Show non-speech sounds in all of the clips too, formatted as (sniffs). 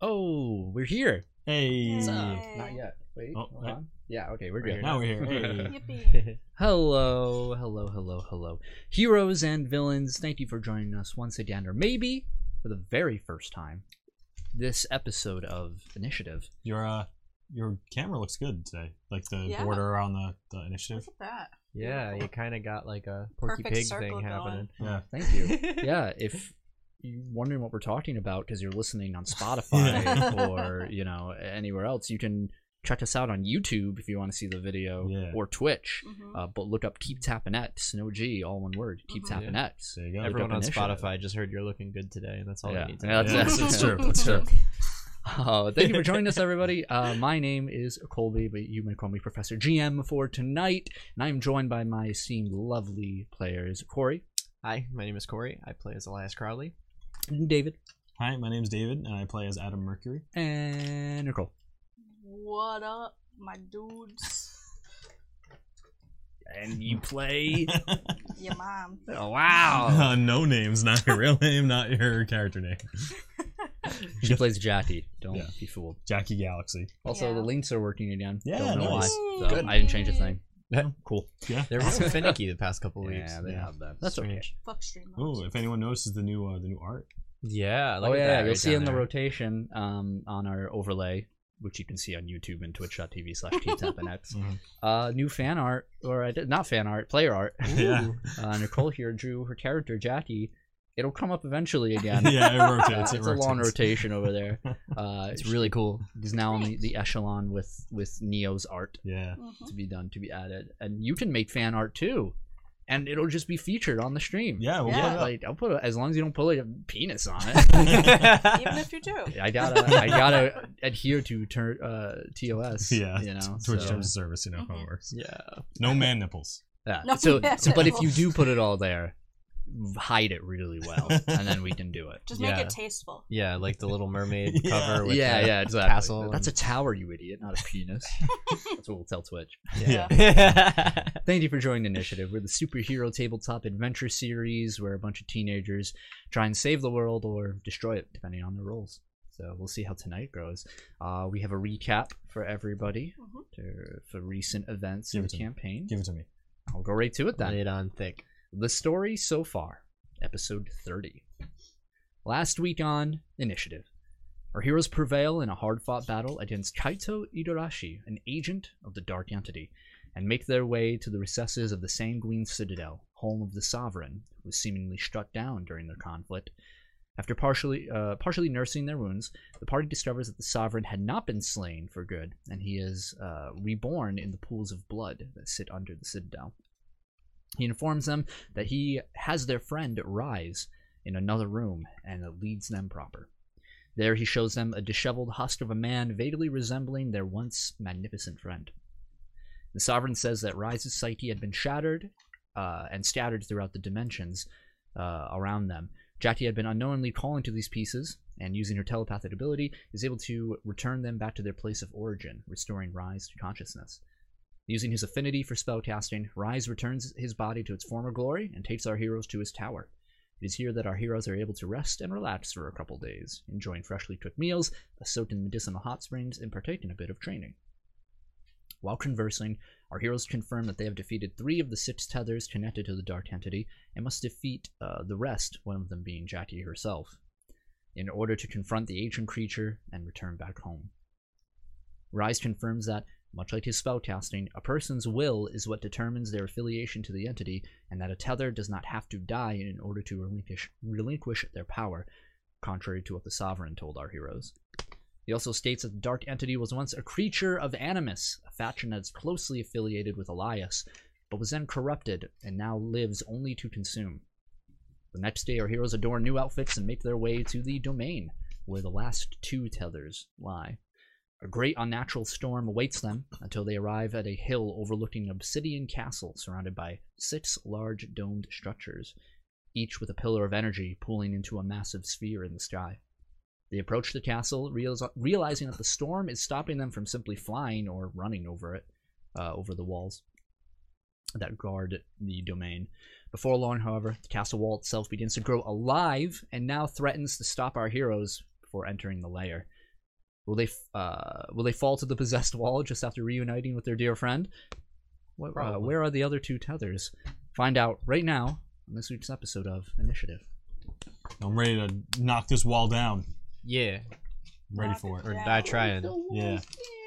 Oh, we're here. Hey. What's up? Not yet. Wait. Oh, hold that- on. Yeah. Okay, we're, We're good. good. Now we're here. (laughs) Hey. Yippee. Hello, hello, hello, hello. Heroes and villains, thank you for joining us once again, or maybe for the very first time, this episode of Initiative. Your uh, your camera looks good today. Like the Yeah. border around the, the initiative. Look at that. Yeah, you kind of got like a Porky Perfect Pig circle thing going. happening. Yeah. (laughs) Thank (laughs) you. yeah, if you're wondering what we're talking about because you're listening on Spotify Yeah. or, you know, anywhere else, you can check us out on YouTube if you want to see the video Yeah. or Twitch. Mhm. Uh, but look up Keep Tapping X, no G, all one word. Keep Mhm. Tapping X. There you go. Every- Everyone on initiative. Spotify just heard you're looking good today, and that's all Yeah. they need to Yeah, know. that's- Yeah. that's- That's (laughs) true. (laughs) That's true. Uh, thank you for joining us, everybody. Uh, my name is Colby, but you may call me Professor GM for tonight, and I'm joined by my esteemed, lovely players, Corey, Hi, my name is Corey. I play as Elias Crowley. David, Hi, my name's David, and I play as Adam Mercury. (laughs) and Nicole. What up, my (laughs) dudes? And you (laughs) play. Your mom. oh, wow. Uh, no names, not your real (laughs) name, not your character name. (laughs) She plays Jackie. Don't Yeah. be fooled. Jackie Galaxy. Also, Yeah. the links are working again. Yeah, Don't know nice. why. So Good. I didn't change a thing. cool. Yeah. (laughs) They're real finicky the past couple weeks. Yeah, they yeah. have that. That's okay. Strange. Fuck stream. Oh, if anyone notices the new uh, the new art. Yeah. Look Oh at yeah, that you'll right see down in the there. rotation um, on our overlay, which you can see on YouTube and Twitch.tv slash (laughs) KTapNX. Mhm. uh, new fan art, or I did- not fan art, player art. Yeah. (laughs) Uh, Nicole here drew her character Jackie. It'll come up eventually again. (laughs) yeah, it Uh, rotates. it's it a long rotates. rotation over there. Uh, It's really cool. is now on the, the echelon with with Neo's art Yeah. Mhm. to be done to be added, and you can make fan art too, and it'll just be featured on the stream. Yeah, we'll Yeah. put it (laughs) up. Like I'll put a, as long as you don't put like, a penis on it. Even if you do. I gotta I (laughs) gotta adhere to turn uh TOS. (laughs) Yeah. you know Twitch so- terms of service, you know how Mhm. it works. yeah. No man nipples. Yeah. No, so, yeah. so, but if you do put it all there, hide it really well, and then we can do it. Just make Yeah. it tasteful. Yeah, like the Little Mermaid (laughs) Yeah. cover with yeah, the yeah, exactly. castle. That's a tower, you idiot, not a (laughs) penis. That's what we'll tell Twitch. (laughs) Yeah. Thank you for joining Initiative. We're the superhero tabletop adventure series where a bunch of teenagers try and save the world or destroy it, depending on their roles. So we'll see how tonight goes. Uh, we have a recap for everybody Mhm. to, for recent events Give in it the to me. campaign. Give it to me. I'll go right to it then. Lay it on thick. The story so far, episode 30. Last week on Initiative, our heroes prevail in a hard fought battle against Kaito Idorashi, an agent of the Dark Entity, and make their way to the recesses of the Sanguine Citadel, home of the Sovereign, who was seemingly struck down during their conflict. After partially, uh, partially nursing their wounds, the party discovers that the Sovereign had not been slain for good, and he is uh, reborn in the pools of blood that sit under the Citadel. He informs them that he has their friend rise in another room and it leads them proper. There he shows them a disheveled husk of a man vaguely resembling their once magnificent friend. The sovereign says that Rise's psyche had been shattered uh, and scattered throughout the dimensions uh, around them. Jackie had been unknowingly calling to these pieces and using her telepathic ability is able to return them back to their place of origin, restoring Rise to consciousness. Using his affinity for spellcasting, Rise returns his body to its former glory and takes our heroes to his tower. It is here that our heroes are able to rest and relax for a couple days, enjoying freshly cooked meals, a soaked in medicinal hot springs, and partaking a bit of training. While conversing, our heroes confirm that they have defeated three of the six tethers connected to the Dark Entity and must defeat uh, the rest, one of them being Jackie herself, in order to confront the ancient creature and return back home. Rise confirms that, much like his spellcasting, a person's will is what determines their affiliation to the entity, and that a tether does not have to die in order to relinquish, relinquish their power, contrary to what the sovereign told our heroes. He also states that the dark entity was once a creature of Animus, a faction that is closely affiliated with Elias, but was then corrupted and now lives only to consume. The next day, our heroes adorn new outfits and make their way to the domain, where the last two tethers lie. A great unnatural storm awaits them until they arrive at a hill overlooking an obsidian castle surrounded by six large domed structures, each with a pillar of energy pooling into a massive sphere in the sky. They approach the castle, realiz- realizing that the storm is stopping them from simply flying or running over it, uh, over the walls that guard the domain. Before long, however, the castle wall itself begins to grow alive and now threatens to stop our heroes before entering the lair. Will they f- uh, will they fall to the (laughs) possessed wall just after reuniting with their dear friend? Where, uh, Probably. where are the other two tethers? Find out right now on this week's episode of Initiative. I'm ready to knock this wall down. Yeah. I'm ready Knock for Or it. Yeah. die trying. Yeah.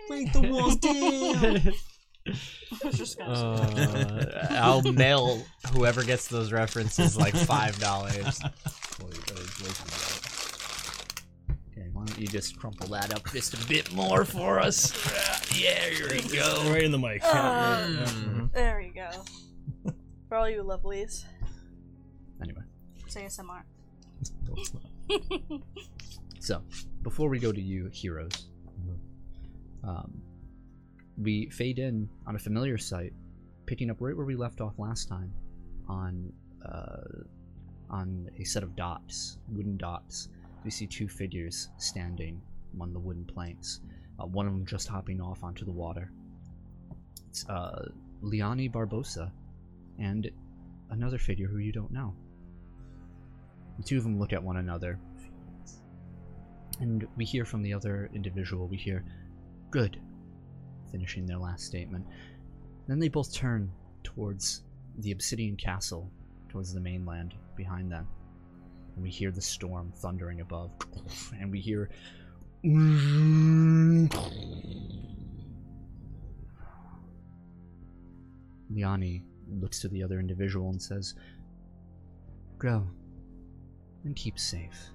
Break the walls (laughs) down. (laughs) I was just gonna say. Uh, I'll mail whoever gets those references like five dollars. Okay, why don't you just crumple that up just a bit more for us? (laughs) Yeah, here we go. Right in the mic. Ah. Mm. There you go. For all you lovelies, Anyway, say ASMR. so before we go to you heroes, Mhm. um, we fade in on a familiar sight, picking up right where we left off last time, on uh, on a set of dots, wooden dots. We see two figures standing among the wooden planks. Uh, one of them just hopping off onto the water. It's uh, Liani Barbosa, and another figure who you don't know. The two of them look at one another, and we hear from the other individual, we hear, Good, finishing their last statement. Then they both turn towards the obsidian castle, towards the mainland behind them. And we hear the storm thundering above, (laughs) and we hear. Liani looks to the other individual and says, Go and keep safe.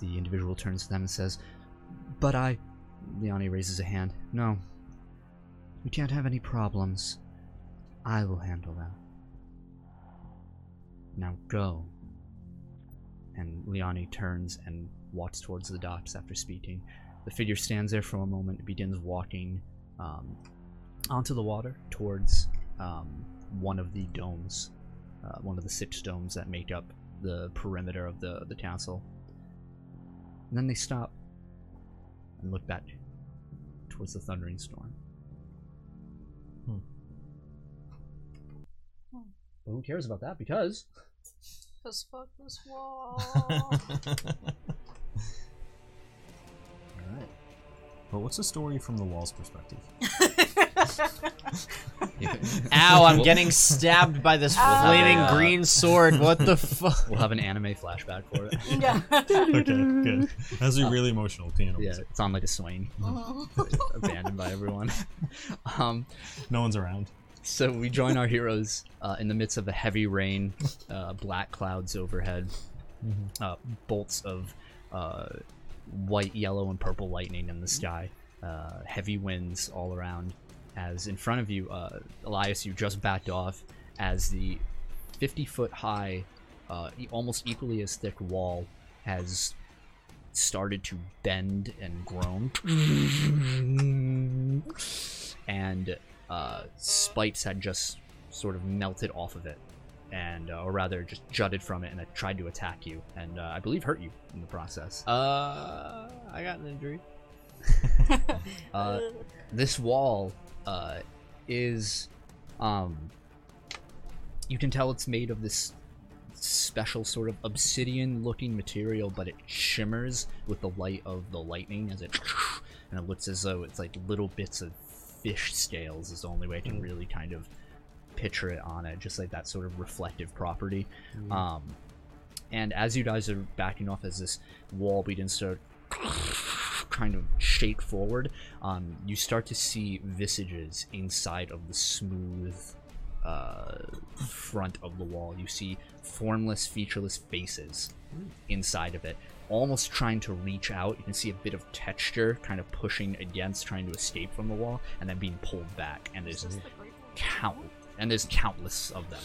The individual turns to them and says, But I. Liani raises a hand. No. We can't have any problems. I will handle them. Now go. And Liani turns and walks towards the docks after speaking. The figure stands there for a moment and begins walking um, onto the water towards um, one of the domes, uh, one of the six domes that make up the perimeter of the, the castle. And then they stop and look back towards the thundering storm. Hmm. Hmm. But who cares about that? Because Cause fuck this (laughs) wall. (laughs) Mm. all right, (laughs) but what's the story from the wall's perspective? (laughs) Ow! I'm getting stabbed by this Ow. flaming Yeah. green sword. What the fuck? we'll have an anime flashback for it. (laughs) yeah. okay, good. That's Uh, a really emotional piano. yeah, music. it's on like a swing, Mm-hmm. abandoned by everyone. Um, No one's around. So we join our heroes uh, in the midst of a heavy rain, uh, black clouds overhead, uh, bolts of uh, white, yellow, and purple lightning in the sky, uh, heavy winds all around. As in front of you, uh, Elias, you just backed off as the 50 foot high, uh, e- almost equally as thick wall has started to bend and groan. And uh, spikes had just sort of melted off of it, and uh, or rather just jutted from it and it tried to attack you, and uh, I believe hurt you in the process. Uh, I got an injury. (laughs) Uh, (laughs) this wall uh, is, um, you can tell it's made of this special sort of obsidian-looking material, but it shimmers with the light of the lightning as it, and it looks as though it's like little bits of fish scales is the only way I can really kind of picture it on it, just like that sort of reflective property. Um, and as you guys are backing off, as this wall begins to kind of shake forward, um, you start to see visages inside of the smooth uh, front of the wall. You see formless, featureless faces inside of it, almost trying to reach out. You can see a bit of texture kind of pushing against, trying to escape from the wall, and then being pulled back. And there's count, and there's countless of them.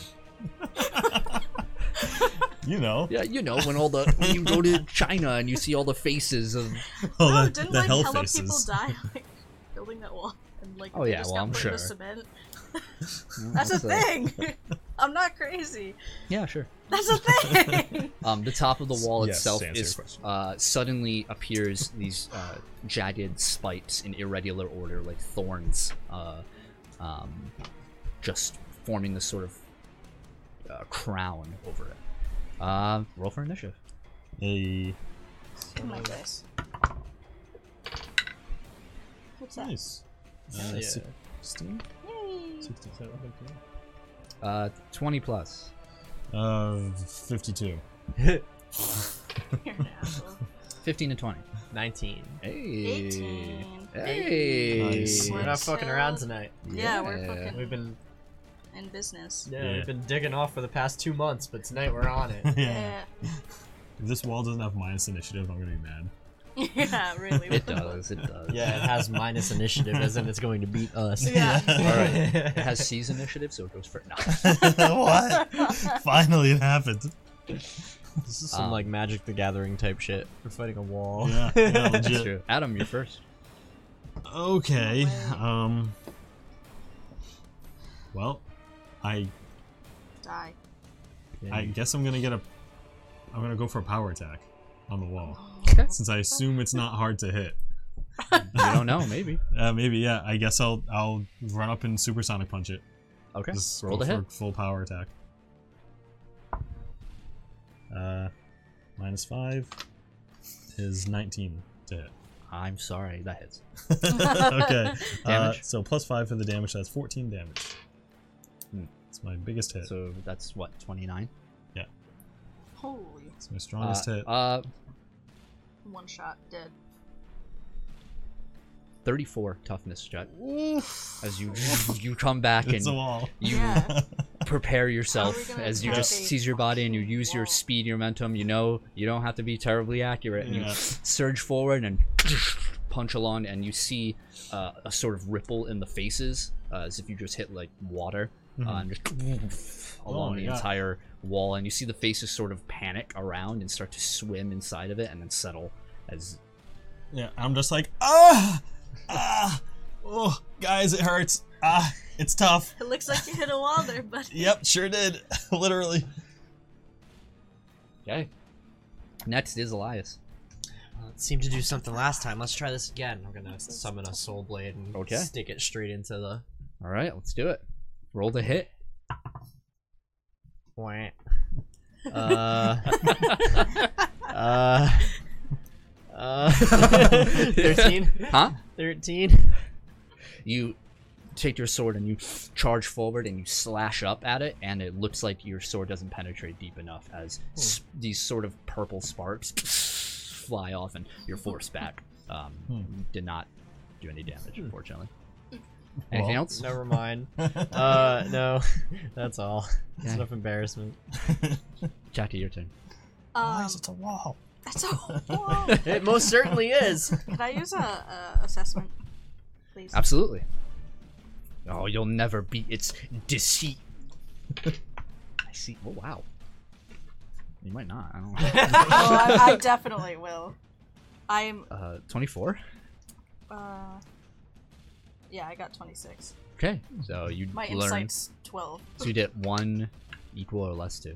You know. Yeah, you know when all the when you go to China and you see all the faces of (laughs) All no, Oh, the, didn't the like hell hella people faces. (laughs) die like building that wall and like Oh, they yeah, just well, got I'm put in sure. the cement. (laughs) That's a thing. I'm not crazy. Yeah, sure. That's (laughs) a thing. Um, the top of the wall Yes, itself to answer is your question. uh, suddenly appears these uh, jagged spikes in irregular order, like thorns, uh, um, just forming this sort of uh, crown over it. Uh, roll for initiative. Hey. Oh In Oh my face. What's that? Nice. Hell Uh, yeah. 16? Yay! 16. Uh, 20 plus. Uh, 52. You're an (laughs) asshole. 15 to 20. 19. Hey. 18. Hey. Nice. We're not fucking around tonight. Yeah, we're fucking- We've been In business. yeah, Yeah. we've been digging off for the past two months, but tonight we're (laughs) on (laughs) it. yeah. If this wall doesn't have minus initiative, I'm gonna be mad. Yeah, (laughs) yeah really. It does. It does. yeah, it has minus initiative, as in it's going to beat us. (laughs) Yeah. It (laughs) has C's initiative, so it goes for no. what? (laughs) Finally, it (laughs) happened. This is some Um, like Magic the Gathering type shit. We're fighting a wall. Yeah, yeah That's legit. true. Adam, you're first. Okay. No way. Um. Well, I Die. I guess I'm gonna get a. I'm gonna go for a power attack on the wall Okay. since I assume it's not hard to hit. I don't know. Maybe. Uh, maybe yeah. I guess I'll I'll run up and supersonic punch it. Okay. Just Roll go the for hit. Full power attack. Uh, minus five is 19 to hit. (laughs) I'm sorry. That hits. okay. Uh, Damage. so plus five for the damage. That's 14 damage. Hmm. It's my biggest hit. So that's what 29. Holy. it's my strongest uh, hit. Uh, One shot, dead. 34 toughness, Jet. (laughs) As you (laughs) you come back and it's a wall. you (laughs) Yeah. prepare How are we yourself gonna as you attack just a seize your body and you fucking use your wall? speed, your momentum. You know you don't have to be terribly accurate. And Yeah. you surge forward and (sniffs) punch along, and you see uh, a sort of ripple in the faces, uh, as if you just hit like water, uh, Mhm. and just along Oh my the God. entire wall. And you see the faces sort of panic around and start to swim inside of it, and then settle as (laughs) yeah. I'm just like ah ah oh guys it hurts ah it's tough It looks like you hit a wall there, buddy. yep sure did (laughs) literally Okay. Next is Elias. Well, Uh, it seemed to do something last time. Let's try this again. We're gonna summon a soul blade and Okay. stick it straight into the. All right, let's do it. Roll the hit. Wah. Uh, uh, (laughs) uh, 13? Huh? 13? You take your sword and you charge forward and you slash up at it, and it looks like your sword doesn't penetrate deep enough as Hmm. s- these sort of purple sparks fly off and you're forced back. Um, (laughs) Hmm. Did not do any damage, unfortunately. Well, Anything else? Never mind. Uh, no. That's all. It's Okay. enough embarrassment. Jackie, your turn. why Um, is it a wall that's a wall. It most certainly (laughs) is. Could I use a, a assessment, please? Absolutely. Oh, you'll never beat its (laughs) deceit. I see. Oh, wow. You might not. I (laughs) don't know. oh, I, I definitely will. I'm. Uh, 24? Uh, yeah, I got 26. Okay. So you My learn. insight's 12. So you get one equal or less to.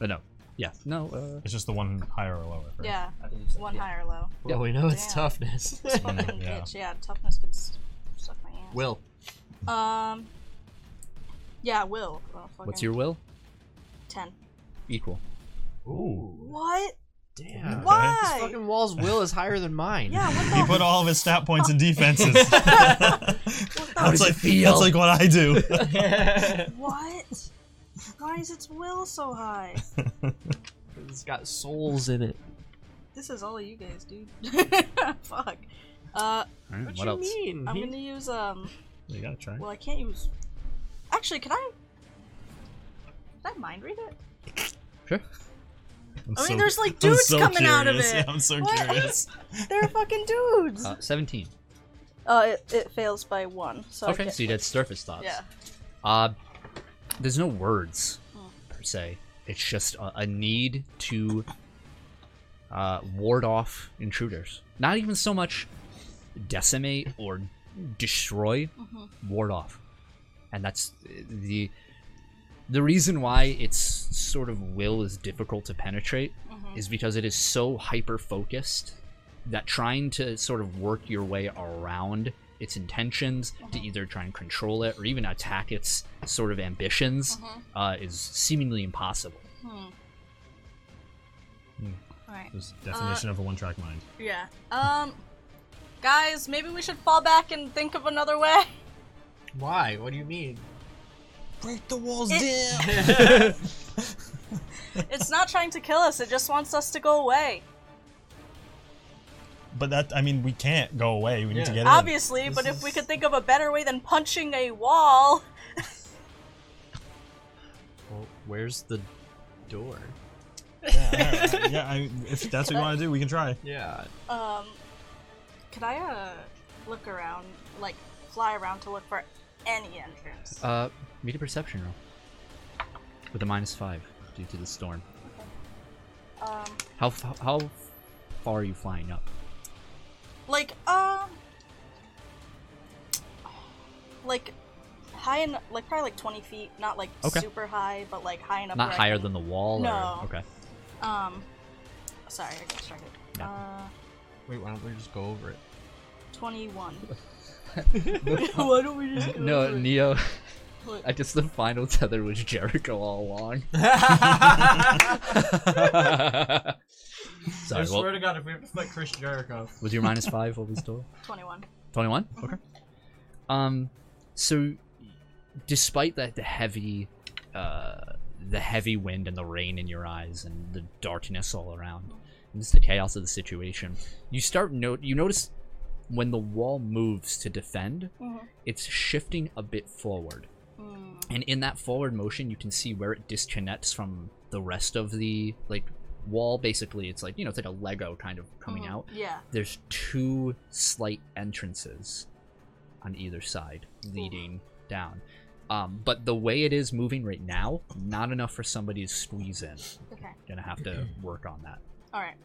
But no. Yeah. No. Uh, it's just the one higher or lower right? Yeah, one high or low. Well, we know it's Damn. toughness. Fucking Yeah. bitch. Yeah, toughness could s- suck my ass. Will. Um. Yeah, will. Oh, what's fucking your will? 10? Equal. Ooh. What? (laughs) Damn. What? This Why? fucking wall's will is higher than mine. Yeah, what the he (laughs) put all of his stat points in defenses (laughs) How that's does it like feel? that's like what i do (laughs) What? Why is its will so high? (laughs) it's got souls in it. This is all you guys, dude. (laughs) Fuck. Uh, All right, What, what you else? mean? I'm He- Mhm. gonna use um. you gotta try Well, I can't use. Actually, can I? Can I mind read it? Sure. I'm I mean, so- there's like I'm dudes so coming out of curious. it. Yeah, i'm so What? (laughs) curious They're fucking dudes. Uh, 17. Uh, it, it fails by one. So I okay. get- So you did surface thoughts. yeah. Uh, there's no words Mm. per se. It's just a, a need to uh, ward off intruders. Not even so much decimate or destroy, Mhm. ward off, and that's the the reason why its sort of will is difficult to penetrate Mhm. is because it is so hyper focused that trying to sort of work your way around its intentions Uh-huh. to either try and control it or even attack its sort of ambitions Mhm. uh, is seemingly impossible. Hmm. Hmm. Alright. This definition Uh, of a one-track mind. Yeah. Um, guys, maybe we should fall back and think of (laughs) another way. Why? What do you mean? Break the walls It- down. It's not trying to kill us. It just wants us to go away. But that, I mean, we can't go away. We need to Yeah. get in. Obviously, but This if we is- could think of a better way than punching a wall, Well, where's the door? Yeah, alright, yeah I, if that's what you want to do, we can try. Yeah. um, could I uh look around, like fly around to look for any entrance? Uh, make a perception roll. With a minus five due to the storm. Um, How f- how far are you flying up? like um, like high and like probably like twenty feet, not like Okay. super high, but like high enough. Not where I higher can- than the wall. or- No. okay. Um, sorry, I got distracted. Yeah. Uh, Wait, why don't we just go over it? 21. (laughs) Why don't we just (laughs) go No, (laughs) for it? Neo. What? I guess the final tether was Jericho all along. Sorry. Well, to God, if we have to fight Chris Jericho. was your minus five what was total? 21. 21 okay um so despite that the heavy uh the heavy wind and the rain in your eyes and the darkness all around and just the chaos of the situation you start no you notice when the wall moves to defend Mhm. it's shifting a bit forward Mm. and in that forward motion you can see where it disconnects from the rest of the like wall basically it's like you know it's like a lego kind of coming Mhm. out Yeah. there's two slight entrances on either side leading down. Um, but the way it is moving right now, not enough for somebody to squeeze in. Okay. Gonna have to work on that. All right.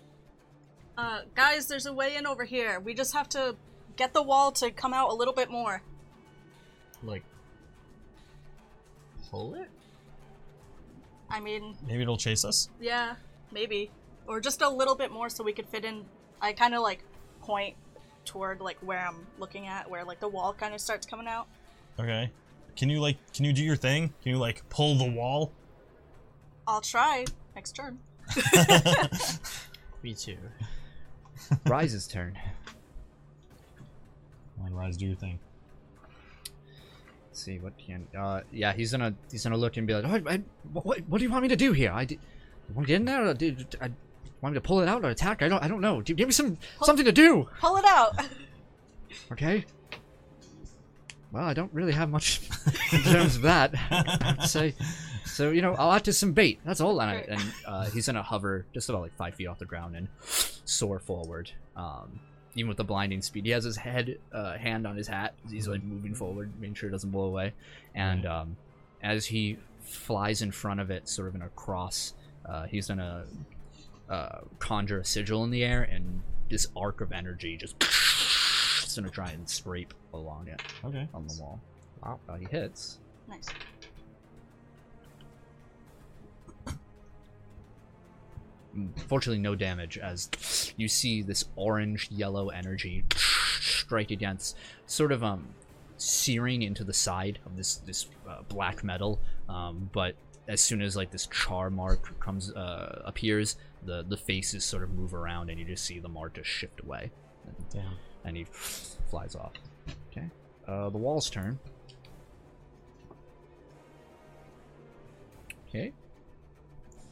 Uh, guys, there's a way in over here. We just have to get the wall to come out a little bit more. Like, pull it? I mean, Maybe it'll chase us. yeah, maybe, or just a little bit more so we could fit in. I kind of like point toward like where I'm looking at, where like the wall kind of starts coming out. Okay. Can you like? Can you do your thing? Can you like pull the wall? (laughs) I'll try next turn. Me too. Rise's turn. Come on, Rise, do your thing. Let's see what can. Uh, yeah, he's gonna he's gonna look and be like, oh, I, what what do you want me to do here? I did, want to get in there? Or did, I want me to pull it out or attack? I don't I don't know. Give give me some something to do. Pull it out. (laughs) Okay. Well, I don't really have much (laughs) in terms of that. I have to say. So you know, I'll have to some bait. That's all. And, I, Right. and uh, he's gonna hover just about like five feet off the ground and soar forward. Um, even with the blinding speed, he has his head uh, hand on his hat. He's like moving forward, making sure it doesn't blow away. And um, as he flies in front of it, sort of in a cross, uh, he's gonna uh, conjure a sigil in the air, and this arc of energy just. (laughs) It's gonna try and scrape along it Okay. on the wall. Wow, he hits. nice. Fortunately, no damage as you see this orange yellow energy strike against, sort of um, searing into the side of this this uh, black metal. Um, but as soon as like this char mark comes uh, appears, the the faces sort of move around and you just see the mark just shift away, Damn. and he flies off. Okay, uh, the wall's turn. Okay.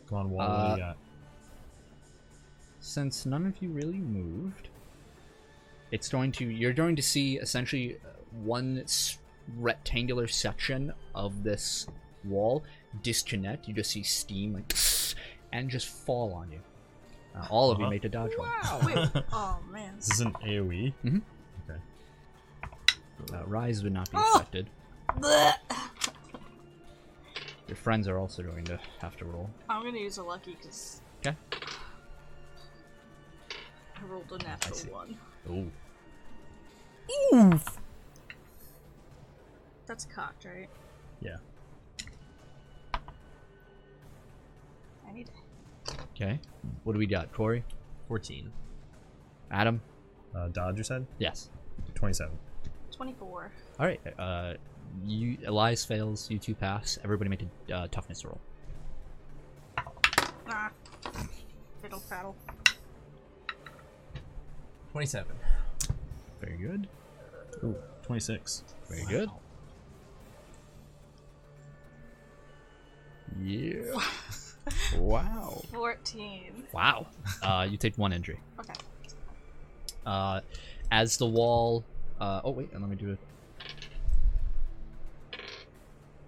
Come on, wall. Uh, what do you got? since none of you really moved, it's going to you're going to see essentially uh, one s- rectangular section of this wall disconnect. You just see steam like (sniffs) and just fall on you. Uh, all of you Uh-huh. make a dodge roll. Wait. oh man. This is an E? AOE. Mhm. Okay. Uh, Rise would not be Oh! affected. Blech. Your friends are also going to have to roll. I'm gonna use a lucky because. 'Kay. I rolled a natural see. one. Ooh, That's cocked, right? Yeah. I need. okay. What do we got, Corey? 14. Adam? Uh, dodge. You said Yes. twenty-seven. 24. All right. Uh, you Elias fails. You two pass. Everybody make a uh, toughness roll. Ah. Fiddle faddle. Twenty-seven. Very good. Ooh, 26. Very good. Yeah. (laughs) wow. 14. Wow. Uh, you take one injury. Okay. Uh, as the wall. Uh, oh wait, and let me do it.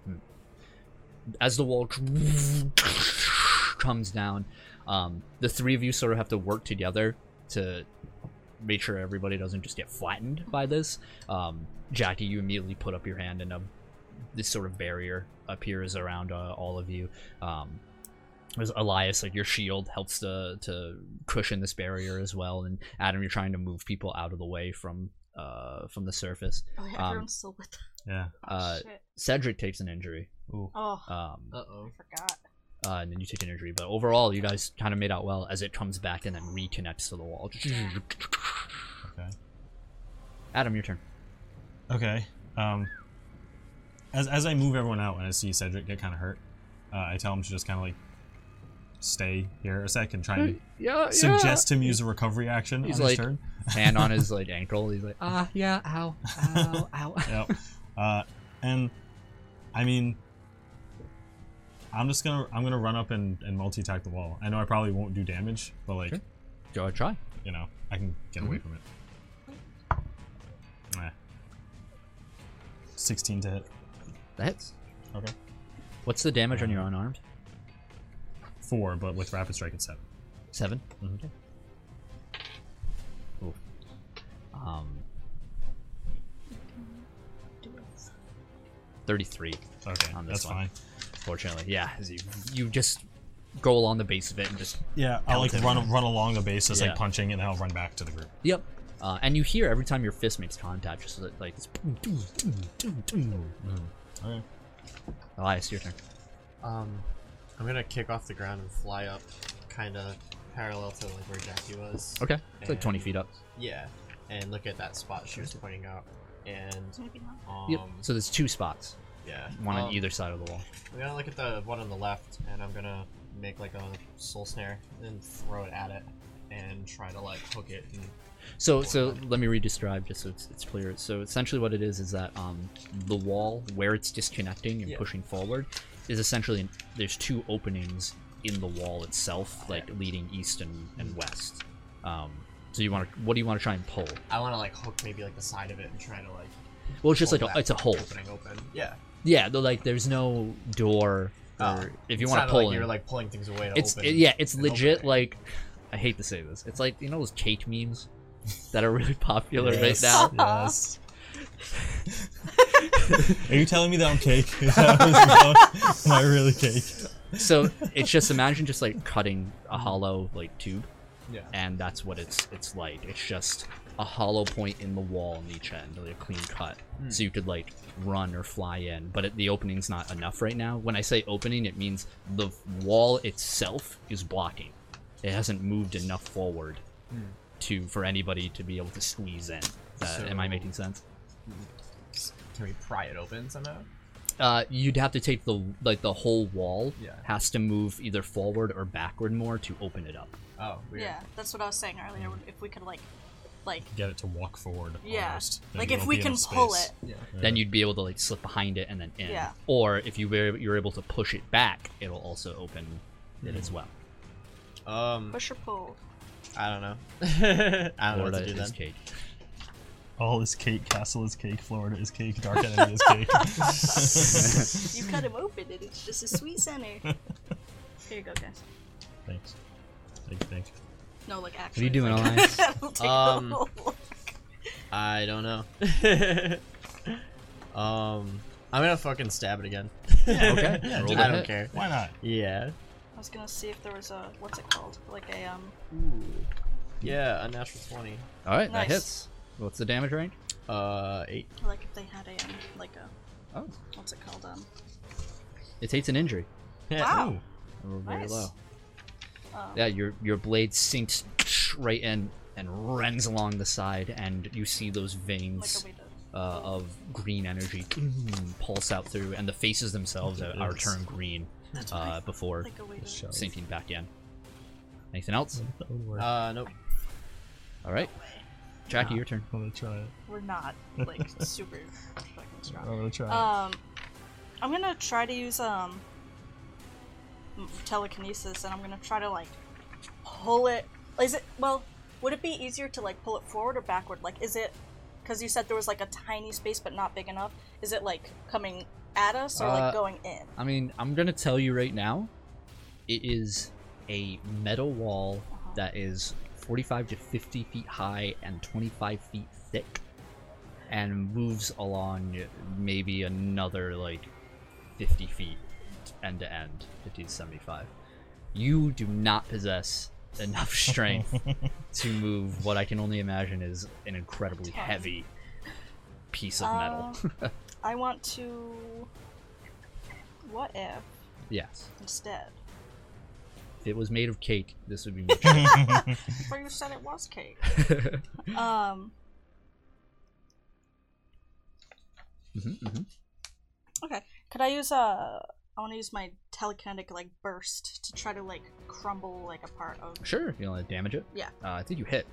Hmm. As the wall comes down, um, the three of you sort of have to work together to make sure everybody doesn't just get flattened by this. Um, Jackie, you immediately put up your hand, and um this sort of barrier appears around uh, all of you. Um, there's Elias, like your shield helps to to cushion this barrier as well, and Adam, you're trying to move people out of the way from uh from the surface. Oh, yeah, Um, everyone's still with them. Yeah. Oh, uh, shit. Cedric takes an injury, Ooh. Oh, um, uh, Uh oh. I forgot. and then you take an injury. But overall, you guys kind of made out well as it comes back and then reconnects to the wall. Okay. Adam, your turn. Okay. Um, as, as I move everyone out and I see Cedric get kind of hurt, uh, I tell him to just kind of like stay here a sec and try and Hmm. Yeah, suggest him use a recovery action He's on like- his turn. hand on his like ankle. He's like, ah, yeah, ow, ow, ow. Yep. (laughs) Uh, and I mean, I'm just gonna I'm gonna run up and, and multi attack the wall. I know I probably won't do damage, but like Sure. (laughs) Go ahead, try. you know I can get away from it. Eh. Sixteen to hit. That hits. Okay. What's the damage on your unarmed? Four, but with rapid strike it's seven. 7 Mm-hmm. Mhm. Okay. Oof. Um, thirty-three. Okay, On this that's one. fine. Fortunately, yeah. as you, you just go along the base of it and just Yeah, I'll like Pelted. run run along the base, just Yeah. like punching, and then I'll run back to the group. Yep. Uh, and you hear every time your fist makes contact, just like- like this. boom, doom, doom, doom, doom. Okay. Elias, oh, your turn. Um, I'm gonna kick off the ground and fly up, kind of parallel to like where Jackie was. Okay, it's like twenty And- feet up. Yeah, and look at that spot she was pointing out, and Maybe not. um, Yep. So there's two spots, yeah, one on um, either side of the wall. I'm gonna look at the one on the left, and I'm gonna make like a soul snare and throw it at it, and try to like hook it. And, So, so let me re-describe just so it's, it's clear. So, essentially, what it is is that um, the wall where it's disconnecting and Yeah. pushing forward is essentially an, there's two openings in the wall itself, like leading east and, and west. Um, so, you want to what do you want to try and pull? I want to like hook maybe like the side of it and try to like Well, it's just pull like a, that it's a hole. opening open. Yeah, Yeah, though, like there's no door. Or Ah. if you want Sounded to pull like in, you're like pulling things away. To it's open it- yeah, it's an legit. opening. Like, I hate to say this, it's like you know those cake memes that are really popular Yes, right now. (laughs) Yes. Are you telling me that I'm (laughs) cake? Is that what it's about? Am I really cake? so it's just imagine just like cutting a hollow like tube yeah. and that's what it's it's like it's just a hollow point in the wall on each end like a clean cut Hmm. so you could like run or fly in but it, the opening's not enough right now when i say opening it means the wall itself is blocking it hasn't moved enough forward Hmm. to for anybody to be able to squeeze in uh, am i So- making sense Can we pry it open somehow? uh, you'd have to take the like the whole wall Yeah. has to move either forward or backward more to open it up Oh, weird. Yeah, that's what I was saying earlier. If we could, like, like, Get it to walk forward. yeah, Almost. Then like you if won't we Oh, be can in a pull space. it, Yeah. then you'd be able to like slip behind it and then in. Yeah. Or if you were you're able to push it back, it'll also open it as well. Um, push or pull. I don't know. (laughs) I don't know what Florida to do is then. cake. All is cake. Castle is cake. Florida is cake. Dark enemy is (laughs) cake. (laughs) You cut him open, and it's just a sweet center. Here you go, guys. Thanks. Thank you. Thank you. No, like, What are actually. you doing, like, (laughs) Elias? that'll take Um, the whole- I don't know. (laughs) um, I'm gonna fucking stab it again. (laughs) okay. Yeah, Roll do the I don't hit. care. Why (laughs) not? Yeah. I was gonna see if there was a what's it called? Like a um. Ooh. Yeah, a natural twenty. (laughs) All right, that Nice. hits. What's the damage range? Uh, eight. (laughs) Like if they had a um, like a Oh, what's it called um. it takes an injury. Wow. Ooh. Oh, Roll very Nice. low. Um, Yeah, your your blade sinks (sniffs) right in and rends along the side, and you see those Like veins a way to. uh, of green energy pulse out through, and the faces themselves are, are turned green uh, before Like a way to. Shove. sinking back in. Anything else? That would work. Uh, nope. All right. Jackie, your turn. I'm gonna try it. We're not (laughs) like super fucking I'm strong. gonna try Um, I'm gonna try to use um m- telekinesis, and I'm gonna try to like pull it. Is it well? Would it be easier to like pull it forward or backward? Like, is it? Because you said there was like a tiny space, but not big enough. Is it like coming at us or Uh, like going in? I mean, I'm gonna tell you right now, it is a metal wall that is 45 to 50 feet high and 25 feet thick, and moves along maybe another like 50 feet end to end, 50 to 75. You do not possess (laughs) enough strength to move what I can only imagine is an incredibly Ton. heavy piece of metal. Um, I want to. What if (laughs) yes. instead? If it was made of cake, this would be much (laughs) it. But you said it was cake. Um. Mhm, mhm. Okay. Could I use a? I want to use my telekinetic like burst to try to like crumble like a part of. Sure, you don't want to damage it. Yeah. Uh, I think you hit,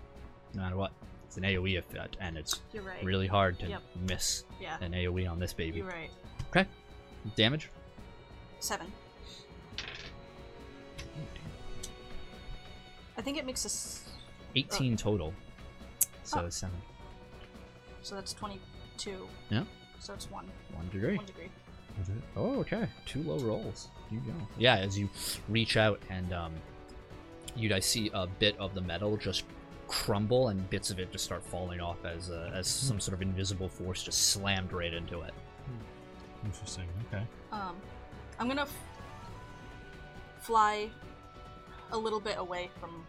no matter what. It's an AoE effect, and it's You're right. really hard to Yep. miss Yeah. an AoE on this baby. You're right. Damage? Seven. I think it makes us. 18 total. So Oh. it's 7. So that's twenty-two. Yeah. So it's one. 1 degree. One degree. Oh, okay. Two low rolls. You go. Yeah, as you reach out and um, you guys see a bit of the metal just crumble and bits of it just start falling off as uh, as Mm-hmm. some sort of invisible force just slammed right into it. Interesting. Okay. Um, I'm gonna f- fly a little bit away from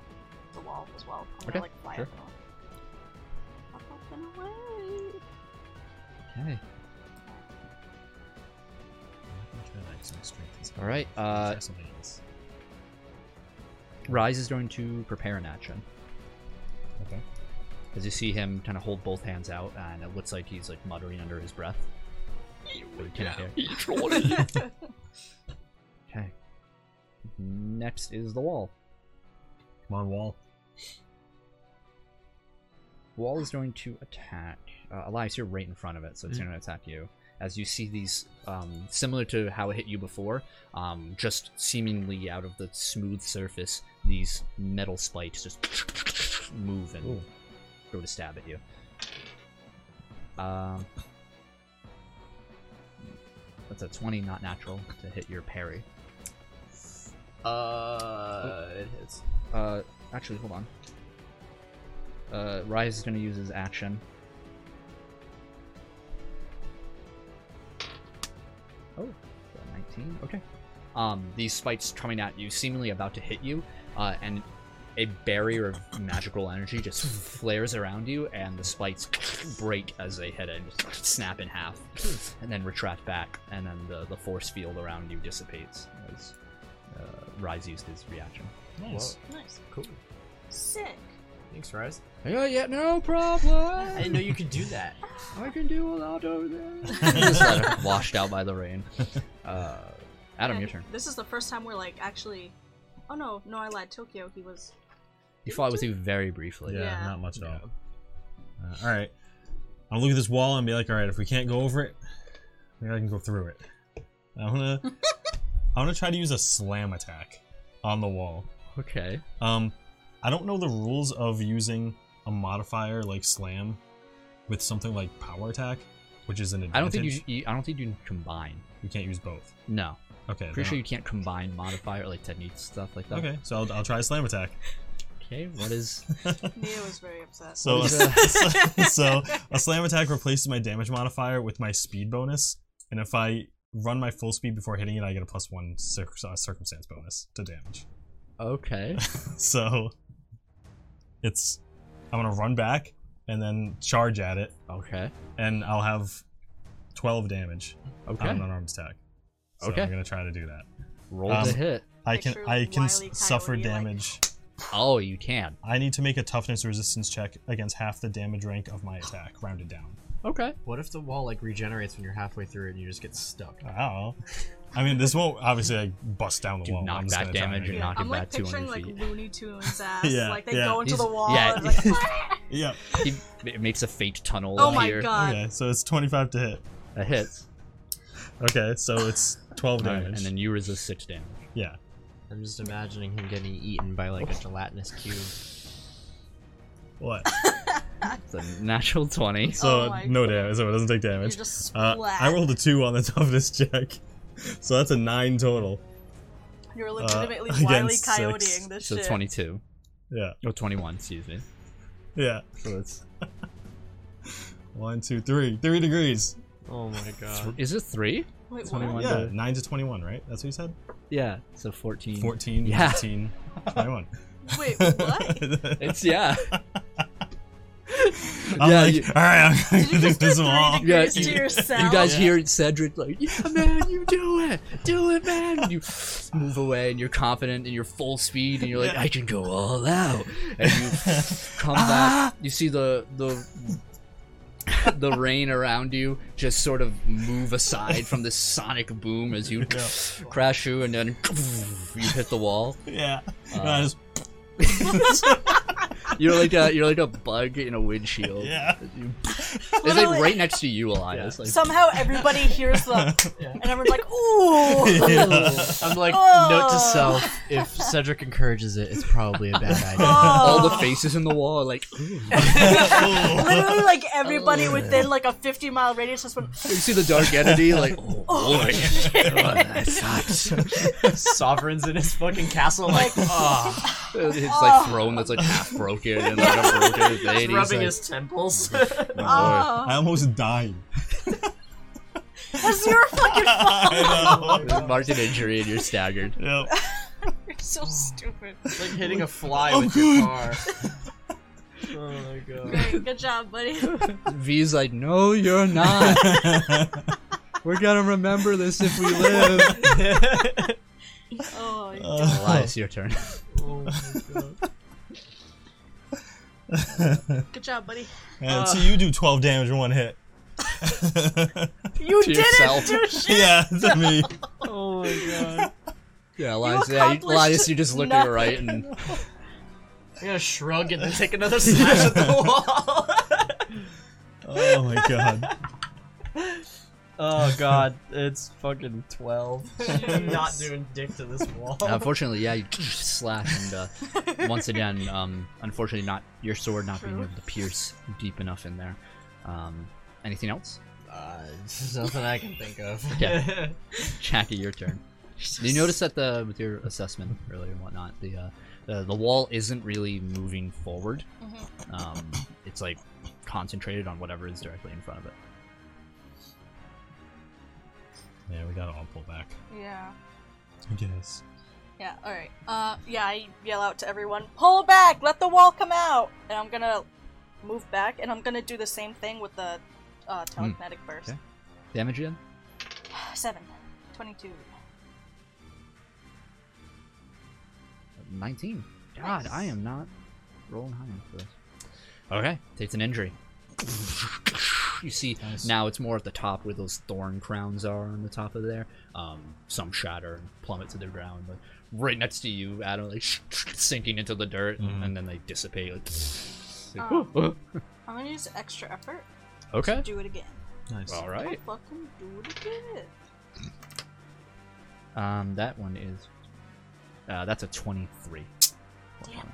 the wall as well. I'm Okay, gonna like fly sure. up and away. Up, up and away. Okay. I'm gonna try that using strength instead. All right, I'm gonna uh, try something else. Rise is going to prepare an action. Okay. As you see him kind of hold both hands out, and it looks like he's like muttering under his breath. But you cannot hear. (laughs) Okay. Next is the wall. Come on, wall. Wall is going to attack. Uh, Elias, you're right in front of it, so it's Mm. going to attack you. As you see these, um, similar to how it hit you before, um, just seemingly out of the smooth surface, these metal spikes just move and Ooh. go to stab at you. Um, that's a 20, not natural, to hit your parry. Uh, it hits. Uh, actually, hold on. Uh, Rise is going to use his action. Oh, got a 19. Okay. Um, these spikes coming at you, seemingly about to hit you, uh, and a barrier of magical energy just flares around you, and the spikes break as they hit it and just snap in half, and then retract back, and then the, the force field around you dissipates as uh, Rise used his reaction. Nice. (laughs) nice. Cool. Sick. Thanks, Rise. Yeah, yeah, no problem. I didn't know you could do that. I can do a lot of (laughs) this. washed out by the rain. Uh, Adam, Yeah, your turn. This is the first time we're like actually. Oh no, no, I lied. Tokyo, he was. He fought with you very briefly. Yeah, Yeah. not much at Yeah. all. Uh, all right. I'll look at this wall and be like, all right, if we can't go over it, maybe I can go through it. I'm gonna, I'm gonna try to use a slam attack on the wall. Okay. Um, I don't know the rules of using a modifier like slam with something like power attack, which is an advantage. I don't think you, you. I don't think you can combine. You can't use both. No, Okay. pretty sure then you can't combine modifier or like technique stuff like I'll- that. Okay, so I'll, I'll try a slam attack. Okay. What is? (laughs) Mia was very upset. So, (laughs) (laughs) What is so, so a slam attack replaces my damage modifier with my speed bonus, and if I run my full speed before hitting it, I get a plus one cir- uh, circumstance bonus to damage. (laughs) Okay. So it's I'm gonna run back and then charge at it, Okay. and I'll have 12 damage Okay. on an arms attack. So Okay. I'm gonna try to do that. Roll Um, the hit. I can Picture I can s- Wile E. suffer Coyote, like- damage. Oh, you can. I need to make a toughness resistance check against half the damage rank of my attack, rounded down. Okay. What if the wall like regenerates when you're halfway through it and you just get stuck? Oh. I mean, this won't obviously like bust down the Do wall. knock I'm just that gonna try damage and- and knock- I'm it like back 200 picturing like feet. (laughs) Looney Tunes ass. Yeah, like they yeah. go into He's- the wall. yeah. and it's like, (laughs) Yeah. He, it makes a faint tunnel Oh up my here. god. Okay, so it's 25 to hit. That hits. Okay, so it's 12 Alright, damage. and then you resist six damage. yeah. I'm just imagining him getting eaten by like a gelatinous cube. (laughs) (laughs) What? It's a natural (laughs) 20. So Oh my no damage. So it doesn't take You damage. just Uh, splat. I rolled a two on the (laughs) toughness check, so that's a nine total. You're (laughs) legitimately against wily Uh, six. coyoteing this So shit. 22. Yeah. Oh, 21, excuse me. Yeah. So that's. One, two, three. Three degrees. Oh (laughs) my god. Is it 3? Wait, what? 21. Yeah. Nine to 21, right? That's what you said? Yeah, so 14. 14, Yeah. (laughs) 18, 21. (laughs) Wait, what? It's, yeah. (laughs) I'm yeah, like, you- all right, I'm Did gonna you do just do this three all. Yeah, degrees to you- yourself? You guys Yeah. hear Cedric like, yeah, man, you do it, do it, man. And you move away, and you're confident in your full speed, and you're like, Yeah. I can go all out. And (laughs) you come Ah. back, you see the the the rain around you just sort of move aside from the sonic boom as you (laughs) Yeah. crash through, and then (laughs) you hit the wall. Yeah. Uh, And I just- You're like a you're like a bug in a windshield. yeah. You- It's like Literally- right next to you, Elias. Like, Somehow everybody hears them, (laughs) and everyone's like, "Ooh!" Yeah. I'm like, Oh. note to self: if Cedric encourages it, it's probably a bad idea. (laughs) all the Oh. faces in the wall are like, "Ooh." Literally, (laughs) like everybody Oh. within like a 50 mile radius just went. You see the dark entity, like, (laughs) oh, Oh, boy. shit. Oh, (laughs) that sucks. (laughs) Sovereign's in his fucking castle, like, ah, It's like throne that's like half broken and like a broken thing. He's rubbing like, his (laughs) temples. oh, Oh, (laughs) I almost died. (laughs) that's your fucking (laughs) fault. I boy. (laughs) Marked an injury and you're staggered. know. Yep. You're so stupid. it's like hitting a fly Oh, with your good. car. (laughs) Oh my god. Great, good job, buddy. (laughs) V's like, no, you're not. We're gonna remember this if we (laughs) live. Oh, you Uh, Elias, your turn. (laughs) oh my god. good job, buddy. (laughs) and so you do 12 damage in one hit. (laughs) You To didn't yourself. do (laughs) shit. yeah, to me. Oh my god. Yeah, Elias, You yeah, you- accomplished Elias, you just look at your nothing. right and I'm gonna shrug (laughs) and then take another slash at the wall. Oh my god. oh god, it's fucking 12. (laughs) I'm not doing dick to this wall. unfortunately, yeah, you (laughs) slash and uh, once again, um, unfortunately, not your sword not being True. able to pierce deep enough in there. Um, anything else? (laughs) (laughs) Uh, there's nothing I can think of. (laughs) Yeah. Jackie, your (laughs) turn. You notice that the with your assessment earlier and whatnot, the uh, the, the wall isn't really moving forward. Mhm. Um, it's like concentrated on whatever is directly in front of it. Yeah, we gotta all pull back. Yeah. I guess. Yeah, alright. Uh, yeah, I yell out to everyone, pull back, let the wall come out! And I'm gonna move back, and I'm gonna do the same thing with the uh, telekinetic burst. Hmm. Okay. Damage again? Seven. 22. 19. God, Nice. I am not rolling high enough for this. Okay, takes an injury. You see, Nice. now it's more at the top where those thorn crowns are on the top of there. Um, some shatter and plummet to the ground, but right next to you, Adam, like (laughs) sinking into the dirt, Mhm. and then they dissipate. Like, like, Um, I'm gonna use extra effort (laughs) okay, to do it again. Nice. all right. I'll fucking do it again. Um, that one is. Uh, that's a 23. Damn.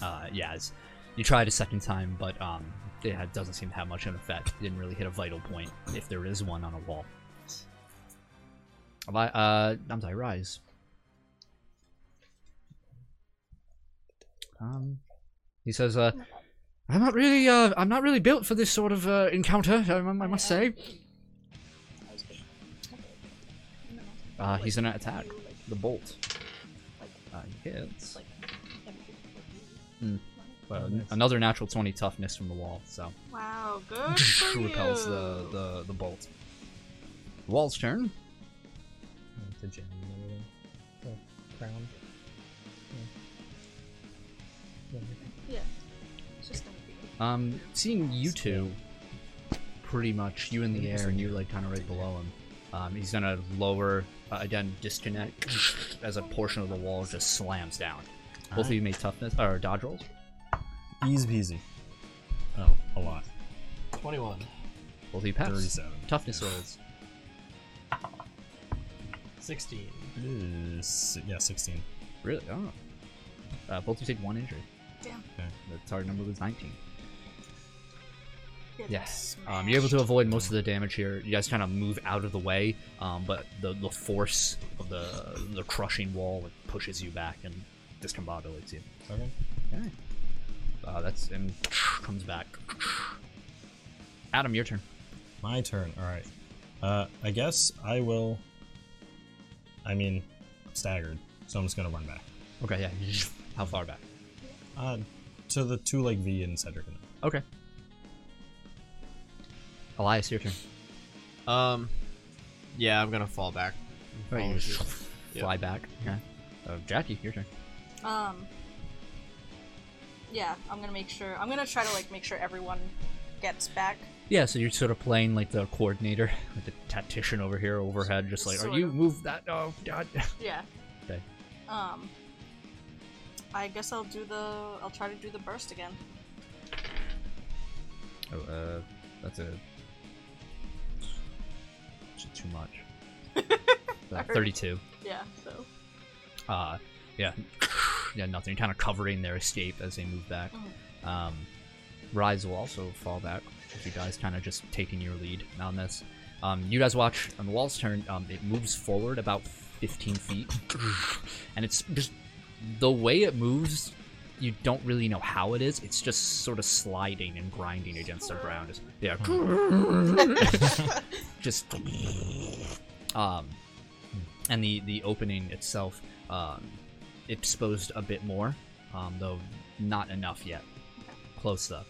Uh, yeah, it's, you tried a second time, but um, it had, doesn't seem to have much of an effect. It didn't really hit a vital point, if there is one on a wall. Eli- uh, I'm sorry, Rise. Um, he says, uh, I'm not really, uh, I'm not really built for this sort of uh, encounter. I, I must say. That was good. Uh, he's gonna attack the bolt. Uh, he hits. Mm. Well, n- another natural 20 toughness from the wall, so Wow, (laughs) good for you. repels the, the, the bolt. Wall's turn. The gem and everything. The crown. Yeah. Yeah. It's just gonna be. Um, seeing you two, pretty much you in the air and you like kind of right below him. Um, he's gonna lower uh, again, disconnect as a portion of the wall just slams down. Both of you made toughness or dodge rolls. Easy peasy. Oh, a lot. 21. Both of you pass. 37. Toughness rolls. 16. Uh, s- yeah, 16. Really? Oh. Uh, both of you take one injury. Damn. Okay. The target number was 19. Get Yes. smashed. Um, you're able to avoid most of the damage here. You guys kind of move out of the way, um, but the, the force of the the crushing wall like, pushes you back and discombobulates you. Okay. Okay. Uh, that's and comes back. Adam, your turn. My turn. All right. Uh, I guess I will. I mean, I'm staggered, so I'm just gonna run back. Okay, yeah. (laughs) How far back? Uh, to the two like V and Cedric. and I. Okay. Elias, your turn. Um, yeah, I'm gonna fall back. Right, (laughs) Follow you suit. fly back. Okay. Uh, Jackie, your turn. Um. Yeah, I'm gonna make sure. I'm gonna try to like make sure everyone gets back. Yeah, so you're sort of playing like the coordinator, like the tactician over here overhead, just like, Sort are you of. move that? Oh, (laughs) God. Yeah. Okay. Um. I guess I'll do the. I'll try to do the burst again. Oh, uh, that's a. it's Too (laughs) much. Uh, Alright. 32. Yeah. So. Uh, yeah. yeah, nothing. You're kind of covering their escape as they move Oh. back. Um, Rise will also fall back. You guys kind of just taking your lead on this. Um, you guys watch on the wall's turn. Um, it moves forward about 15 feet, and it's just the way it moves. You don't really know how it is. It's just sort of sliding and grinding against the ground. Just, yeah, just um, and the the opening itself um, exposed a bit more, um, though not enough yet. Close though.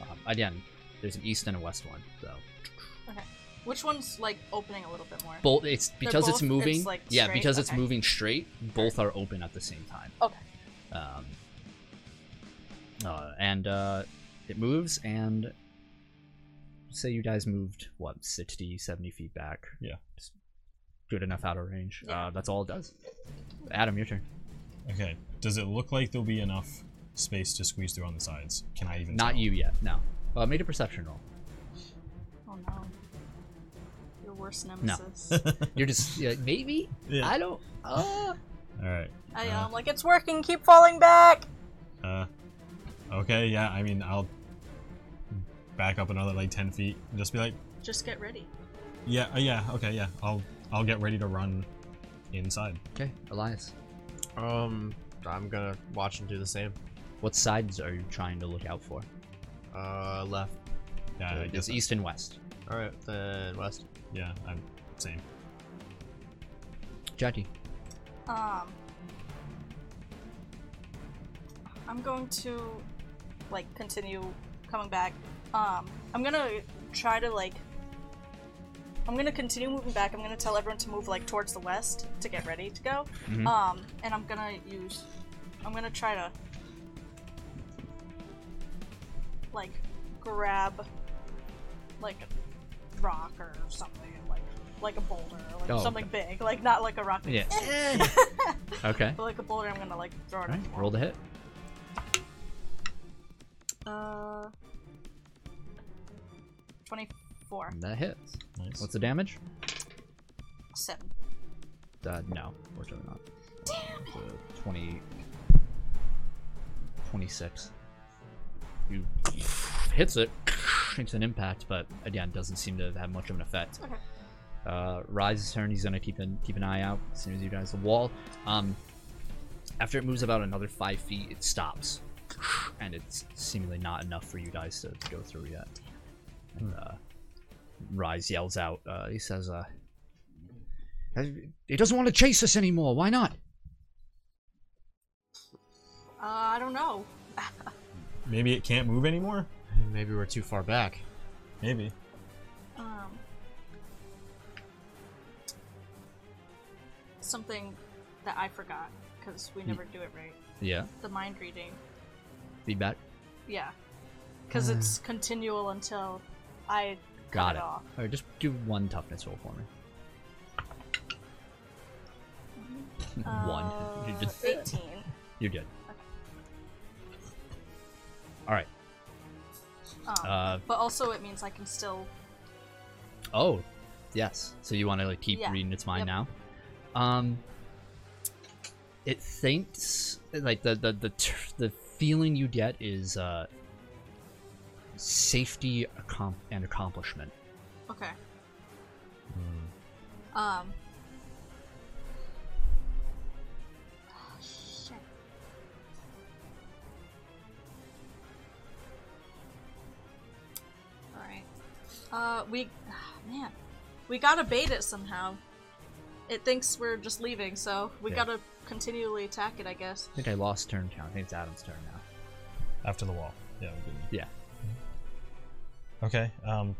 Um, again, there's an east and a west one, so Which one's like opening a little bit more? both it's because it's both- moving. it's, like, yeah, straight? because it's Okay. moving straight. Both are open at the same time. Okay. Um, uh, and uh, it moves, and say you guys moved, what, 60, 70 feet back? Yeah. Just good enough out of range. Yeah. Uh, that's all it does. Adam, your turn. Okay. Does it look like there'll be enough space to squeeze through on the sides? Can I even? Not tell? you yet, no. Uh, made a perception roll. Oh no. Your worst nemesis. You're just, yeah, maybe? (laughs) Yeah. I don't. Uh, All right. I Uh. am like it's working. Keep falling back. Uh, okay. Yeah. I mean, I'll back up another like 10 feet. And just be like, Just get ready. yeah, uh, yeah, okay, yeah. I'll I'll get ready to run inside. okay, Elias. Um, I'm gonna watch and do the same. What sides are you trying to look out for? Uh, left. Yeah. I guess it's east and west. All right, then west. Yeah. I'm same. Jackie. Um, I'm going to like continue coming back. Um, I'm gonna try to like. I'm gonna continue moving back. I'm gonna tell everyone to move like towards the west to get ready to go. Mhm. Um, and I'm gonna use. I'm gonna try to like grab like a rock or something like like a boulder or like Oh, something big like not like a rock (laughs) Yeah. (laughs) okay. but like a boulder, I'm gonna like throw it. All right, roll the hit. Uh, twenty-four, That hits. Nice. What's the damage? seven. Uh, no, fortunately not. Damn it. 20, 26. You hits it, makes an impact, but again, doesn't seem to have much of an effect. Okay. Uh, Rise's turn. He's gonna keep an keep an eye out as soon as you guys the wall. Um, after it moves about another five feet, it stops, and it's seemingly not enough for you guys to go through yet. And, uh, Rise yells out. Uh, he says, uh, "It doesn't want to chase us anymore. Why not?" Uh, I don't know. Maybe it can't move anymore. Maybe we're too far back. Maybe. Um, something that I forgot because we never do it right. Yeah. The mind reading, Feedback. yeah, because it's continual until I Uh. Got cut it. off. All right, just do one toughness roll for me. (laughs) one. (laughs) You Uh, just- Eighteen. You're good. All right. Um, Uh, but also, it means I can still. Oh, yes. So you want to like keep Yeah. reading its mind Yep. now? Um, it thinks like the the the tr- the feeling you get is uh safety accom- and accomplishment. Okay. Um. Oh, shit. Alright. Uh, we. ah, man. We gotta bait it somehow. It thinks we're just leaving, so we Yeah. gotta continually attack it, I guess. I think I lost turn count. I think it's Adam's turn now. After the wall. Yeah, we did. Yeah. Okay. Um,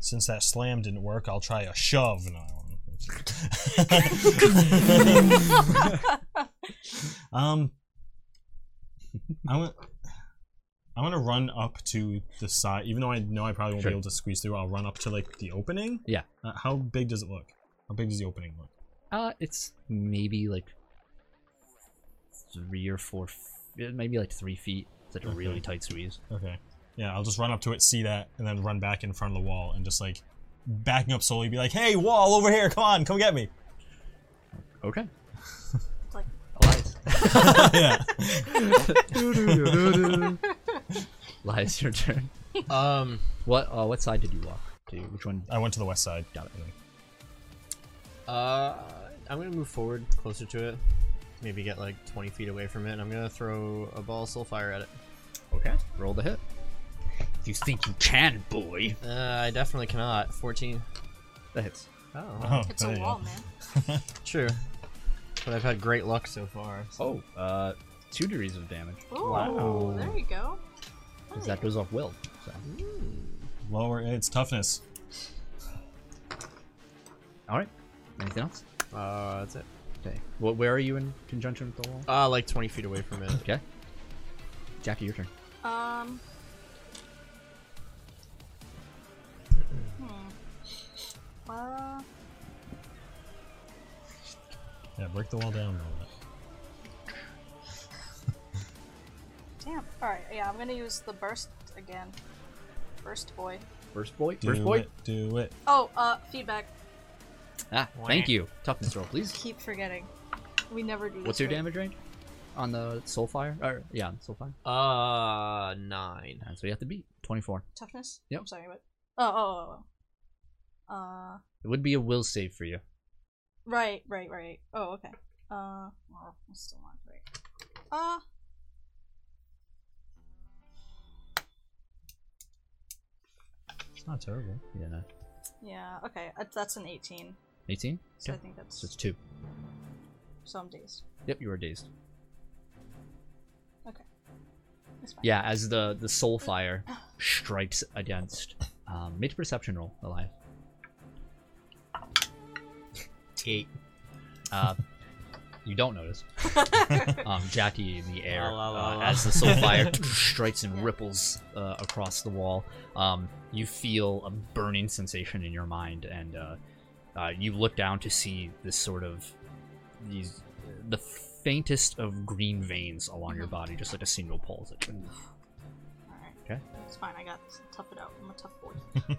since that slam didn't work, I'll try a shove. No, I won't. (laughs) um, I want. I want to run up to the side, even though I know I probably won't Sure. be able to squeeze through. I'll run up to like the opening. Yeah. Uh, how big does it look? How big does the opening look? Uh, it's maybe like three or four, f- maybe like three feet. It's like a really Okay. tight squeeze. Okay. Yeah, I'll just run up to it, see that, and then run back in front of the wall and just like backing up slowly, be like, "Hey, wall over here! Come on, come get me!" (laughs) Okay. Like- (laughs) Elias. yeah. Elias, your turn. Um, What uh, what side did you walk to? Which one? I went to the west side. Got it. uh, I'm gonna move forward closer to it. Maybe get like 20 feet away from it, and I'm gonna throw a ball of soulfire at it. Okay. Roll the hit. You think you can, boy? Uh, I definitely cannot. 14. That hits. Oh, Oh, It's a there you go. wall, man. true. But I've had great luck so far. so- Oh, uh, two degrees of damage. Ooh, Wow. there you go. Because that goes off will. So. Lower its toughness. All right. Anything else? Uh, that's it. Okay. What? Where are you in conjunction with the wall? Uh, like 20 feet away (laughs) from it. Okay. Jackie, your turn. Um. Hmm. Uh, Yeah, break the wall down. Though. damn. Alright, yeah, I'm gonna use the burst again. Burst boy. First boy. Do First boy. it. Do it. Oh, uh, feedback. Ah, thank you. Toughness roll, please. Keep forgetting. We never do this. What's your right. damage range? On the soulfire? Or yeah, on soulfire. Uh, nine. That's what you have to beat. Twenty-four. Toughness? Yep. I'm sorry, what? Oh, oh, oh, oh. Uh, It would be a will save for you. right, right, right. Oh, okay. Uh, well, I still want right. Uh. It's not terrible. Yeah. no. Yeah, okay. uh, That's an 18. Eighteen. So I Okay. think that's So it's two. some days. Yep, you were dazed. Okay. That's (laughs) fine. Yeah, as the the soul fire strikes against. Um, make a perception roll, Elias. Eight. Uh, you don't notice. (laughs) um, Jackie in the air La, la, la, uh, la. as the (laughs) soul fire strikes and Yeah. ripples uh, across the wall. Um, you feel a burning sensation in your mind, and uh, uh, you look down to see this sort of these the faintest of green veins along your body, just like a single pulse. Like, Alright. Okay. It's fine. I got this. Tough it out. I'm a tough boy.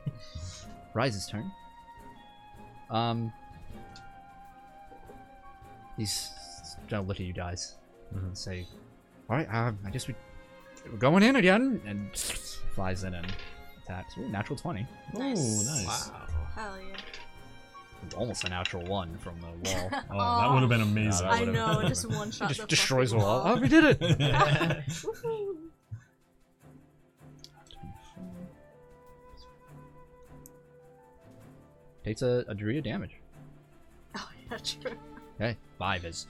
Rise's turn. Um, he's gonna look at you guys and say, "All right, um, I guess we we're going in again." And (sniffs) flies in and attacks. Ooh, natural twenty. Nice. Ooh, nice. (laughs) Wow. Hell yeah. It's almost a natural one from the wall. Oh, that would have been amazing. I I would've- know. (laughs) Just one shot. just the destroys the fucking wall. (laughs) Oh, we did it! (laughs) Woohoo. Takes a, a degree of damage. (laughs) oh yeah, true. Okay, five is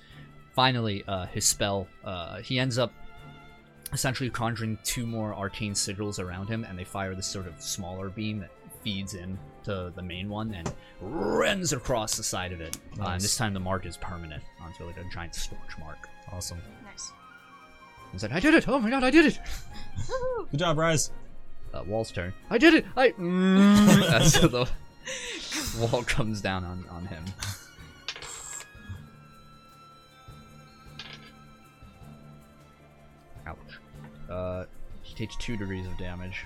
finally uh, his spell. Uh, he ends up essentially conjuring two more arcane sigils around him, and they fire this sort of smaller beam that feeds in to the main one and runs across the side of it. Uh, and Nice. this time the mark is permanent. Uh, it's really like a giant scorch mark. awesome. Nice. He said, "I did it! Oh my god, I did it!" Woohoo. Good job, (laughs) Rise. Uh, wall's turn. I did it! (laughs) I. Uh, so (laughs) the wall comes down on on him. Ouch. Uh, He takes two degrees of damage.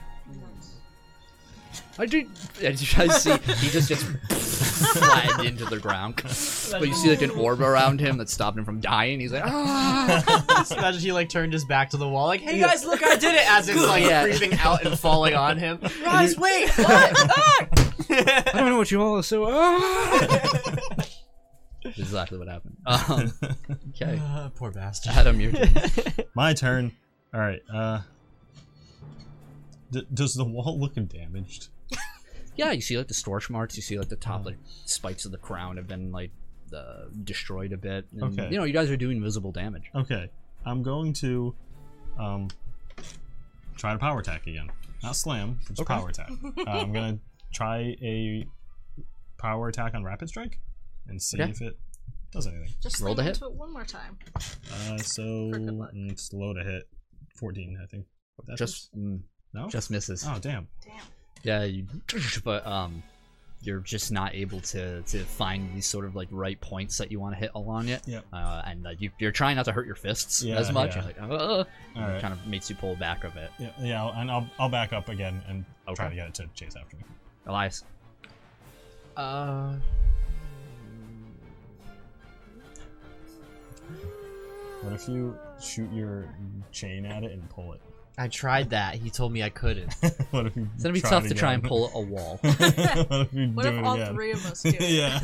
I do. As you guys see, he just gets flattened into the ground. But you see like an orb around him that stopped him from dying. He's like, ah. Just imagine he like turned his back to the wall, like, "Hey guys, look, I (laughs) did it!" As it's like Yeah. breathing out and falling on (laughs) him. Guys, wait, what? I don't know what you all are so. (laughs) Ah! That's exactly what happened. Um, okay, Ah, poor bastard. Adam, you're (laughs) (laughs) My turn. All right. Uh, d- does the wall look damaged? yeah. You see like the scorch marks. You see like the top like spikes of the crown have been like uh, destroyed a bit. And, Okay. You know, you guys are doing visible damage. Okay, I'm going to um try to power attack again. Not slam, just Okay. (laughs) power attack. uh, I'm gonna try a power attack on rapid strike and see Okay. if it does anything. Just Roll lean the hit. into it one more time. Uh, so good luck. mm, it's low to hit, 14, I think. That just mm, is? no. just misses. oh damn. Damn. Yeah, you, (laughs) but um, you're just not able to to find these sort of like right points that you want to hit along it. Yep. Uh, and like you, you're trying not to hurt your fists Yeah, as much. You're yeah. like, "Ugh," All right. kind of makes you pull back of it. Yeah, yeah, I'll- and I'll I'll back up again and try Okay. to get it to chase after me. Elias, (laughs) Uh, What if you shoot your chain at it and pull it? (laughs) I tried that. He told me I couldn't. what if you? it's gonna be try tough it to try and again? (laughs) pull a wall. what if you What do if it all again? three of us (laughs) do it? yeah.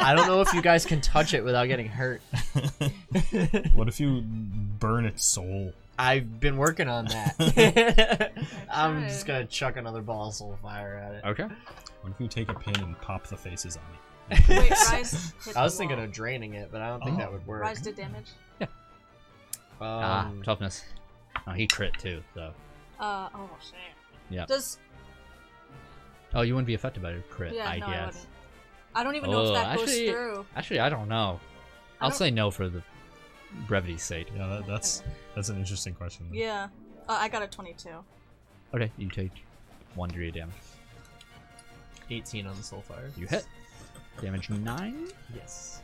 I don't know if you guys can touch it without (laughs) getting hurt. (laughs) what if you burn its soul? I've been working (laughs) on that. I'm tried. just gonna chuck another ball of soul fire at it. okay. What if you take a pin and pop the faces on it? Wait, Rise. Hit the I was thinking wall. of draining it, but I don't think Oh. that would work. Rise did damage. Um, ah, toughness. Oh, he crit too. So. Uh oh shit. Yeah. Does Oh, you wouldn't be affected by a crit, yeah I no I guess. wouldn't. I don't even know Oh, if that actually- goes through. Actually, I don't know. I I'll don't- say no for the brevity's sake. Yeah, that, that's that's an interesting question. Yeah. Uh, I got a 22. Okay, you take one degree of damage. 18 on the soul fire. You hit. Damage nine. Yes.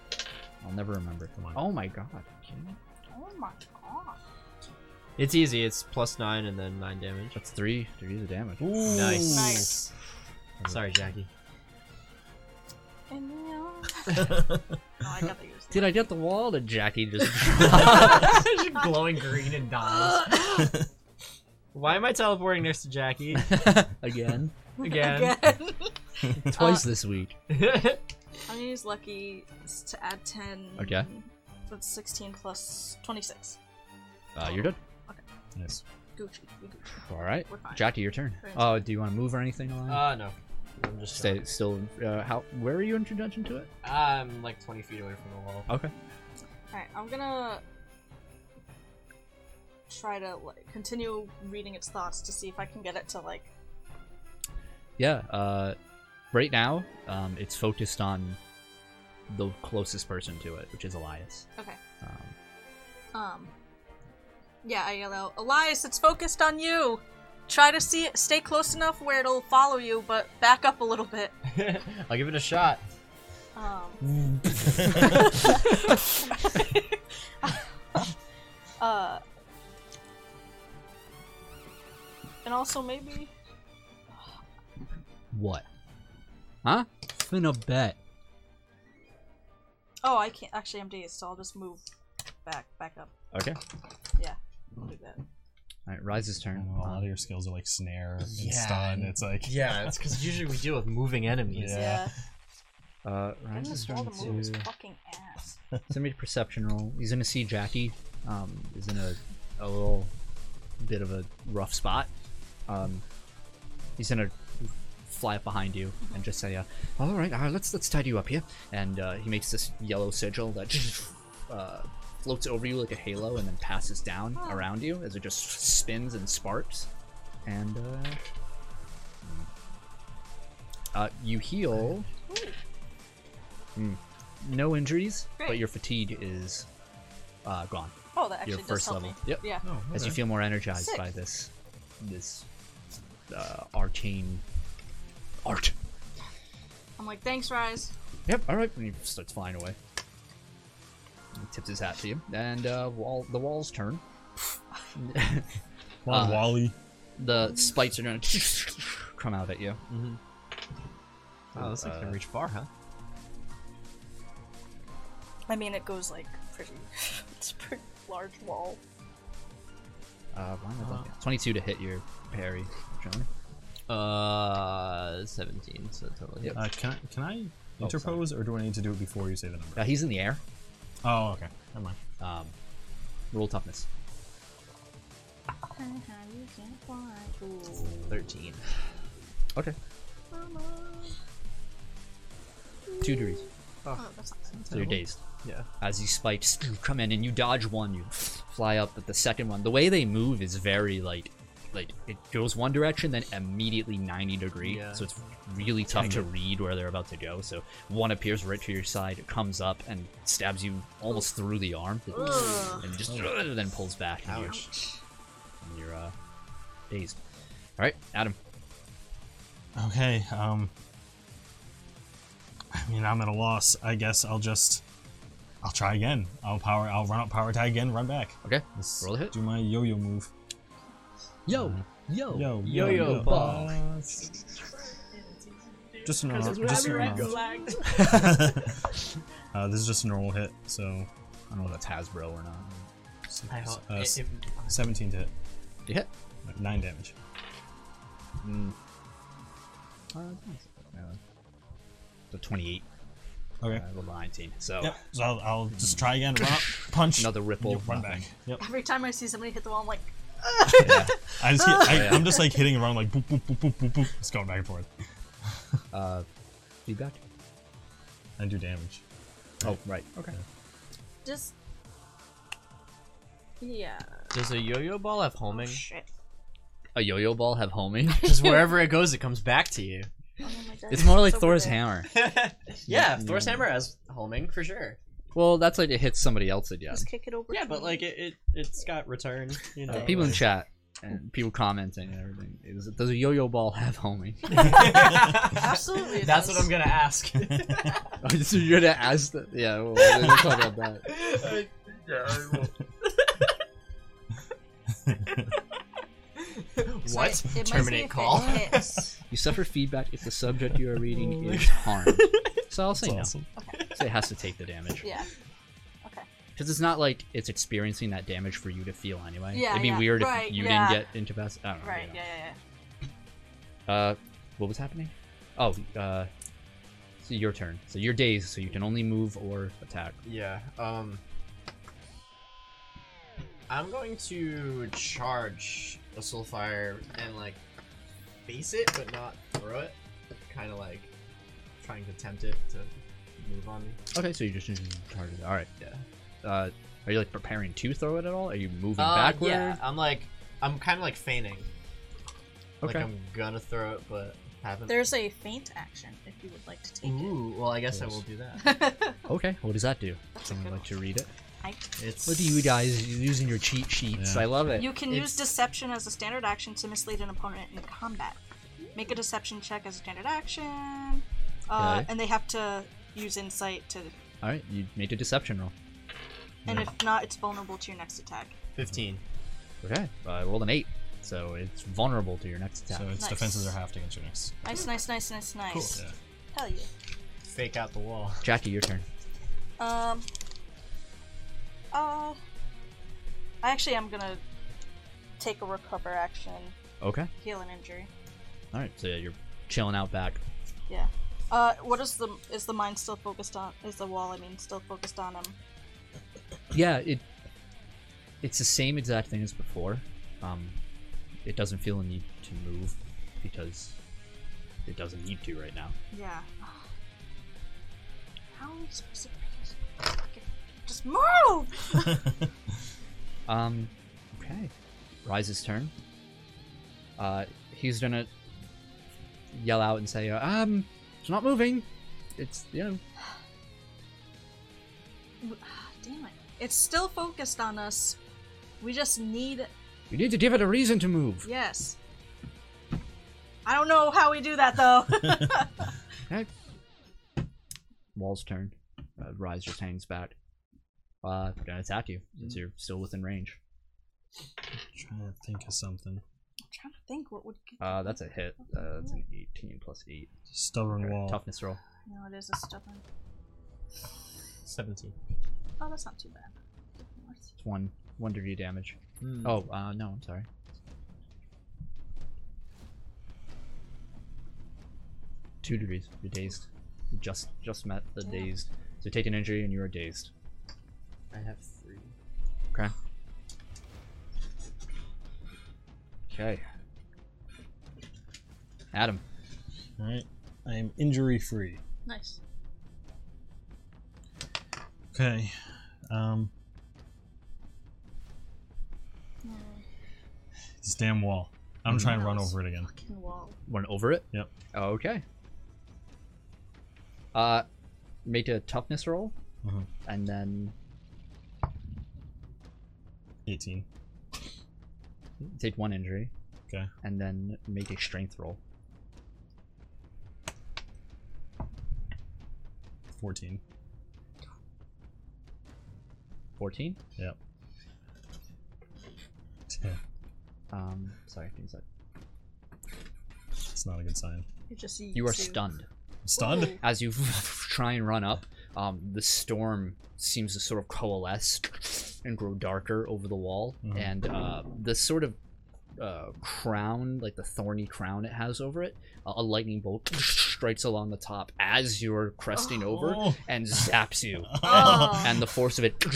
I'll never remember. Come on. Oh my god. Are you kidding me? Oh my god. It's easy. It's plus nine and then nine damage. That's three degrees of damage. Ooh. Nice. Nice. Sorry, (laughs) Jackie. (laughs) And then- (laughs) no, Oh, I got to use Did I get the wall that Jackie just glowing green and dies. (laughs) Why am I teleporting next to Jackie (laughs) Uh, again? again? (laughs) Again. Uh, Twice this week. I'm gonna use lucky s- to add 10. Okay. That's 16 plus 26. Uh, you're good. (laughs) Nice. Gucci. we Gucci. All right. We're fine. Jackie, your turn. Great. Oh, do you want to move or anything? Along? uh, no. I'm just Stay still. Uh, how? Where are you in introduction to it? I'm like 20 feet away from the wall. (laughs) Okay. Alright, I'm gonna try to like, continue reading its thoughts to see if I can get it to like. Yeah. Uh, right now, um, it's focused on the closest person to it, which is Elias. Okay. Um, Um. Yeah, I yell out, Elias, it's focused on you. Try to see it, stay close enough where it'll follow you, but back up a little bit. I'll give it a shot. Um. (laughs) Uh, and also maybe what? Huh? Finna bet. oh I can't actually I'm dazed so I'll just move back back up Okay. yeah I'll do that All right. Rise's I turn. don't know, a lot of Um, your skills are like snare and Yeah. stun. It's like Yeah, it's because usually we deal with moving enemies. Yeah. uh, Give Rise is this wall going to move his to. fucking ass Send me a perception roll. He's gonna see Jackie. Um, is in a, a little bit of a rough spot. Um, he's gonna fly up behind you and just say, uh, "All right, all right, let's let's tidy you up here." And uh, he makes this yellow sigil that uh, floats over you like a halo and then passes down Oh. around you as it just spins and sparks. And uh, uh, you heal. Hmm. No injuries, but Great. your fatigue is uh, gone oh that actually your first does help level. me Yep. yeah Oh, As you okay. feel more energized Sick. by this, this uh, arcane art. I'm like thanks Rise Yep. All right. And he starts flying away. He tips his hat to you, and uh, wall the walls turn. Come on, uh, Wally. the spikes are gonna (laughs) come out at you. Mm-hmm. Oh, this thing's Uh, gonna reach far, huh? I mean, it goes like pretty. (laughs) it's a pretty large wall. Uh, why am I blanking? 22 to hit your parry, Johnny. Uh, 17, so totally. Yep. Uh, can I, can I Oh, interpose, or do I need to do it before you say the number? Uh, he's in the air. Oh, okay. Never mind. Um, roll toughness. Ooh. 13. Okay. Two degrees. Oh, that's not so So you're dazed. Yeah. As these spikes come in and (sniffs) you dodge one, you (sniffs) fly up. But the second one, the way they move is very like, like it goes one direction, then immediately 90 degree. Yeah. So it's really tough to read where they're about to go. So one appears right to your side, it comes up and stabs you almost through the arm, Ugh. and just (sniffs) then pulls back. And you're, and you're uh, dazed. All right, Adam. Okay, um. I mean, I'm at a loss. I guess I'll just. I'll try again. I'll power. I'll run up power attack again. Run back. Okay. Let's Roll a hit. Do my yo-yo move. Yo, yo, Yo, Just a normal. Just a normal. flagged. uh, this is just a normal hit. So, I don't know if that's Hasbro or not. I hope. uh, if, if, 17 to hit. You hit. Nine damage. Uh, So 28, Okay. uh, level 19. So Yep. Uh, So I'll, I'll just try again. Run up, (laughs) punch. Another ripple, Run nothing. back. Yep. Every time I see somebody hit the wall, I'm like, I just get, (laughs) I, I'm just like hitting around like boop boop boop boop boop boop. It's going back and forth. feedback. I do damage. Oh, right. Okay. just. Yeah. does a yo-yo ball have homing? Shit. A yo-yo ball have (laughs) homing. Because wherever it goes, it comes back to you. Oh my god. it's more like So Thor's weird. hammer. yeah, Thor's hammer has homing for sure. Well, that's like it hits somebody else again. Just kick it over. Yeah, to but me. like it, it it's got return. You know, Uh, people in (laughs) like- chat and people commenting and everything. Is does a yo-yo ball have (laughs) (laughs) homing? Absolutely. it (laughs) That's does. what I'm gonna ask. (laughs) Oh, so you're gonna ask the yeah. Well, we're gonna talk about that. (laughs) So what? it- it must be Terminate if call. it (laughs) hits. You suffer feedback if the subject you are (laughs) reading is harmed. So I'll say That's no. awesome. So it has to take the damage. Yeah. Because it's not like it's experiencing that damage for you to feel anyway. Yeah, It'd be yeah. weird if Right, you yeah. didn't get into pass. I don't know. Right. you know. Yeah. Yeah. Uh, what was happening? Oh, uh, so your turn. So you're dazed, so you can only move or attack. yeah. Um. I'm going to charge a soulfire and like face it, but not throw it. Kind of like trying to tempt it to move on me. Okay, so you just charge it. All right. Yeah. Uh, are you like preparing to throw it at all? Are you moving Uh, backward? Yeah, I'm like, I'm kind of like feigning. Okay. Like I'm gonna throw it, but yeah. haven't. There's a feint action if you would like to take Ooh, well, I guess I Yes. will do that. it. (laughs) Okay. What does that do? That's a Someone good like to read it. I It's. What do you guys using your cheat sheets? Yeah. I love it. You can use It's- deception as a standard action to mislead an opponent in combat. Make a deception check as a standard action, uh, Okay. and they have to use insight to. All right. You made a deception roll. And if not, it's vulnerable to your next attack. Fifteen. Okay. I rolled an eight, so it's vulnerable to your next attack. So its Nice. defenses are halved against your next. Nice, nice, nice, nice, nice. Yeah. Hell yeah. Fake out the wall. (laughs) Jackie, your turn. Um. Uh. I actually am gonna take a recover action, Okay. heal an injury. All right. So yeah, you're chilling out back. Yeah. Uh, what is the is the mind still focused on? Is the wall? I mean, still focused on um, him? yeah it it's the same exact thing as before um it doesn't feel a need to move because it doesn't need to right now Yeah. (sighs) How am I supposed to freaking- just move? um okay rise's turn uh he's gonna yell out and say uh, um it's not moving it's you know Damn it! It's still focused on us. We just need you need to give it a reason to move yes. I don't know how we do that though. (laughs) Okay. Wall's turn. Uh, Rise just hangs back. Uh, gonna attack you since you're still within range. trying to think of something. trying to think what would. Get Uh, that's a hit. Uh, that's an 18 plus 8. Stubborn Okay, wall. Toughness roll. No, it is a stubborn. 17. Oh, that's not too bad. North. It's one, one degree damage. Hmm. Oh, uh, no, I'm sorry. Two degrees. You're dazed. You just just met the Damn. dazed. So take an injury and you are dazed. I have three. Okay. Okay. Adam. Alright. I am injury free. Nice. Okay. Um, Mm, this damn wall. I'm Mhm. trying to run over it again. fucking wall. Run over it? Yep. Okay. Uh, make a toughness roll, Mhm. and then 18. take one injury. Okay. And then make a strength roll. (laughs) 14. 14. Um, sorry, give me a sec. It's not a good sign. You're just You are stunned. I'm stunned. Ooh. As you (laughs) try and run up, um, the storm seems to sort of coalesce and grow darker over the wall, Mhm. and uh, the sort of uh, crown, like the thorny crown it has over it, a a lightning bolt (laughs) strikes along the top as you're cresting over (laughs) Oh. and zaps you, Oh. and the force of it (laughs)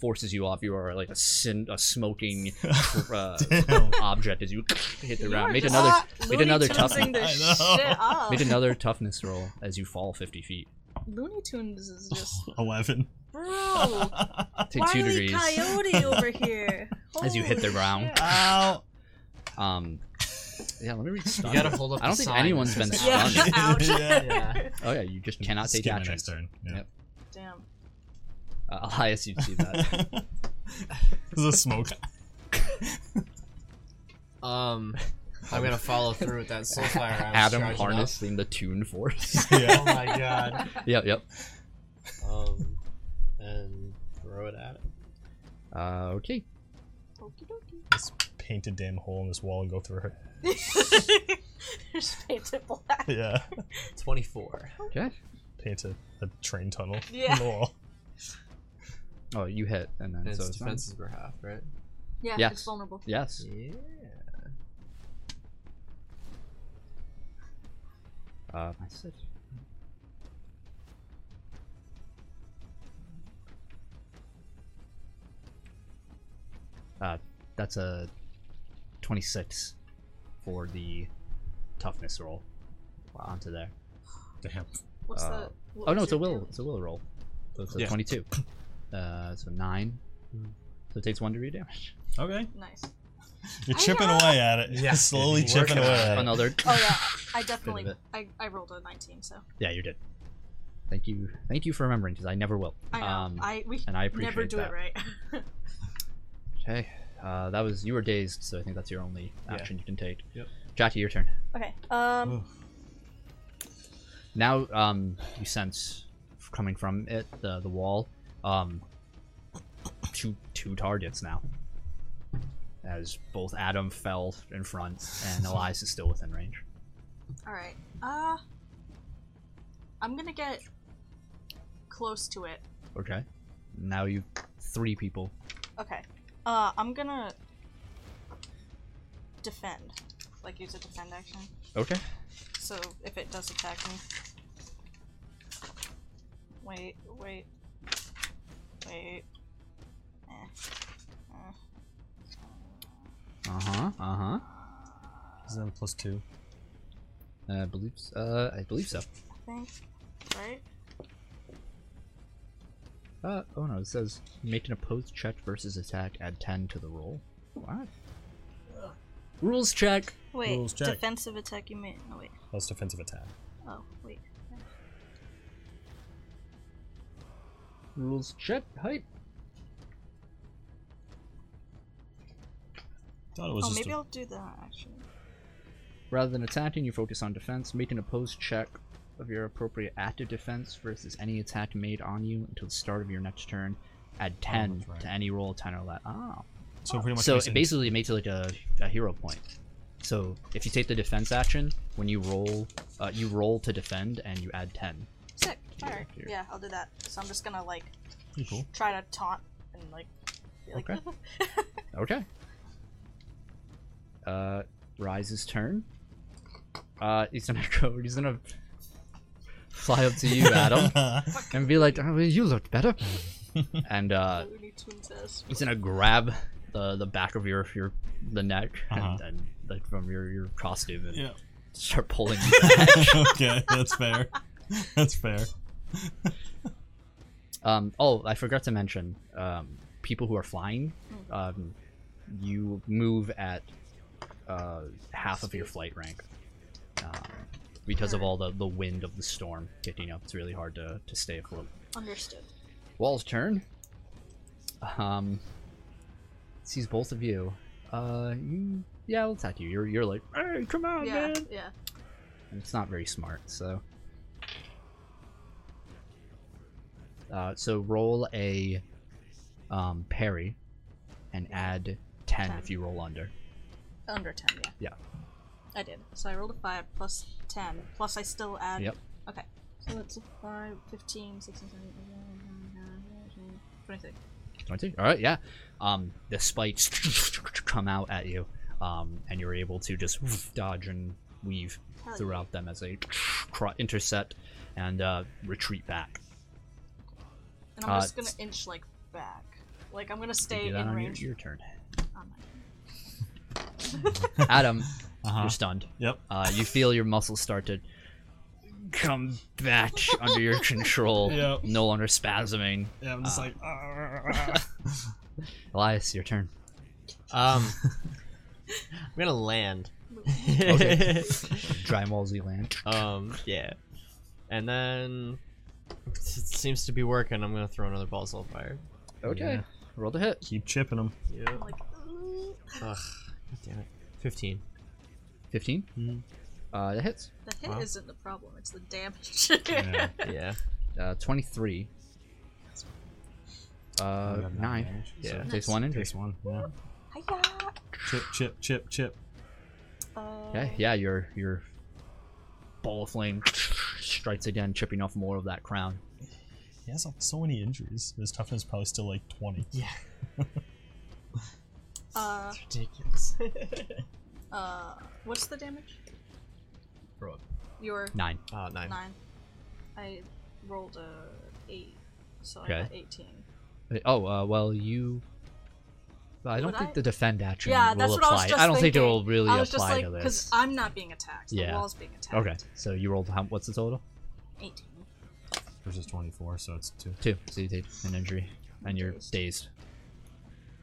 forces you off. You are like a, sin- a smoking uh, (laughs) Damn. object as you (laughs) hit the You ground. are Make just another not make Looney another tough- Tunesing this I know. shit (laughs) up. Make another toughness roll as you fall 50 feet. Looney Tunes is (laughs) just (laughs) 11. bro. Take Wily two degrees (laughs) Coyote over here. as you hit the Holy ground. shit. Ow. Um, yeah, let me read You stun. gotta hold up. I don't the think sign. anyone's been Yeah. stunned. Ouch. (laughs) Yeah. Oh yeah, you just cannot Skip take my action. next turn. Yeah. Yep. Damn. Uh, (laughs) Elias, you see (laughs) that. (laughs) this is a smoke. (laughs) Um, I'm gonna follow through with that soulfire. I was Adam charging up. harnessing the tune force. (laughs) yeah. (laughs) (laughs) Oh my god. yep, yep. Um, and throw it at it. Uh, okay. Okie Let's paint a damn hole in this wall and go through it. (laughs) (laughs) dokie. just painted black. Yeah. Twenty-four. Okay. Paint a, a train tunnel Yeah. in the wall. Oh, you hit, and then And so its it's fine. defenses were half, right? Yeah, Yes. it's vulnerable. Yes. Yeah. Uh, I said. Uh, that's a 26 for the toughness roll. Onto there. Damn. What's Uh, the? what Oh was no, it's a your will. deal? It's a will roll. So it's a Yeah. 22. Uh, so nine. Mm. So it takes one degree damage. Okay. Nice. You're I chipping know. away at it. (laughs) Yeah. Slowly Working chipping away on it. at it. Another. Oh yeah, I definitely. bit. I, I rolled a 19, so Yeah, you're dead. Thank you. Thank you for remembering, because I never will. I know. Um, I we and I appreciate never do that. it right. (laughs) Okay. Uh, that was you were dazed, so I think that's your only Yeah. action you can take. Yep. Jackie, your turn. okay. Um. Oof. Now, um, you sense f- coming from it the the wall, um, two two targets now. As both Adam fell in front (laughs) and Elias is still within range. All right. Uh. I'm gonna get close to it. Okay. Now you three people. Okay. Uh, I'm gonna defend, like use a defend action. Okay. So if it does attack me, wait, wait, wait. Eh. Eh. Uh huh. Uh huh. Is that plus two? I believe. s- Uh, I believe so. I think, right? Uh, oh no, it says make an opposed check versus attack, add 10 to the roll. What? Rules check! Wait. Rules check. Defensive attack. You mean? No wait. Plus defensive attack. Oh wait. Rules check, hype! Thought it was oh, just maybe a- i I'll do that actually. Rather than attacking, you focus on defense. Make an opposed check of your appropriate active defense versus any attack made on you until the start of your next turn. Add 10 that's right. to any roll, 10 or less. Oh, So pretty much. So makes it an- basically makes it like a, a hero point. So if you take the defense action, when you roll, uh, you roll to defend and you add ten. Sick. Yeah, Alright. here. Yeah, I'll do that. So I'm just gonna like Pretty cool. try to taunt and like be like (laughs) Okay. Okay. Uh, Rise's turn. Uh, he's gonna (laughs) go. He's gonna fly up to you, (laughs) Adam, and be like, oh, "You look better." and uh, Looney Tunes ass. he's gonna grab the the back of your your the neck Uh-huh. and, and like from your your costume and yeah. (laughs) start pulling you back. okay, that's fair. That's fair. Um, oh, I forgot to mention um, people who are flying. Um, you move at uh, half of your flight rank um, because of all the, the wind of the storm picking up. It's really hard to, to stay afloat. Understood. Wall's turn. Um, sees both of you. Uh, you, yeah, I'll attack you. You're you're like, hey, come on, yeah. Oh, man. Yeah. And it's not very smart, so. Uh, so roll a um, parry and add 10 if you roll under. Under ten. Yeah. Yeah. I did. So I rolled a five plus ten. Plus I still add. Yep. Okay. So that's a five, 15, 16, 17, 18, 19, 20, 20? 26. Alright, yeah. Um, the spikes (sniffs) come out at you, um, and you're able to just (sniffs) dodge and weave Hell Oh, yeah. throughout them as they (sniffs) cro- intercept and uh, retreat back. And I'm Uh, just gonna inch like back. Like I'm gonna You stay do that in on your, range. your turn. Oh my- Adam, Uh-huh. you're stunned. Yep. Uh, you feel your muscles start to come (laughs) back under your control, Yep. no longer spasming. Yeah, I'm just Uh. like. "Argh." Elias, your turn. Um, I'm gonna land. Okay. Dry Wolsey land. (laughs) um, yeah, and then it seems to be working. I'm gonna throw another ball of fire. Okay. Roll the hit. Keep chipping them. Yeah. I'm like, "Ooh." Ugh. God damn it. Fifteen. 15. Mm-hmm. Mhm. Uh, that hits. the hit Wow. isn't the problem; it's the damage. (laughs) Yeah. Yeah. Uh, 23. Oh, Uh, 9. Yeah. So takes one injury. Takes one. Yeah. Hiya! Chip, chip, chip, chip. Uh, Okay, yeah, your, your ball of flame strikes again, chipping off more of that crown. He has so many injuries. His toughness is probably still like 20. Yeah. Uh, It's ridiculous. uh, what's the damage? Bro. Your 9. Uh, nine. nine. I rolled a eight, so I Okay. got eighteen. Uh, Oh, uh, well, you. Well, I don't Would think I- the defend action Yeah, will that's what apply. I was just don't think it thinking. will really I was just apply like, to because this. I'm not being attacked. The Yeah. wall's being attacked. Okay, so you rolled how, what's the total? Eighteen. Versus 24, so it's 2. Two. So you take an injury, and you're Dazed. dazed.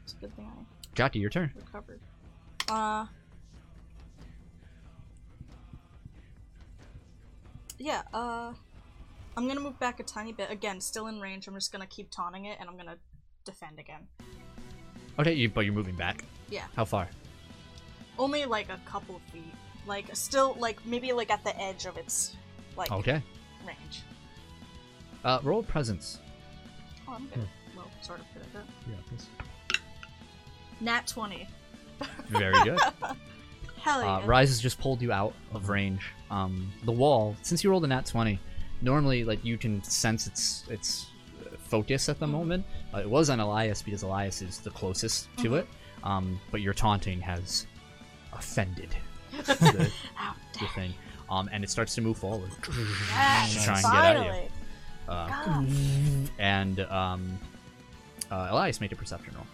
It's a good thing I Jackie, your turn. recovered. Uh. Yeah. Uh. I'm gonna move back a tiny bit. Again, still in range. I'm just gonna keep taunting it, and I'm gonna defend again. Okay, you, but you're moving back. Yeah. How far? Only like a couple feet. Like still like maybe like at the edge of its like Okay. range. Uh, roll presence. Oh, I'm good. Hmm. Well, sort of good at that. Yeah, please. Nat twenty. Very good. (laughs) Hell yeah. Uh, Rise has just pulled you out of range. Um, the wall, since you rolled a nat 20, normally like you can sense its its uh, focus at the moment. Uh, it was on Elias because Elias is the closest to it. Um, but your taunting has offended the, Ow, the thing, um, and it starts to move forward. yes, try and get at you. finally. Uh, God. and um, uh, Elias made a perception roll.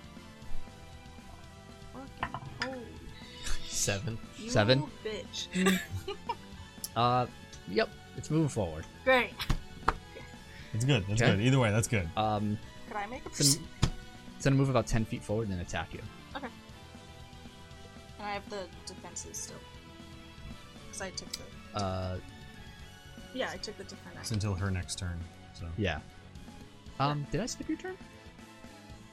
Holy Seven. you Seven. Bitch. Uh, yep, it's moving forward. Great. It's good. That's Okay. good. Either way, that's good. Um, Could I make a it's perce- gonna, it's gonna move about ten feet forward and then attack you. And I have the defenses still. Because I took the. Uh, Yeah, I took the defense. It's until her next turn. So Yeah. Um, did I skip your turn?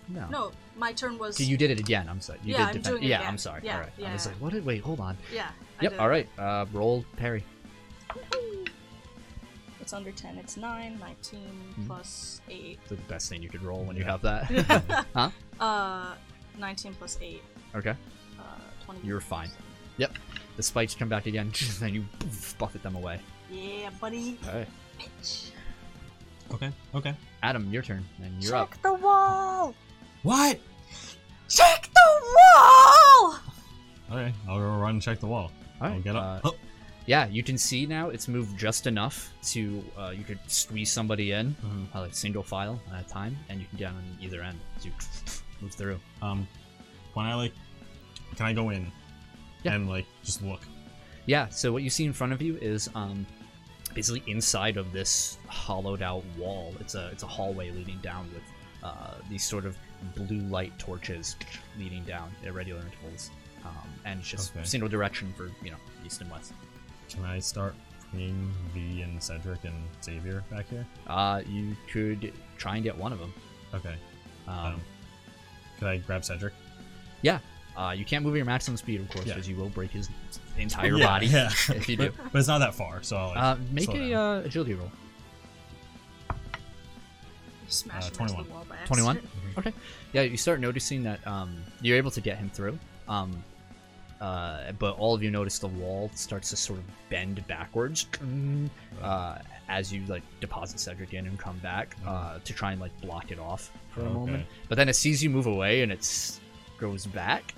No. No, my turn was. So you did it again. I'm sorry. You Yeah, I'm did doing it yeah, again. I'm sorry. Yeah, all right. I was yeah. like, what? Did, wait, hold on. Yeah. I yep. did. All right. Uh, roll parry. It's under 10. It's 9, 19 Hmm. plus 8. (laughs) It's the best thing you could roll when you have that. (laughs) huh? Uh, 19 plus 8. (laughs) Okay. Uh, 20. You're fine. The spikes come back again, (laughs) and you poof, buffet them away. Yeah, buddy. Okay. Bitch. Okay. Okay. Adam, your turn, and you're Check up. the wall! What? Check the wall! Okay. I'll go run and check the wall. All I'll right, get up. uh, oh. yeah, you can see now it's moved just enough to uh, you could squeeze somebody in, Mm-hmm. Mhm. uh, like single file at a time, and you can get on either end. So you move through. Um, when I like, can I go in? Yeah. And like, just look. Yeah, so what you see in front of you is um, basically inside of this hollowed out wall. It's a it's a hallway leading down with uh, these sort of blue light torches leading down at regular intervals, um, and it's just Okay. single direction for you know east and west. Can I start bringing V and Cedric and Xavier back here? Uh, you could try and get one of them. Okay. Um, Um, could I grab Cedric? uh, you can't move your maximum speed, of course, Oh. Yeah. because you will break his entire (laughs) Yeah, body yeah. (laughs) if (laughs) you do. But, but it's not that far, so I'll, like, Uh, make slow a down. uh, agility roll. You smashed Uh, against 21. the wall by 21? accident. Mm-hmm. yeah you start noticing that um, you're able to get him through um, uh, but all of you notice the wall starts to sort of bend backwards uh, as you like deposit cedric in and come back uh, to try and like block it off for a Okay. moment but then it sees you move away and it goes back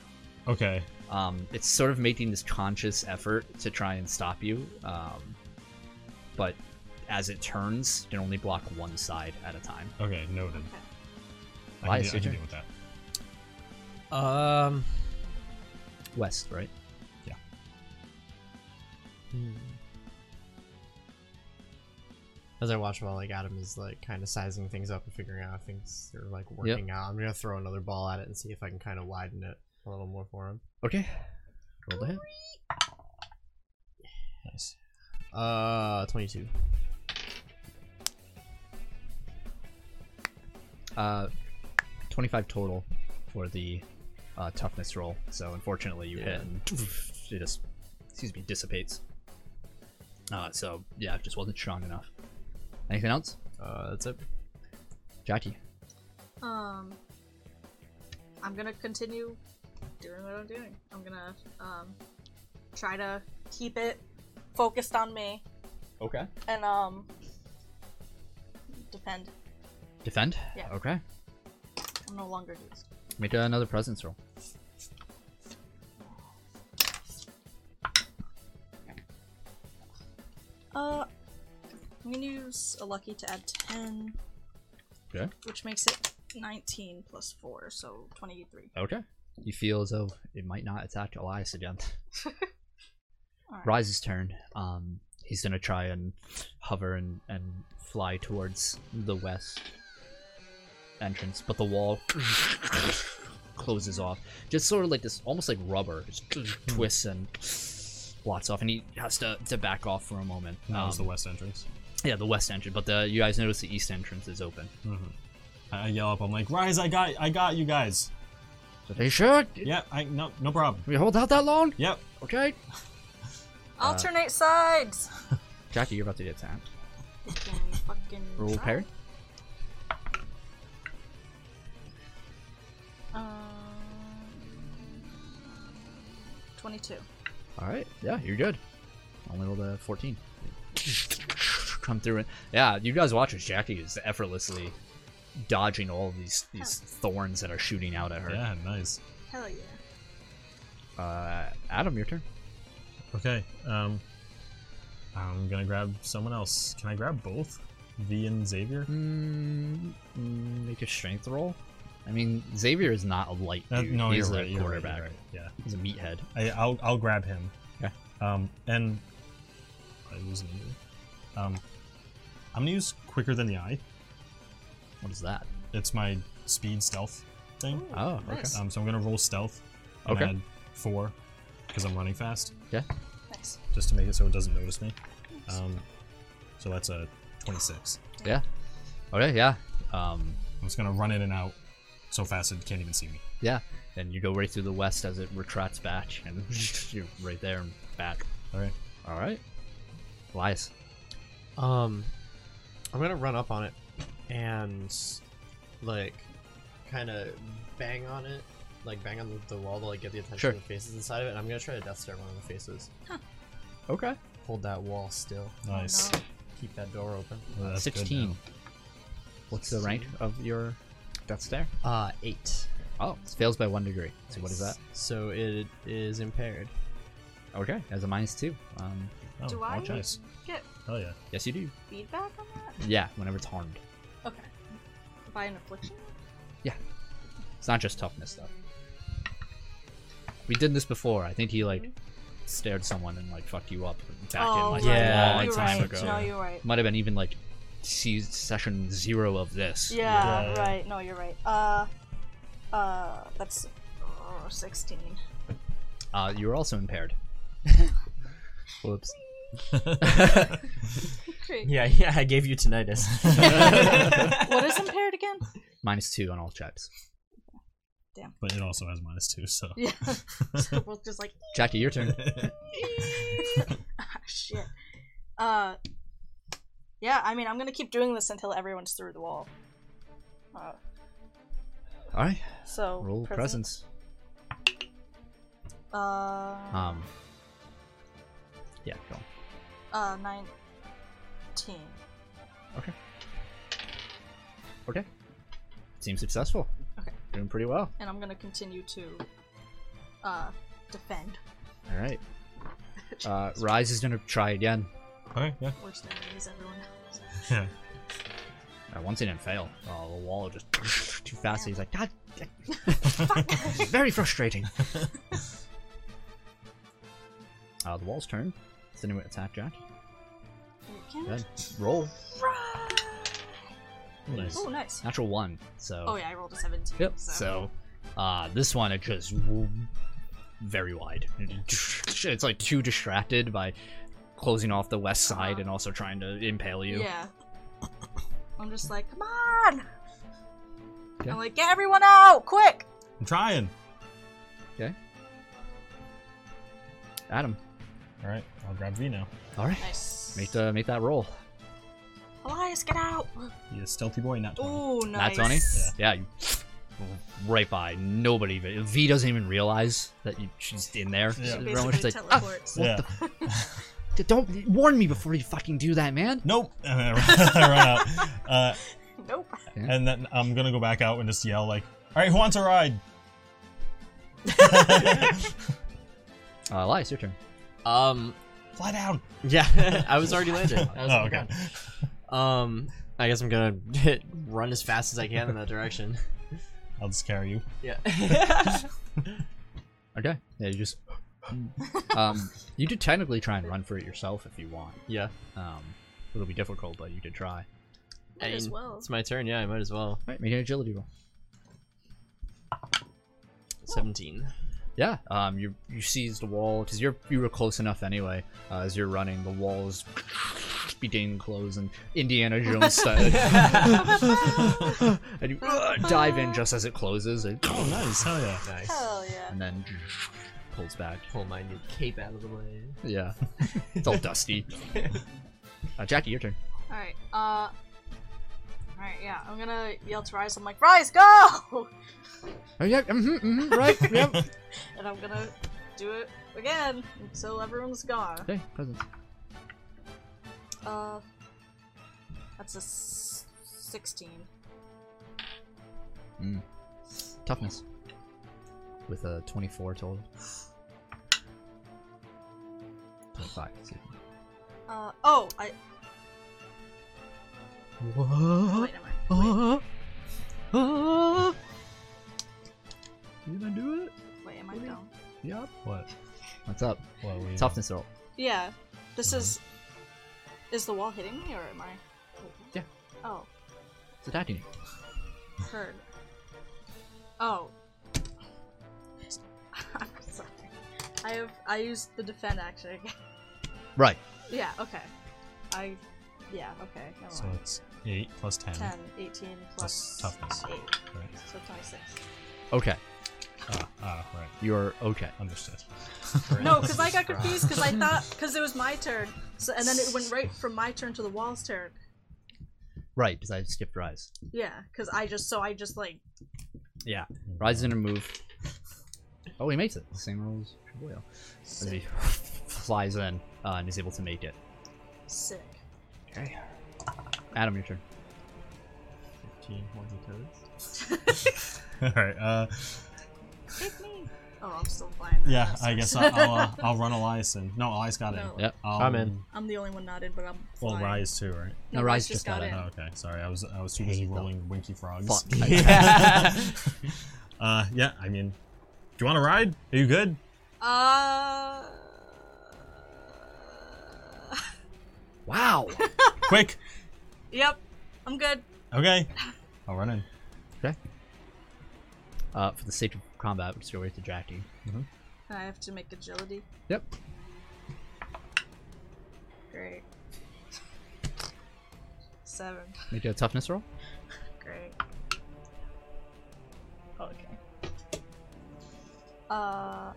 okay. um, it's sort of making this conscious effort to try and stop you um, but as it turns it can only block one side at a time Okay. Noted. Okay. I Why, can, de- I Cedric? can deal with that. um west right hmm. As I watch while like Adam is like kind of sizing things up and figuring out how things are like working out, I'm gonna throw another ball at it and see if I can kind of widen it a little more for him. Okay. Roll the hit. Nice. Uh, 22. Uh, 25 total for the uh, toughness roll. So unfortunately, you Yeah. hit and it just, excuse me, dissipates. Uh, so yeah, it just wasn't strong enough. Anything else, Uh, that's it. Jackie? Um, I'm gonna continue doing what I'm doing. I'm gonna um, try to keep it focused on me Okay. and um, defend. Defend. Yeah. Okay. I'm no longer used. Make another presence roll. Uh, I'm gonna use a lucky to add 10. Okay. Which makes it 19 plus 4, so 23. Okay. You feel as though it might not attack Elias again. (laughs) Alright. Rise's turn. Um, he's gonna try and hover and, and fly towards the west entrance, but the (laughs) wall closes off. Just sort of like this, almost like rubber, just twists and blocks off, and he has to, to back off for a moment. That was the Um, west entrance. yeah, the west entrance, but the you guys notice the east entrance is open. Mhm. I I yell up. I'm like, "Rise! I got, I got you guys." So they sure? Yeah, I no, no problem. We hold out that long? Yep. Okay. Uh, Alternate sides! Jackie, you're about to get attacked. Fucking, fucking Roll side. parry. Um, 22. All right. Yeah, you're good. Only rolled a 14. Come through it. Yeah, you guys watch as Jackie is effortlessly dodging all these these thorns that are shooting out at her. Yeah, nice. Hell yeah. Uh, Adam, your turn. Okay. Um, I'm gonna grab someone else. Can I grab both V and Xavier? Mm, mm, make a strength roll. I mean, Xavier is not a light That- dude. Uh, no, he's a right. light you're right, you're quarterback. right, Yeah. He's a meathead. I, I'll I'll grab him. Okay. Um, and I lose an injury. Um, I'm gonna use quicker than the eye. What is that? It's my speed stealth thing. Oh, okay. nice. Um, so I'm gonna roll stealth. and Okay. add Four, because I'm running fast, Yeah. Nice. just to make it so it doesn't notice me. Um, so that's a 26. Yeah. Okay. Yeah. Um, I'm just gonna run in and out so fast it can't even see me. yeah. And you go right through the west as it retracts back, and (laughs) you're right there and back. All right. All right. Elias. Um, I'm gonna run up on it and like kind of bang on it like bang on the, the wall to like get the attention Sure. of the faces inside of it. And I'm gonna try to death stare one of the faces. Okay. Hold that wall still. Nice. Oh, No. Keep that door open. Well, that's good now. 16. What's the rank of your death stare? Uh, eight. Oh, it fails by one degree. So what is that? Nice. So it is impaired. Okay, as a minus two. Um, Oh, Do I watch ice. get Hell (laughs) yeah. (laughs) yes, you do. feedback on that? Yeah, whenever it's harmed. Okay. By an affliction? It's not just toughness though. We did this before. I think he like stared someone and like fucked you up back in oh, Uh, like right. a Yeah, long you're time right. ago. No, you're right. Might have been even like se- session zero of this. Yeah, Yeah. right. No, you're right. Uh, uh, that's oh, 16. Uh, you were also (laughs) impaired. (laughs) Whoops. Great. Yeah, (laughs) yeah. I gave you tinnitus. What is impaired again? Minus two on all checks. But it also has minus two, so. Yeah. so we'll just like, (laughs) Jackie, your (laughs) turn. ah, shit. Uh, yeah, I mean, I'm gonna keep doing this until everyone's through the wall. Uh, (laughs) All right. so. Roll presence. Uh, Um. Yeah. Go. on. uh, 19. Okay. Seems successful. Okay. Doing pretty well. And I'm gonna continue to, uh, defend. All (laughs) right. Uh, Rise is gonna try again. Alright, yeah. Worst enemy is everyone (laughs) else. yeah. Uh, once he didn't fail, oh, the wall just (laughs) too fast. He's like, God, damn." Fuck! very frustrating. (laughs) uh, the wall's turn. Does anyone attack Jack? Good. Roll. Nice. Oh, nice. Natural one. So. Oh yeah, I rolled a 17. Yep. So, So, uh, this one it just w- very wide. It's like too distracted by closing off the west side and also trying to impale you. Uh-huh. yeah, I'm just like, come on! Okay. I'm like, get everyone out, quick! I'm trying. Adam. Alright, I'll grab V now. All right. Nice. Make the make that roll. Elias, get out! He's a stealthy boy, not 20. Ooh, Nat nice. 20? Yeah, you, (laughs) right by. Nobody even. V doesn't even realize that you, she's in there. So Yeah. She everyone's basically just like, "Ah, teleports. Yeah. d- don't warn me before you fucking do that, man. Nope. (laughs) And then I run out. Uh, Nope. and then I'm gonna go back out and just yell like, "Alright, who wants a ride?" Uh, Elias, your turn. (laughs) um, Fly down. yeah. (laughs) I was already landing. I was Oh, on the okay. ground. Um, I guess I'm gonna (laughs) run as fast as I can in that direction. I'll just carry you. Yeah. Okay. Yeah, you (laughs) just. um, you did technically try and run for it yourself if you want. (laughs) yeah. Um, it'll be difficult, but you did try. Might as mean, well. It's my turn. Yeah, I might as well. Oh. All right, make an agility roll. (laughs) (laughs) Seventeen. Yeah. Um, you you seize the wall because you're you were close enough anyway. Uh, as you're running, the wall (sniffs) is beginning to close, and Indiana Jones Oh, (laughs) style, and you uh, dive in just as it (sniffs) closes, and, Oh, nice. Hell yeah. (laughs) Nice. Hell yeah. and then (sniffs) pulls back. Pull my new cape out of the way. Yeah, (laughs) it's all (laughs) dusty. Uh, Jackie, your turn. Alright, uh. Alright, yeah, I'm gonna yell to Rise. I'm like, Rise, go! (laughs) Oh yeah, mm-hmm, mm-hmm, right, (laughs) yep. And I'm gonna do it again until everyone's gone. Okay, presents. Uh, that's a s- sixteen. Toughness with a 24 total. 25. excuse me. Uh oh, I oh, What? wait, never mind. Ah, ah. Did I do it? Wait, am I What do you- down? Yep. What? What's up? What? We, Toughness roll. Yeah, this is. Is the wall hitting me or am I? Yeah. Oh, It's attacking you. heard. Oh. (laughs) I'm sorry. I have I used the defend action. again. Right. yeah. Okay. I. Yeah. Okay. never So mind. it's eight plus ten. 10, 18 plus Plus toughness. 8, Right. so (laughs) 26. Okay. Ah, ah, right. You're okay. Understood. No, because I got (laughs) confused because I thought because it was my turn, so and then it went right from my turn to the wall's turn. Right, because I skipped Rise. Yeah, because I just so I just like Yeah. Rise is gonna move. Oh, he makes it. Same roll as Shibuya. As he (laughs) flies in uh, and is able to make it. Sick. Okay. Adam, your turn. 15 horny toads. (laughs) Alright, uh, Take me. Oh, I'm still flying. now. yeah, I'm I sorry. guess I'll, I'll, uh, I'll run Eliason. No, Elias got No. in. Yep. Um, I'm in. (laughs) I'm the only one not in, but I'm. Well, flying. Rise too, right? No, Rise just got Oh, okay. Sorry, I was I was too Hey, busy the- rolling Winky Frogs. Fuck. (laughs) Yeah. uh, yeah. I mean, do you want to ride? Are you good? Uh. Wow. Quick. Yep. I'm good. Okay. I'll run in. uh, for the sake of combat, we'll just go right to Jackie. I have to make agility. Yep. Great. Seven. Make a toughness roll. Great. Okay. Uh.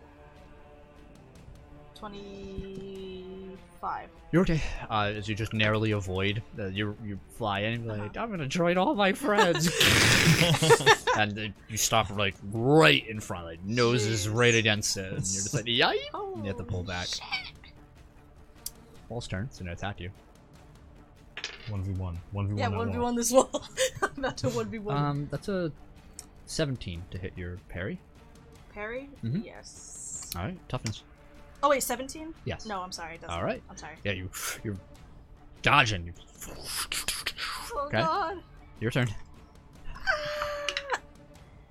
Twenty-five. You're okay. Uh, as you just narrowly avoid, uh, you you fly in and you're like, I'm gonna join all my (laughs) friends. and uh, you stop like right in front, like nose is Jeez. right against it, and you're just like, yikes. Oh. You have to pull back. False turn, so no attack you. One v one. One v one. Yeah, that one v wall. one this wall. (laughs) I'm about to one v one. Um, that's a 17 to hit your parry. Parry. mhm. Yes. All right, toughness. Oh wait, seventeen. Yes. No, I'm sorry. It doesn't. All right. I'm sorry. Yeah, you you're dodging. You- Oh Okay. god. Your turn.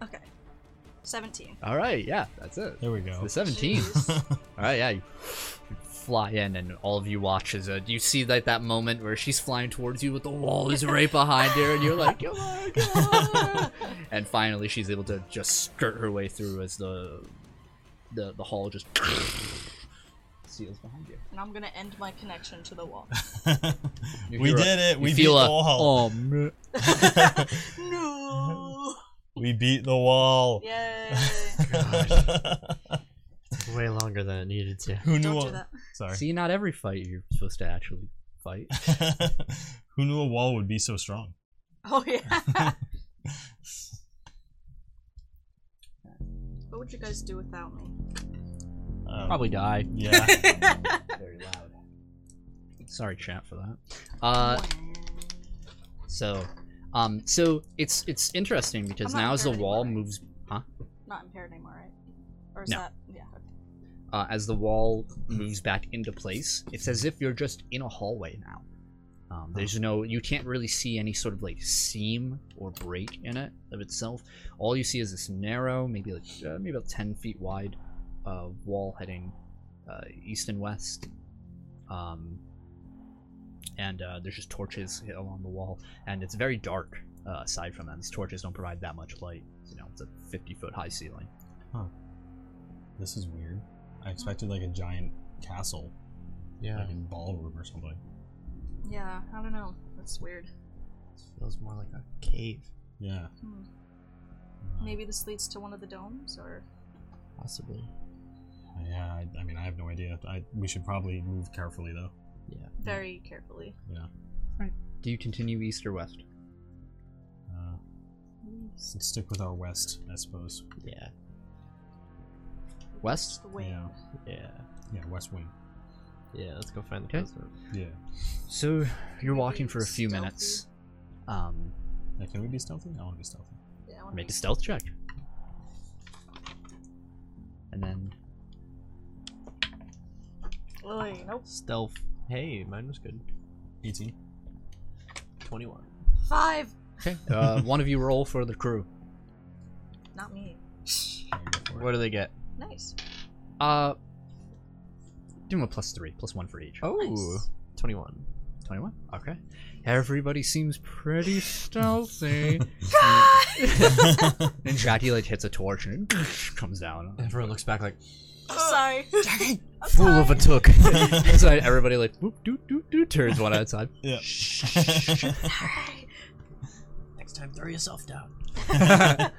Okay. Seventeen. All right, yeah, that's it. There we It's go. the (laughs) 17. (laughs) Jeez. All right, yeah. You, you fly in, and all of you watch as uh, you see like that moment where she's flying towards you, but the wall is right behind her, and you're like, come Oh, on, come on. and finally, she's able to just skirt her way through as the the the hall just (laughs) seals behind you. and I'm gonna end my connection to the (laughs) wall. (laughs) (laughs) You we hear a- did it. you We beat the feel a- wall. Oh, man. no. (laughs) We beat the wall. Yay. Way longer than it needed to. (laughs) Who knew? Don't do A, that. sorry. See, not every fight you're supposed to actually fight. (laughs) Who knew a wall would be so strong? Oh yeah. (laughs) what would you guys do without (laughs) me? Uh, Probably die. Yeah. (laughs) Very loud. Sorry, chat, for that. Uh, So, um, so it's it's interesting because I'm not now as the impaired wall anymore, moves, Not impaired anymore, right? Or is No. that yeah? okay. uh, as the wall moves back into place, it's as if you're just in a hallway now. Um, there's no, you can't really see any sort of like seam or break in it of itself. All you see is this narrow, maybe like uh, maybe about ten feet wide, uh, wall heading uh, east and west. Um, and uh, there's just torches along the wall, and it's very dark. Uh, aside from that, these torches don't provide that much light. You know, it's a 50 foot high ceiling. this is weird. I expected like a giant castle, Yeah, like in ballroom or something. Yeah, I don't know. That's weird. feels more like a cave, Yeah. Hmm. Uh, Maybe this leads to one of the domes, or possibly. Yeah, I, I mean, I have no idea. I, we should probably move carefully, though. very carefully. Do you continue east or west? Uh, let's stick with our west, I suppose. Yeah, West? Just wait. Yeah. yeah, Yeah, west wing. yeah. Let's go find the Okay. president. Yeah. So you're Maybe walking for a few stealthy? minutes. Um, yeah. Can we be stealthy? I want to be stealthy. Yeah, I wanna make be- a stealth check, and then Oy, nope. Stealth. Hey, mine was good. (laughs) 18. Twenty-one. Five. okay, uh, one of you roll for the crew. Not me. (sighs) Yeah, go for it. What do they get? Nice. Uh, give him a plus three, plus one for each. Oh, Nice. 21. Twenty-one. Okay. Everybody seems pretty stealthy. (laughs) and Jackie like hits a torch and (laughs) comes down. Everyone looks back like Sorry. (laughs) (laughs) I'm fool sorry. overtook. so everybody like whoop doot doot doot turns one at a time. Yeah. Sorry. Next time, throw yourself down. Alright.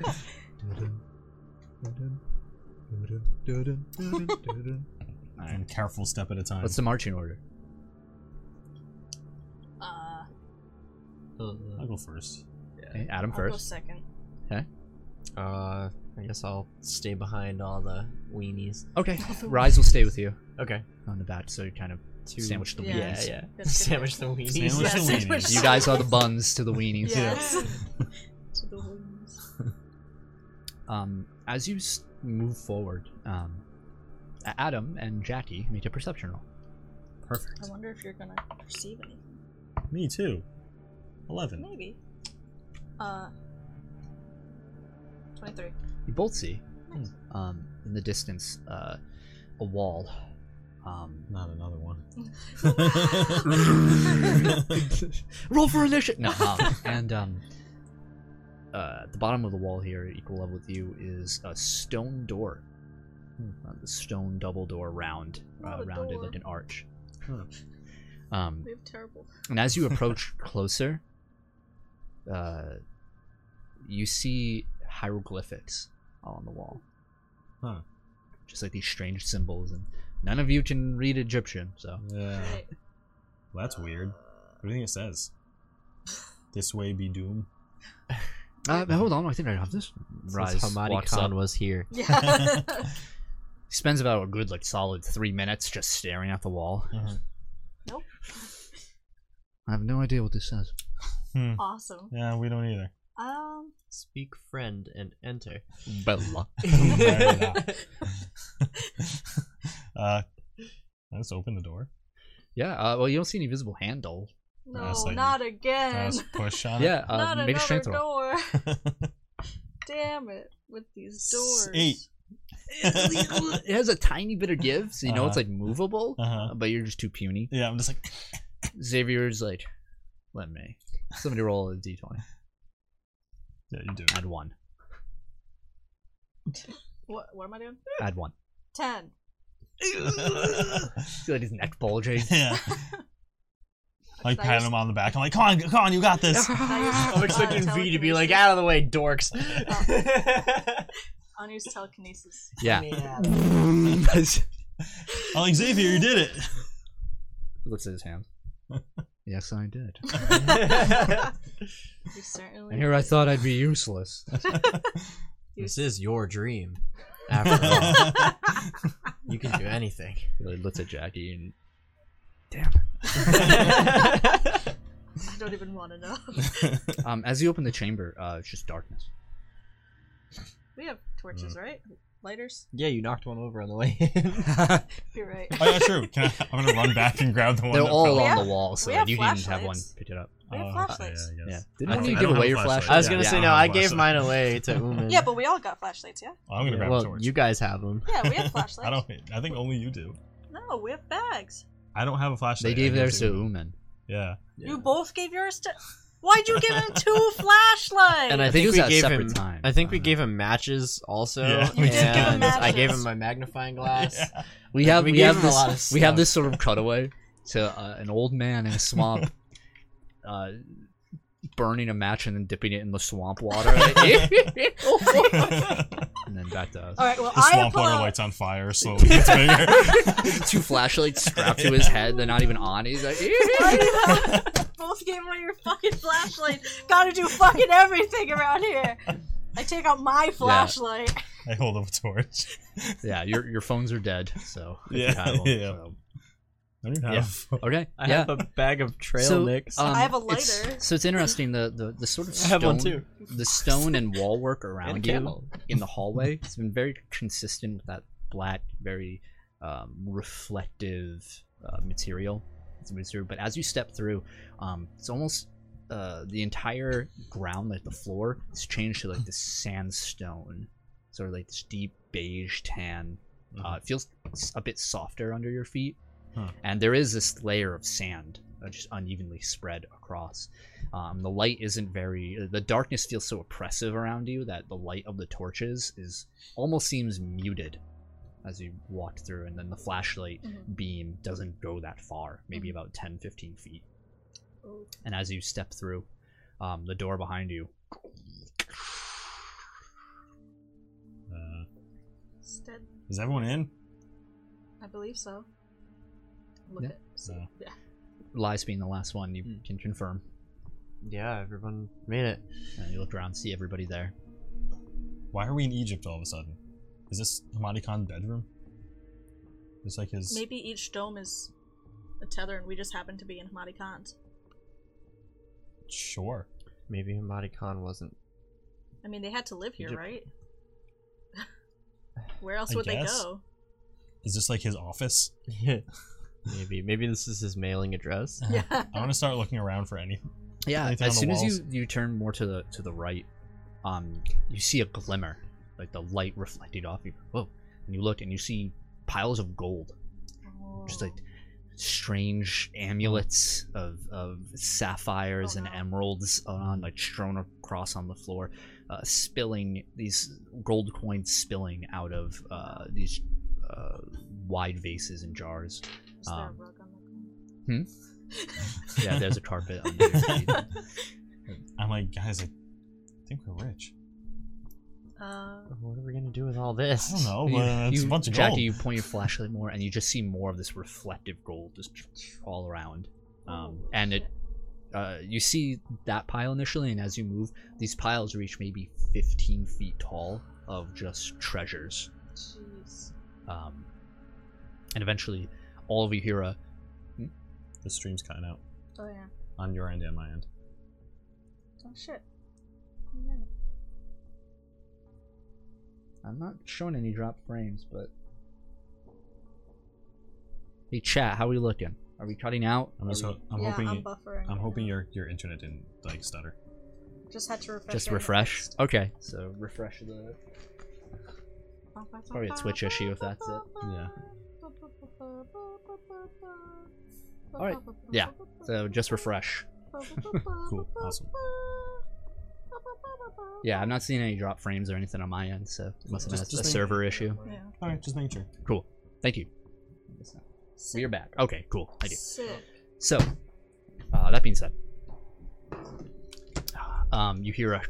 One careful step at a time. (laughs) What's the marching order? Uh, Uh, I'll go first. Okay, Adam I'll go (laughs) first. second. Uh, I I guess I'll stay behind all the weenies. Okay, Rise will stay with you Okay. on the back, so you kind of Two. sandwich the Yeah. weenies. Yeah, yeah. That's (laughs) good. Sandwich (laughs) the weenies. Sandwich the Yes, weenies. You guys are the buns (laughs) to the weenies. Yes. (laughs) to the wings. Um, as you s- move forward, um, A- Adam and Jackie make a perception roll. Perfect. I wonder if you're gonna perceive anything. Me too. Eleven. (laughs) Maybe. Uh. Twenty-three. You both see, Hmm. um, in the distance, uh, a wall. Um, Not (laughs) another (laughs) one. (laughs) roll for initiative. No, (laughs) um, and um, uh, at the bottom of the wall here, equal level with you, is a stone door. Uh, the stone double door, round, uh, Not a rounded door. like an arch. Hmm. Um, We have terrible. And as you approach (laughs) closer, uh, you see hieroglyphics all on the wall. Huh. Just like these strange symbols, and none of you can read Egyptian, so. yeah. Right. (laughs) Well, that's weird. What do you think it says? This way be doom. Uh, but hold on, I think I have this. Rise Hamadi walks Khan up. was here. (laughs) Yeah. He spends about a good, like, solid three minutes just staring at the wall. nope. I have no idea what this says. Hmm. (laughs) Awesome. Yeah, we don't either. Um. Speak friend and (laughs) enter. Bella. (laughs) (laughs) uh, let's open the door. Yeah, uh, well, you don't see any visible handle. No, That's like- not again. Just (laughs) push on Yeah, (laughs) not uh, make a another strength roll. door. it. Damn it! With these S- doors. eight. it has a tiny bit of give, so you know it's, Uh-huh. like, movable, Uh-huh. but you're just too puny. Yeah, I'm just like, (laughs) Xavier's like, let me. Somebody roll a d20. yeah, you do. (laughs) Add one. What? What am I doing? Add one. Ten. See like his neck (laughs) bulging. yeah, like Nice. pat him on the back. I'm like, come on, come on, you (laughs) got this. Nice. I'm expecting Uh, V to be like, telekinesis. out of the way, dorks. Unused telekinesis. (laughs) Yeah. Yeah. he I'm like, Xavier, you did it. (laughs) looks at his hands. Yes, I (laughs) did. You certainly. And here I thought I'd be (laughs) useless. this is your dream. After all, you can do anything. He like, looks at Jackie and. Damn. I don't even want to know. Um, as you open the chamber, uh, it's just darkness. We have torches, right? Lighters. yeah, you knocked one over on the (laughs) way in. You're right. oh yeah, true. Can I, I'm gonna run back and grab the one. They're that all fell. We on have- the wall, so we have you didn't have one flashlights. pick it up. We have Oh, flashlights. Yeah, I Yeah. guess. Didn't I one of you don't- I give don't away have your a flashlight. flashlight? I was Yeah. gonna Yeah, say I no. don't I have a gave flashlight. mine away (laughs) to Uman. Yeah, but we all got flashlights. Yeah. I'm gonna grab well, a torch. you guys have them. Yeah, (laughs) we have flashlights. I don't. I think only you do. No, we have bags. I don't have a flashlight. They gave I theirs to it Uman. Yeah. You both gave yours to. Why'd you give him (laughs) two flashlights? (laughs) and I, I think it think, was at a we gave separate him. time. I think we Uh, gave him matches also, Yeah. and You did give him I matches. gave him my magnifying glass. (laughs) Yeah. We have We we, gave have him a lot of this we have stuff. this sort of cutaway to uh, an old man in (laughs) a swamp, uh, burning a match and then dipping it in the swamp water, (laughs) (laughs) and then back to us. (laughs) all right. Well, The I swamp pull water out. lights on fire (laughs) slowly. Gets bigger. Two flashlights strapped to his head. They're not even on. He's like, (laughs) (laughs) Why you both gave away your fucking flashlight. (laughs) Gotta do fucking everything around here. I take out my flashlight. I hold up a torch. yeah, your your phones are dead. So if you Yeah, have 'em, yeah. so. I don't even Yeah. have. okay, I yeah. have a bag of trail So, mix. um, I have a it's- lighter. so it's interesting the, the, the sort of I stone, have one too. the stone and wall work around And you. camel. in the hallway. It's been very consistent with that black, very um, reflective uh, material. It's moves through, but as you step through, um, it's almost uh, the entire ground, like the floor, is changed to like this sandstone, sort of like this deep beige tan. Uh, it feels s- a bit softer under your feet, Huh. and there is this layer of sand uh, just unevenly spread across. Um, the light isn't very. uh, The darkness feels so oppressive around you that the light of the torches is almost seems muted as you walk through, and then the flashlight Mm-hmm. Mhm. beam doesn't go that far, maybe about 10, 15 feet. Oh. And as you step through, um, the door behind you Uh, Instead, is everyone in? I believe so. Look Yeah. at. So, Yeah. yeah. lies being the last one you Mm. can confirm. Yeah, everyone made it. And you look around, see everybody there. Why are we in Egypt all of a sudden? Is this Hamadi Khan's bedroom? It's like his. Maybe each dome is a tether, and we just happen to be in Hamadi Khan's. Sure. Maybe Hamadi Khan (laughs) wasn't. I mean, they had to live here, Egypt. right? Where else I would they guess. go? Is this like his office? maybe. Maybe this is his mailing address. Yeah. I want to start looking around for any. Yeah, Anything on as the soon as walls? you you turn more to the to the right, um, you see a glimmer, like the light reflected off you. Whoa! And you look and you see piles of gold, just like strange amulets of of sapphires Oh, and no. emeralds on like strewn across on the floor, uh, spilling these gold coins spilling out of uh, these uh, wide vases and jars. Is there a um, rug on Yeah, there's a carpet (laughs) under your feet. the I'm like, guys, I think we're rich. Uh, What are we gonna do with all this? I don't know, You- but it's you- Oh, a bunch of Jackie, gold. you point your flashlight more, and you just see more of this reflective gold just all around. Um, Oh, and it, uh, you see that pile initially, and as you move, these piles reach maybe 15 feet tall of just treasures. jeez. Um, and eventually, all of you hear a The stream's cutting out Oh yeah. on your end and my end. Oh shit. I'm not showing any drop frames, but. Hey, chat, how we looking? Are we cutting out? I'm just, Are we- ho- I'm yeah, hoping. I'm buffering. I'm hoping your your internet didn't like stutter. Just had to refresh. just your refresh? interface. Okay, so refresh the. Probably Probably a Twitch issue if that's it. Yeah. right, yeah, So just refresh. Cool. Awesome. Yeah, I'm not seeing any drop frames or anything on my end, so it must have been Just- a- a just make- server issue. Yeah. All right, just making sure. Cool. Thank you. We're back. Okay, cool. I do. Sick. So, uh, that being said, um, you hear a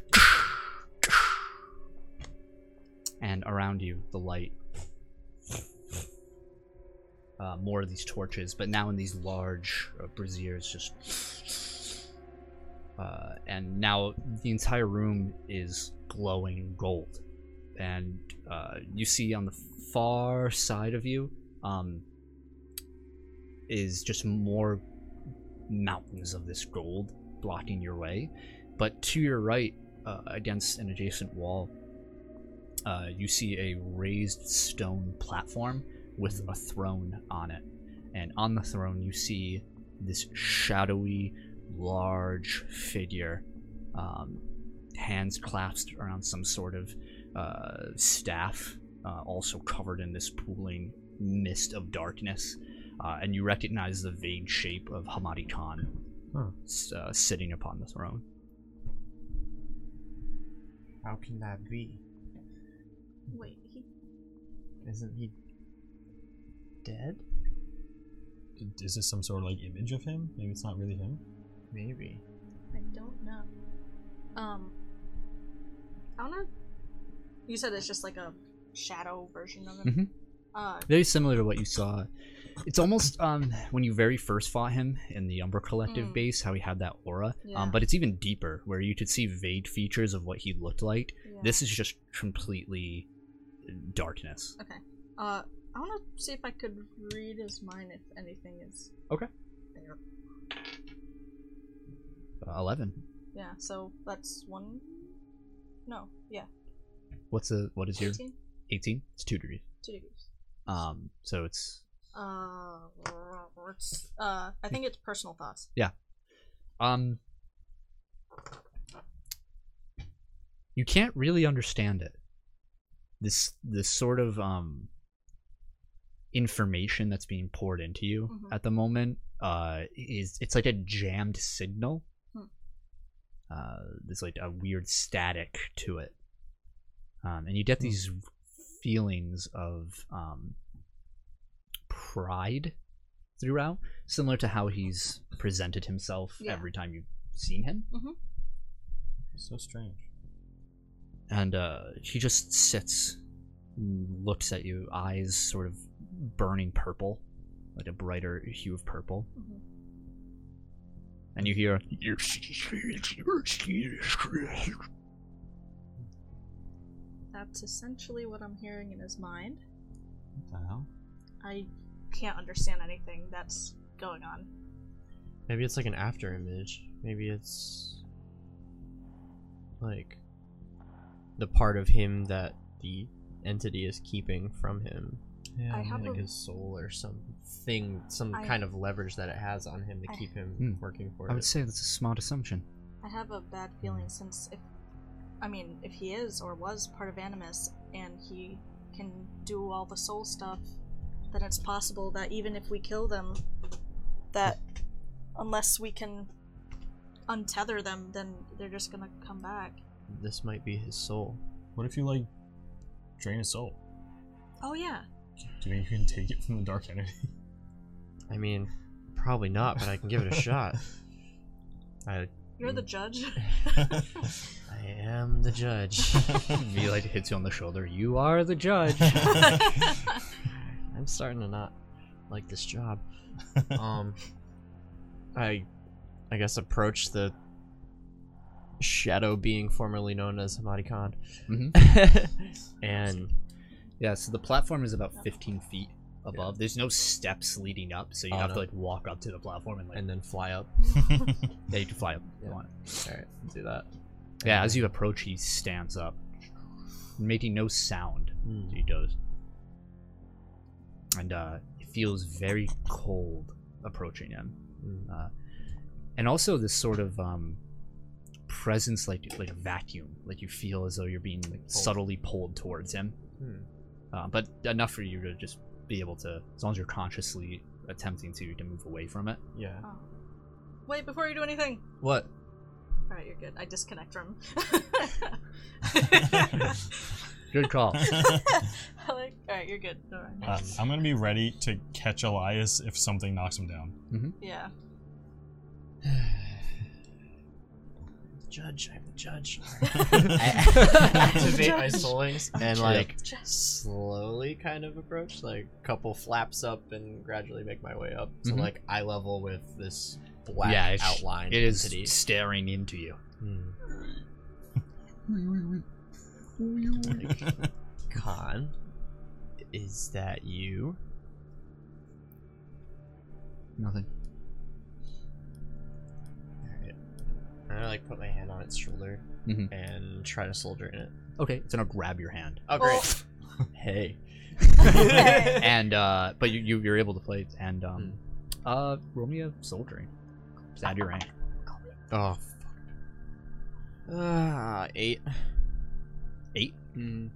and around you the light. Uh, more of these torches, but now in these large uh, braziers, just uh, and now the entire room is glowing gold, and uh, you see on the far side of you um, is just more mountains of this gold blocking your way. But to your right, uh, against an adjacent wall, uh, you see a raised stone platform with a throne on it. And on the throne, you see this shadowy, large figure, um, hands clasped around some sort of uh, staff, uh, also covered in this pooling mist of darkness uh, and you recognize the vague shape of Hamadi Khan Huh. s- uh, sitting upon the throne. How can that be? Wait, he Isn't he dead? Is this some sort of like image of him? Maybe it's not really him. Maybe. I don't know. Um, I wanna. You said it's just like a shadow version of him. Mhm. Uh, Very similar to what you saw. It's almost um, when you very first fought him in the Umber Collective Mm. base, how he had that aura. Yeah. Um, but it's even deeper, where you could see vague features of what he looked like. yeah. This is just completely darkness. Uh, I wanna see if I could read his mind if anything is. Okay. There. Uh, Eleven. Yeah. So that's one. No. Yeah. What's a what is your 18? eighteen? It's two degrees. Two degrees. Um, so it's Uh, it's, uh, I think it's personal thoughts. um you can't really understand it this this sort of um information that's being poured into you Mhm. at the moment uh is it's like a jammed signal Hmm. uh there's like a weird static to it um and you get these feelings of um pride throughout similar to how he's presented himself Yeah. every time you've seen him So strange. and uh, he just sits, and looks at you, eyes sort of burning purple, like a brighter hue of purple. Mm-hmm. Mhm. And you hear, That's essentially what I'm hearing in his mind. What the hell? I can't understand anything that's going on. Maybe it's like an after image. Maybe it's like the part of him that the entity is keeping from him. Yeah, I have like a- his soul or something, some I- kind of leverage that it has on him to I- keep him Hmm. working for I it. would say that's a smart assumption. (laughs) I have a bad feeling since if I mean, if he is or was part of Animus and he can do all the soul stuff, then it's possible that even if we kill them that unless we can untether them, then they're just gonna come back. This might be his soul. What if you like drain his soul? Oh yeah. Do you think you can take it from the dark energy? (laughs) I mean, probably not, but I can (laughs) give it a shot. I, You're the Mm. judge. (laughs) I am (laughs) the judge. he like hits you on the shoulder. You are the judge. I'm starting to not like this job. (laughs) um, I, I guess approach the shadow being formerly known as Hamadi Khan, Mm-hmm. (laughs) and yeah, so the platform is about 15 feet above. There's no steps leading up, so you Oh, have to no. like walk up to the platform and like and then fly up. yeah, you can fly up. if you Yeah. want. All right, do that. Yeah, as you approach, he stands up, making no sound. Hmm. He does. And uh, it feels very cold approaching him. Mm. Uh, and also this sort of um, presence, like like a vacuum, like you feel as though you're being like, subtly pulled towards him. Hmm. Uh, but enough for you to just be able to, as long as you're consciously attempting to, to move away from it. Yeah. Oh. Wait, before you do anything. What? (sighs) Alright, you're good. I disconnect from (laughs) Good call. (laughs) like, Alright, you're good. Alright. Uh, I'm gonna be ready to catch Elias if something knocks him down. Yeah. judge. I'm the judge. (laughs) (laughs) Activate my Judge. soul links. and like Just slowly kind of approach, like couple flaps up and gradually make my way up to Mhm. like eye level with this black Yeah, it's- outline. it is entity. staring into you. Hmm. (laughs) Khan, is that you? Nothing. Alright. I'm gonna like put my hand on its shoulder Mhm. and try to soldier in it. Okay, it's gonna grab your hand. Oh great. Hey. (laughs) Hey. and uh but you, you you're able to play it and um uh roll me a soldiering. Just add your rank. oh fuck. Ah, eight. Eight. mm,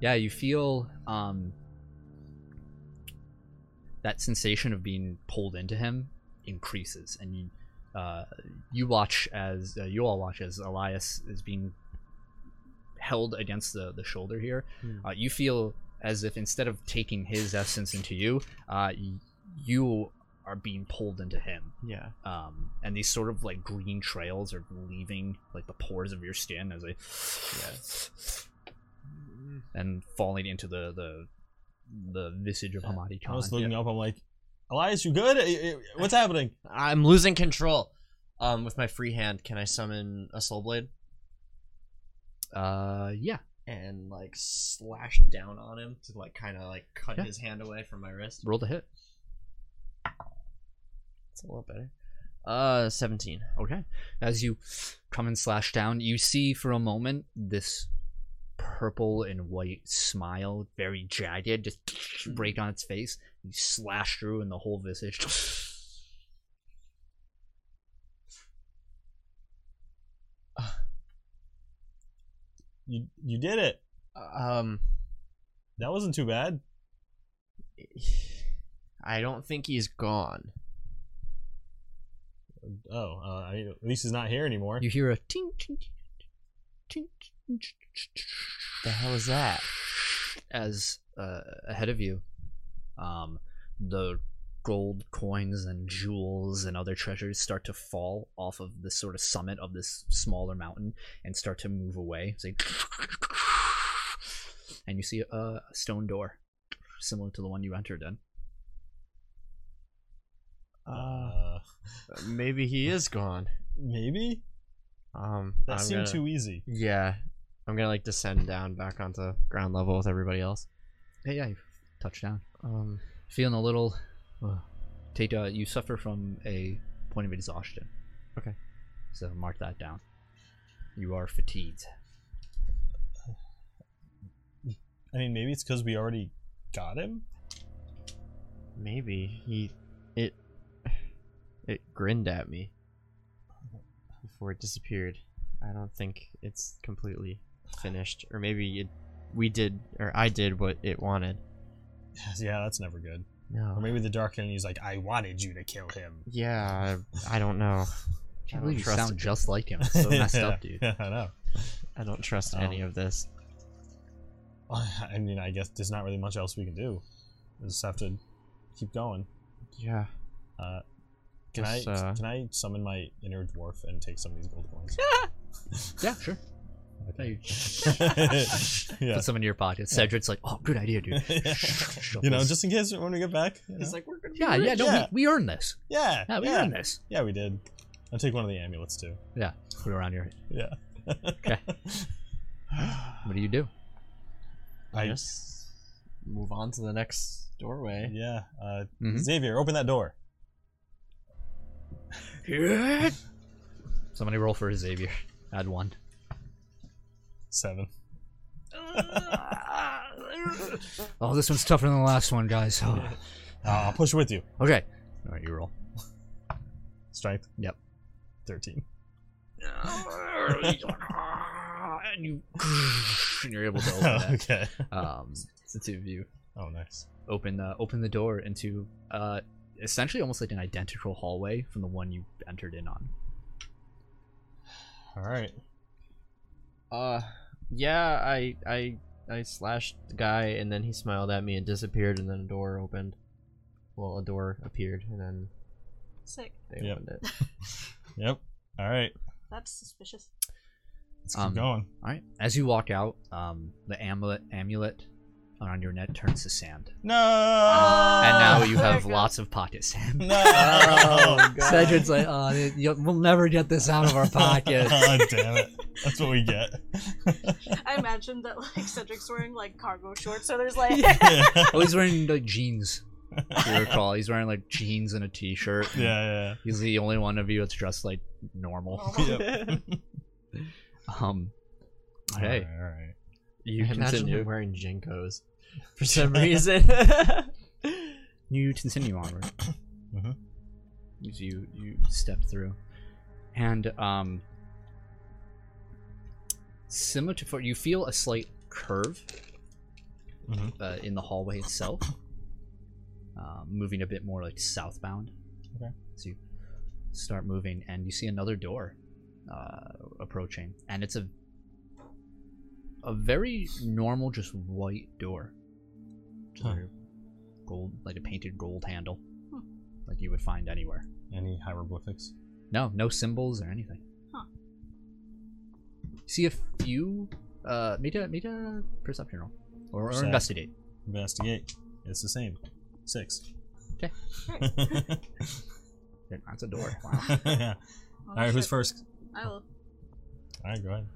Yeah, you feel um that sensation of being pulled into him increases, and you uh, you watch as uh, you all watch as Elias is being held against the the shoulder here. Hmm. Uh, you feel as if instead of taking his essence into you, uh, y- you are being pulled into him Yeah. um, and these sort of like green trails are leaving like the pores of your skin as they and falling into the the the visage of Hamadi I Khan. was looking up. I'm like, Elias, you good? Eh, eh, eh, What's happening? I'm losing control. Um, with my free hand, can I summon a soul blade Uh, yeah, and like slash down on him to like kind of like cut Yeah. his hand away from my wrist? roll the hit. It's a little better. Uh, seventeen. Okay. As you come and slash down, you see for a moment this purple and white smile, very jagged, just break on its face. You slash through, and the whole visage. (laughs) You you did it. Um, That wasn't too bad. I don't think he's gone. Oh, uh, I mean, at least he's not here anymore. You hear a ting ting ting. ting, The hell is that? as uh, ahead of you um, the gold coins and jewels and other treasures start to fall off of the sort of summit of this smaller mountain and start to move away it's like (laughs) and you see a, a stone door similar to the one you entered in Uh, Maybe he is gone. maybe Um, that I'm seemed gonna- too easy. Yeah, I'm gonna like descend down back onto ground level with everybody else. Hey, I touched down. Um, Feeling a little. Uh, Tata, you suffer from a point of exhaustion. Okay. So mark that down. You are fatigued. I mean, maybe it's because we already got him. (sighs) maybe he, it, it grinned at me before it disappeared. I don't think it's completely finished, or maybe it, we did, or I did what it wanted. yeah, that's never good. Or No. maybe the dark enemy's like, I wanted you to kill him. Yeah, I, I don't know. I I can't don't believe you trust sound it. just like him. It's (laughs) so messed (laughs) up, dude. Yeah, I know. (sighs) I don't trust any Um, of this. I mean, I guess there's not really much else we can do. We just have to keep going. Yeah. Uh, can Guess, I uh, (gasps) can I summon my inner dwarf and take some of these gold coins? Yeah, sure. Okay. (laughs) (laughs) Put some in your pocket. Cedric's like, oh, good idea, (laughs) dude. yeah. Shove (laughs) you know, this- just in case when we get back. you He's know? like, we're gonna. be Yeah, yeah, rich." no, yeah. We, we earned this. yeah, Yeah, we yeah, earned this. yeah, we did. I'll take one of the amulets too. Yeah, put it around your. Yeah. Okay. (laughs) What do you do? I- just move on to the next doorway. Yeah. Uh, Mhm. Xavier, open that door. Somebody roll for Xavier. Add one. Seven. Oh, this one's tougher than the last one, (laughs) guys. Oh. Uh, I'll push with you. Okay. All right, you roll. Strength. Yep. Thirteen. (laughs) and you (laughs) and you're (laughs) able to (laughs) open okay. that. Um, the two of you (laughs) Oh, nice. open uh, open the door into uh, essentially almost like an identical hallway from the one you entered in on. All right. Uh, yeah, I, I, I slashed the guy, and then he smiled at me and disappeared, and then a door opened. Well, a door appeared, and then Sick. they Yep. opened it. Yep. All right. That's suspicious. Let's keep Um, going. All right. As you walk out, um, the amulet amulet around your neck turns to sand, No. and now you (laughs) there have it lots of pocket sand. (laughs) (laughs) No. Cedric's like, oh, you- we'll never get this out of (laughs) (laughs) our pocket. oh, damn it. That's what we get. I imagine that like Cedric's wearing like cargo shorts, so there's (laughs) like yeah, oh, he's wearing like jeans. If you recall, he's wearing like jeans and a t-shirt. yeah, yeah. He's the only one of you that's dressed like normal. normal. (laughs) Um, (laughs) hey, All right. you Imagine continue. him wearing jinkos for some reason. (laughs) You continue onward. Mhm. As you you step through, and um, similar to for you feel a slight curve Mhm. uh, in the hallway itself, uh, moving a bit more like southbound. Okay. So you start moving, and you see another door uh, approaching, and it's a a very normal, just white door. Just Huh. very gold, like a painted gold handle, like you would find anywhere. Any hieroglyphics? No, no symbols or anything. Huh. See a few. Uh, make a make a perception roll, or, or Percep. investigate. Investigate. It's the same. Six. Okay. That's a door. Wow. (laughs) yeah. Oh, All right. Who's shit. first? I will. All right. Go ahead.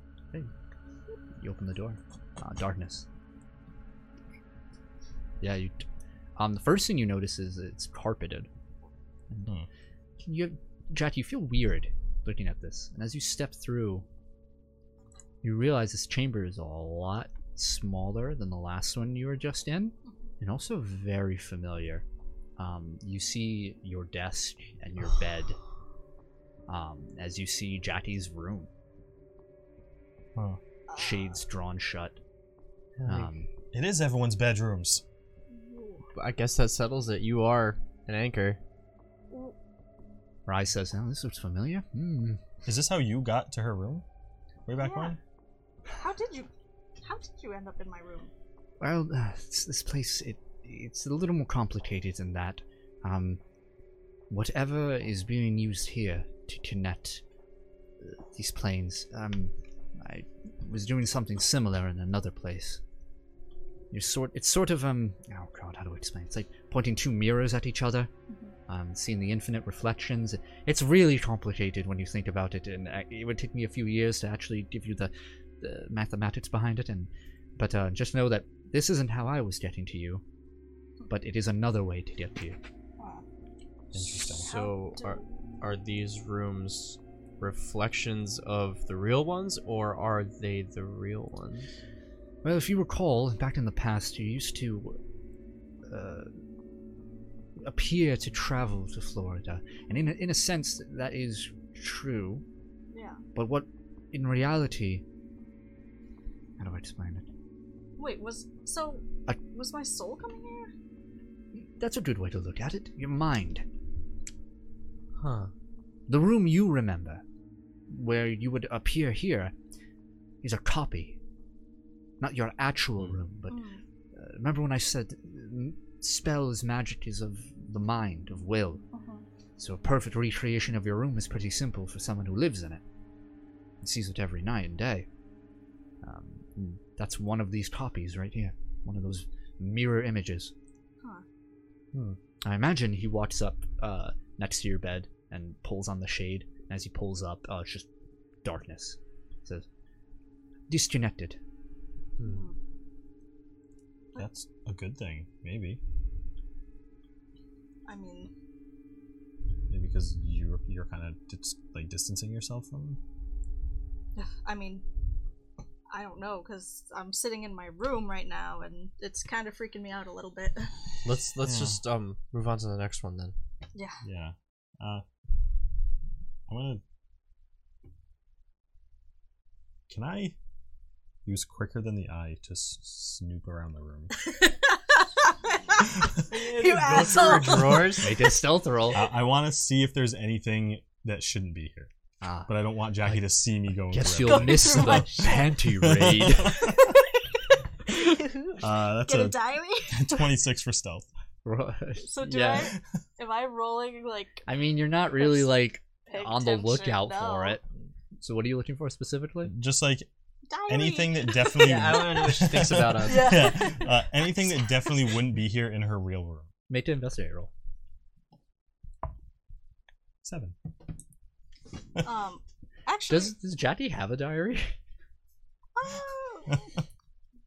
You open the door. Uh, darkness. Yeah, you. Um, the first thing you notice is it's carpeted. Hmm. You, Jack, you feel weird looking at this, and as you step through, you realize this chamber is a lot smaller than the last one you were just in, and also very familiar. Um, you see your desk and your bed. Um, as you see Jackie's room, Huh. uh, shades drawn shut. Um, It is everyone's bedrooms. I guess that settles it. You are an anchor. Rai says, "Oh, this looks familiar." Hmm. Is this how you got to her room? Way back Yeah. when? How did you? How did you end up in my room? Well, uh, it's- this place it it's a little more complicated than that. Um, whatever is being used here to connect uh, these planes, um, I was doing something similar in another place. You sort it's sort of um oh god how do I explain? It's like pointing two mirrors at each other, um, seeing the infinite reflections. uh, It's really complicated when you think about it, and I, it would take me a few years to actually give you the the mathematics behind it, and but uh, just know that this isn't how I was getting to you, but it is another way to get to you. Interesting. So How uh, are do- are these rooms reflections of the real ones or are they the real ones? Well, if you recall, back in the past, you used to uh, appear to travel to Florida, and in a, in a sense, that is true. Yeah. But what, in reality, how do I explain it? Wait, was so? I- was my soul coming here? That's a good way to look at it. Your mind, Huh. the room you remember, where you would appear here, is a copy, not your actual room, but Mm. Uh, remember when I said m- spells, magic is of the mind, of will. Mhm. So a perfect recreation of your room is pretty simple for someone who lives in it and sees it every night and day. Um, and that's one of these copies right here, one of those mirror images. Huh. Hmm. I imagine he walks up uh, next to your bed and pulls on the shade. And as he pulls up, uh, it's just darkness. It says, disconnected. Hmm. Mm. That's a good thing, maybe. I mean, Maybe because you're you're kind of dis- like distancing yourself from them. (sighs) I mean, I don't know because I'm sitting in my room right now and it's kind of freaking me out a little bit. (laughs) Let's let's Yeah. just um move on to the next one then. yeah. Yeah. Uh, I'm gonna. Can I use quicker than the eye to s- snoop around the (laughs) room? you Those were asshole! drawers. Make a stealth (laughs) roll. I, I want to see if there's anything that shouldn't be here, Ah. but I don't want Jackie to see me going. Guess through you'll Go miss through the (laughs) my shit. oh, panty (laughs) raid. it. Uh, that's (laughs) Get a a diary. (laughs) 26 for stealth. Right. So do I? Am I rolling like? I mean, you're not really That's like pig on the tips or lookout for no? it. So what are you looking for specifically? Just like Diary. anything that definitely. Yeah, I (laughs) wanna know what she thinks about us. (laughs) Yeah. (laughs) Yeah, (laughs) Uh, anything that definitely wouldn't be here in her real room. Make an investigate roll. Seven. Um, actually, Does does Jackie have a diary? (laughs) oh,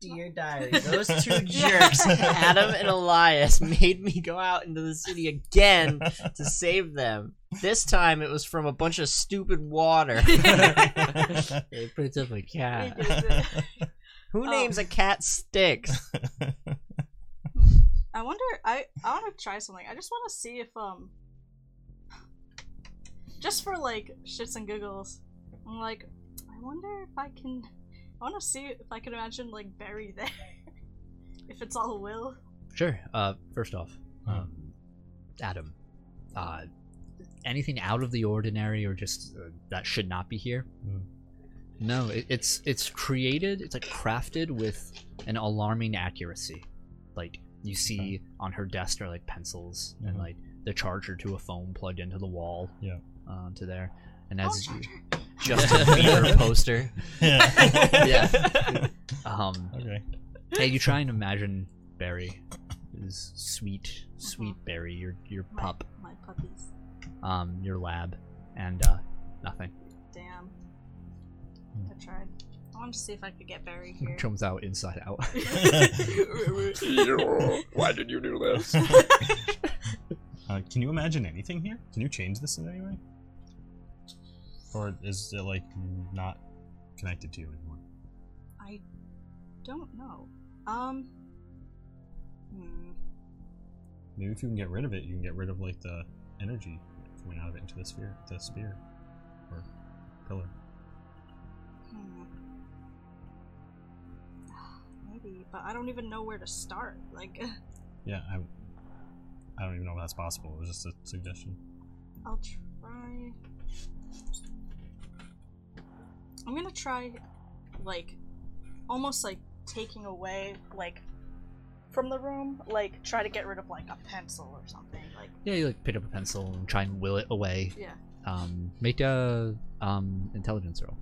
Dear diary, those (laughs) two (laughs) Yeah. jerks, Adam and Elias, made me go out into the city again (laughs) to save them. This time it was from a bunch of stupid (laughs) water. they put up a we cat. did it. Who Oh. names a cat (laughs) Sticks? I wonder. I I want to try something. I just want to see if um, just for like shits and giggles, I'm like, I wonder if I can. I want to see if I can imagine like Barry (laughs) there, if it's all will. Sure. Uh, first off, Uh-huh. um, Adam, uh, anything out of the ordinary or just uh, that should not be here? Mm. No, it, it's it's created. It's like crafted with an alarming accuracy. Like you see on her desk are like pencils and Mhm. like the charger to a phone plugged into the wall. Yeah. Uh, to there, and Oh, as you, Charger. (laughs) Justin Bieber poster. (laughs) (laughs) yeah. yeah, um, Okay. and you try and imagine Barry, this sweet, sweet Barry, your your My- pup. My, puppies. um, your lab, and uh, nothing Damn. I tried. I wanted to see if I could get Barry here. comes out inside out. Why did you do this? uh, can you imagine anything here? Can you change this in any way? Or is it like not connected to you anymore? I (laughs) don't know. Um. Hmm. Maybe if you can get rid of it, you can get rid of like the energy coming out of it into the sphere, the spear, or pillar. Hmm. (sighs) Maybe, but I don't even know where to start. Like, (laughs) Yeah, I, I don't even know if that's possible. It was just a suggestion. I'll try. I'm gonna try, like, almost like taking away, like, from the room, like, try to get rid of, like, a pencil or something. Like, (laughs) yeah, you like pick up a pencil and try and will it away. yeah. Um, make a um, intelligence roll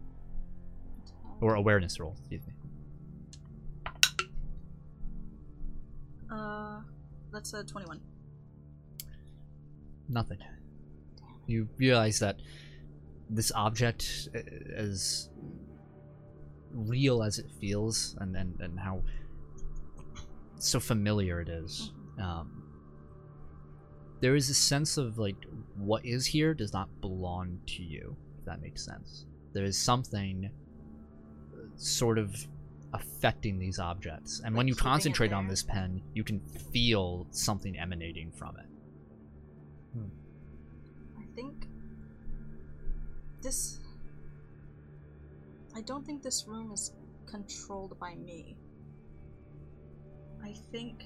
or awareness roll. Excuse me. Uh, that's a 21. Nothing. You realize that this object, uh, as real as it feels and, and, and how so familiar it Mm-hmm. is. Um, there is a sense of like what is here does not belong to you, if that makes sense. There is something uh, sort of affecting these objects. And when Like you keeping it concentrate on there. this pen, you can feel something emanating from it. I think this. I don't think this room is controlled by me. I think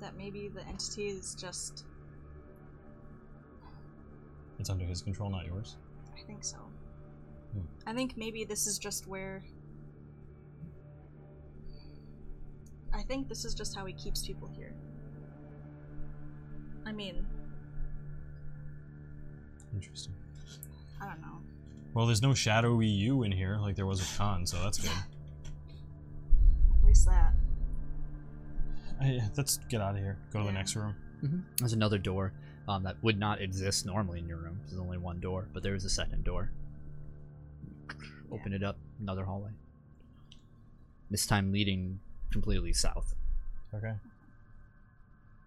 that maybe the entity is just. It's under his control, not yours. I think so. Hmm. I think maybe this is just where. I think this is just how he keeps people here. I mean, Interesting. I don't know. Well, there's no shadowy you in here like there was with Khan, so that's good. At least that. (laughs) Hey, let's get out of here. Go to the Yeah. next room. Mm-hmm. There's another door um, that would not exist normally in your room. There's only one door, but there is a second door. Open it up, another hallway. This time leading completely south. (laughs) Okay.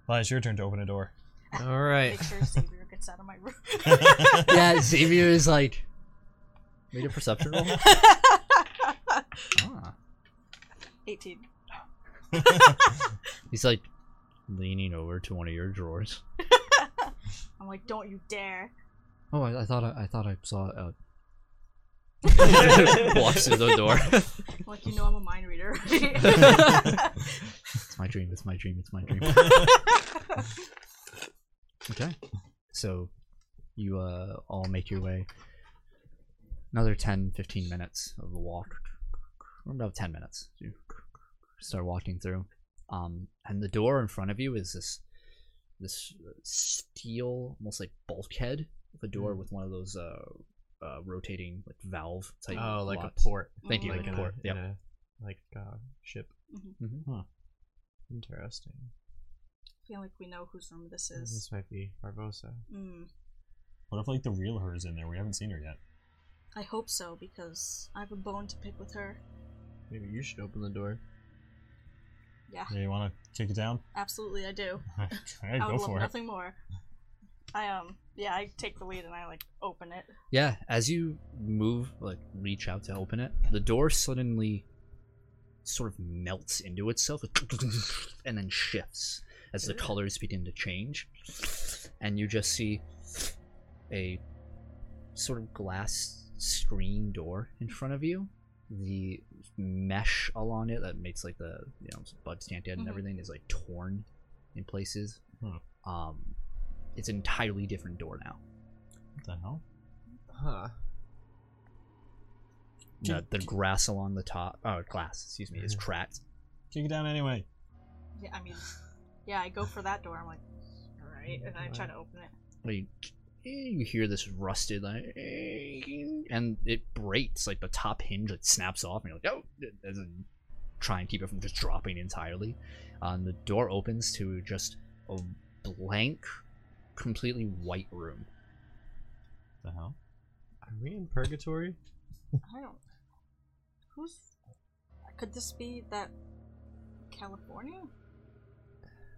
Well, it's your turn to open a (laughs) door. All right. Make sure Xavier gets out of my (laughs) room. (laughs) yeah, Xavier is like. Made a perception roll? Ah. (laughs) 18. He's like leaning over to one of your drawers. I'm like, don't you dare. Oh, I, I thought I, I thought I saw. Uh... (laughs) (laughs) Walks through the door. I'm like, you know I'm a mind reader. right? okay. It's my dream. It's my dream. It's my dream. Okay. So you uh, all make your way. Another 10, 15 minutes of a walk. Or about 10 minutes. You start walking through. Um, and the door in front of you is this this steel, almost like bulkhead of a Hmm. door with one of those uh, uh, rotating like valve type. Oh, like locks. a port. Thank you, Mm. like, Like in a a, port. Yep. in a like uh, ship. Mhm. Interesting. I feel like we know whose room this is. This might be Barbosa. Mm, What if like the real her is in there? We haven't seen her yet. I hope so, because I have a bone to pick with her. Maybe you should open the door. Yeah, Yeah, you want to kick it down? (laughs) absolutely, I do. All right, I would go love for it. nothing more. I, um, yeah, I take the lead and I, like, open it. Yeah, as you move, like reach out to open it, the door suddenly sort of melts into itself and then shifts as the colors begin to change. And you just see a sort of glass screen door in front of you. The mesh along it that makes like the you know bud stand dead and Mhm. everything is like torn in places. Hmm. Um, it's an entirely different door now. What the hell? Huh. the, the grass along the top oh glass excuse me is cracked Kick it down anyway. Yeah, I mean, yeah, I go for that door. I'm like, alright, and I try to open it. like eh, you hear this rusted like eh, and it breaks like the top hinge it snaps off and you're like oh as in, try and keep it from just dropping entirely uh, and the door opens to just a blank completely white room What the hell? Are we in purgatory? I don't. Who's. Could this be that. California?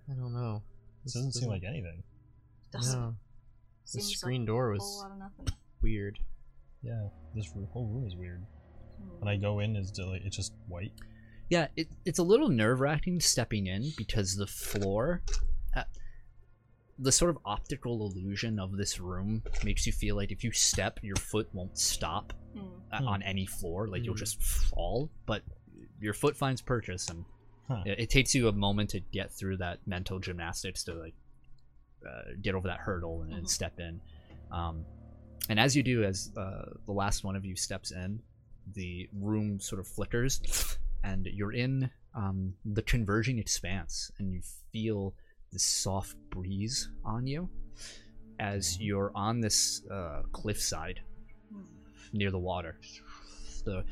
I don't know. This doesn't seem like anything. Doesn't No. The seem screen like door a was whole lot of nothing. weird. Yeah, this r- whole room is weird. Hmm. When I go in, it's, like, it's just white. Yeah, it, it's a little nerve wracking stepping in because the floor, uh, the sort of optical illusion of this room makes you feel like if you step, your foot won't stop Mm. uh, Hmm. on any floor. Like you'll Hmm. just fall, but your foot finds purchase, and Huh. it, it takes you a moment to get through that mental gymnastics to like uh, get over that hurdle and, Uh-huh. and Mhm. step in. Um, and as you do, as uh, the last one of you steps in, the room sort of flickers, and you're in um, the converging expanse, and you feel this soft breeze on you Hmm. as you're on this uh, cliffside Mm. near the water. The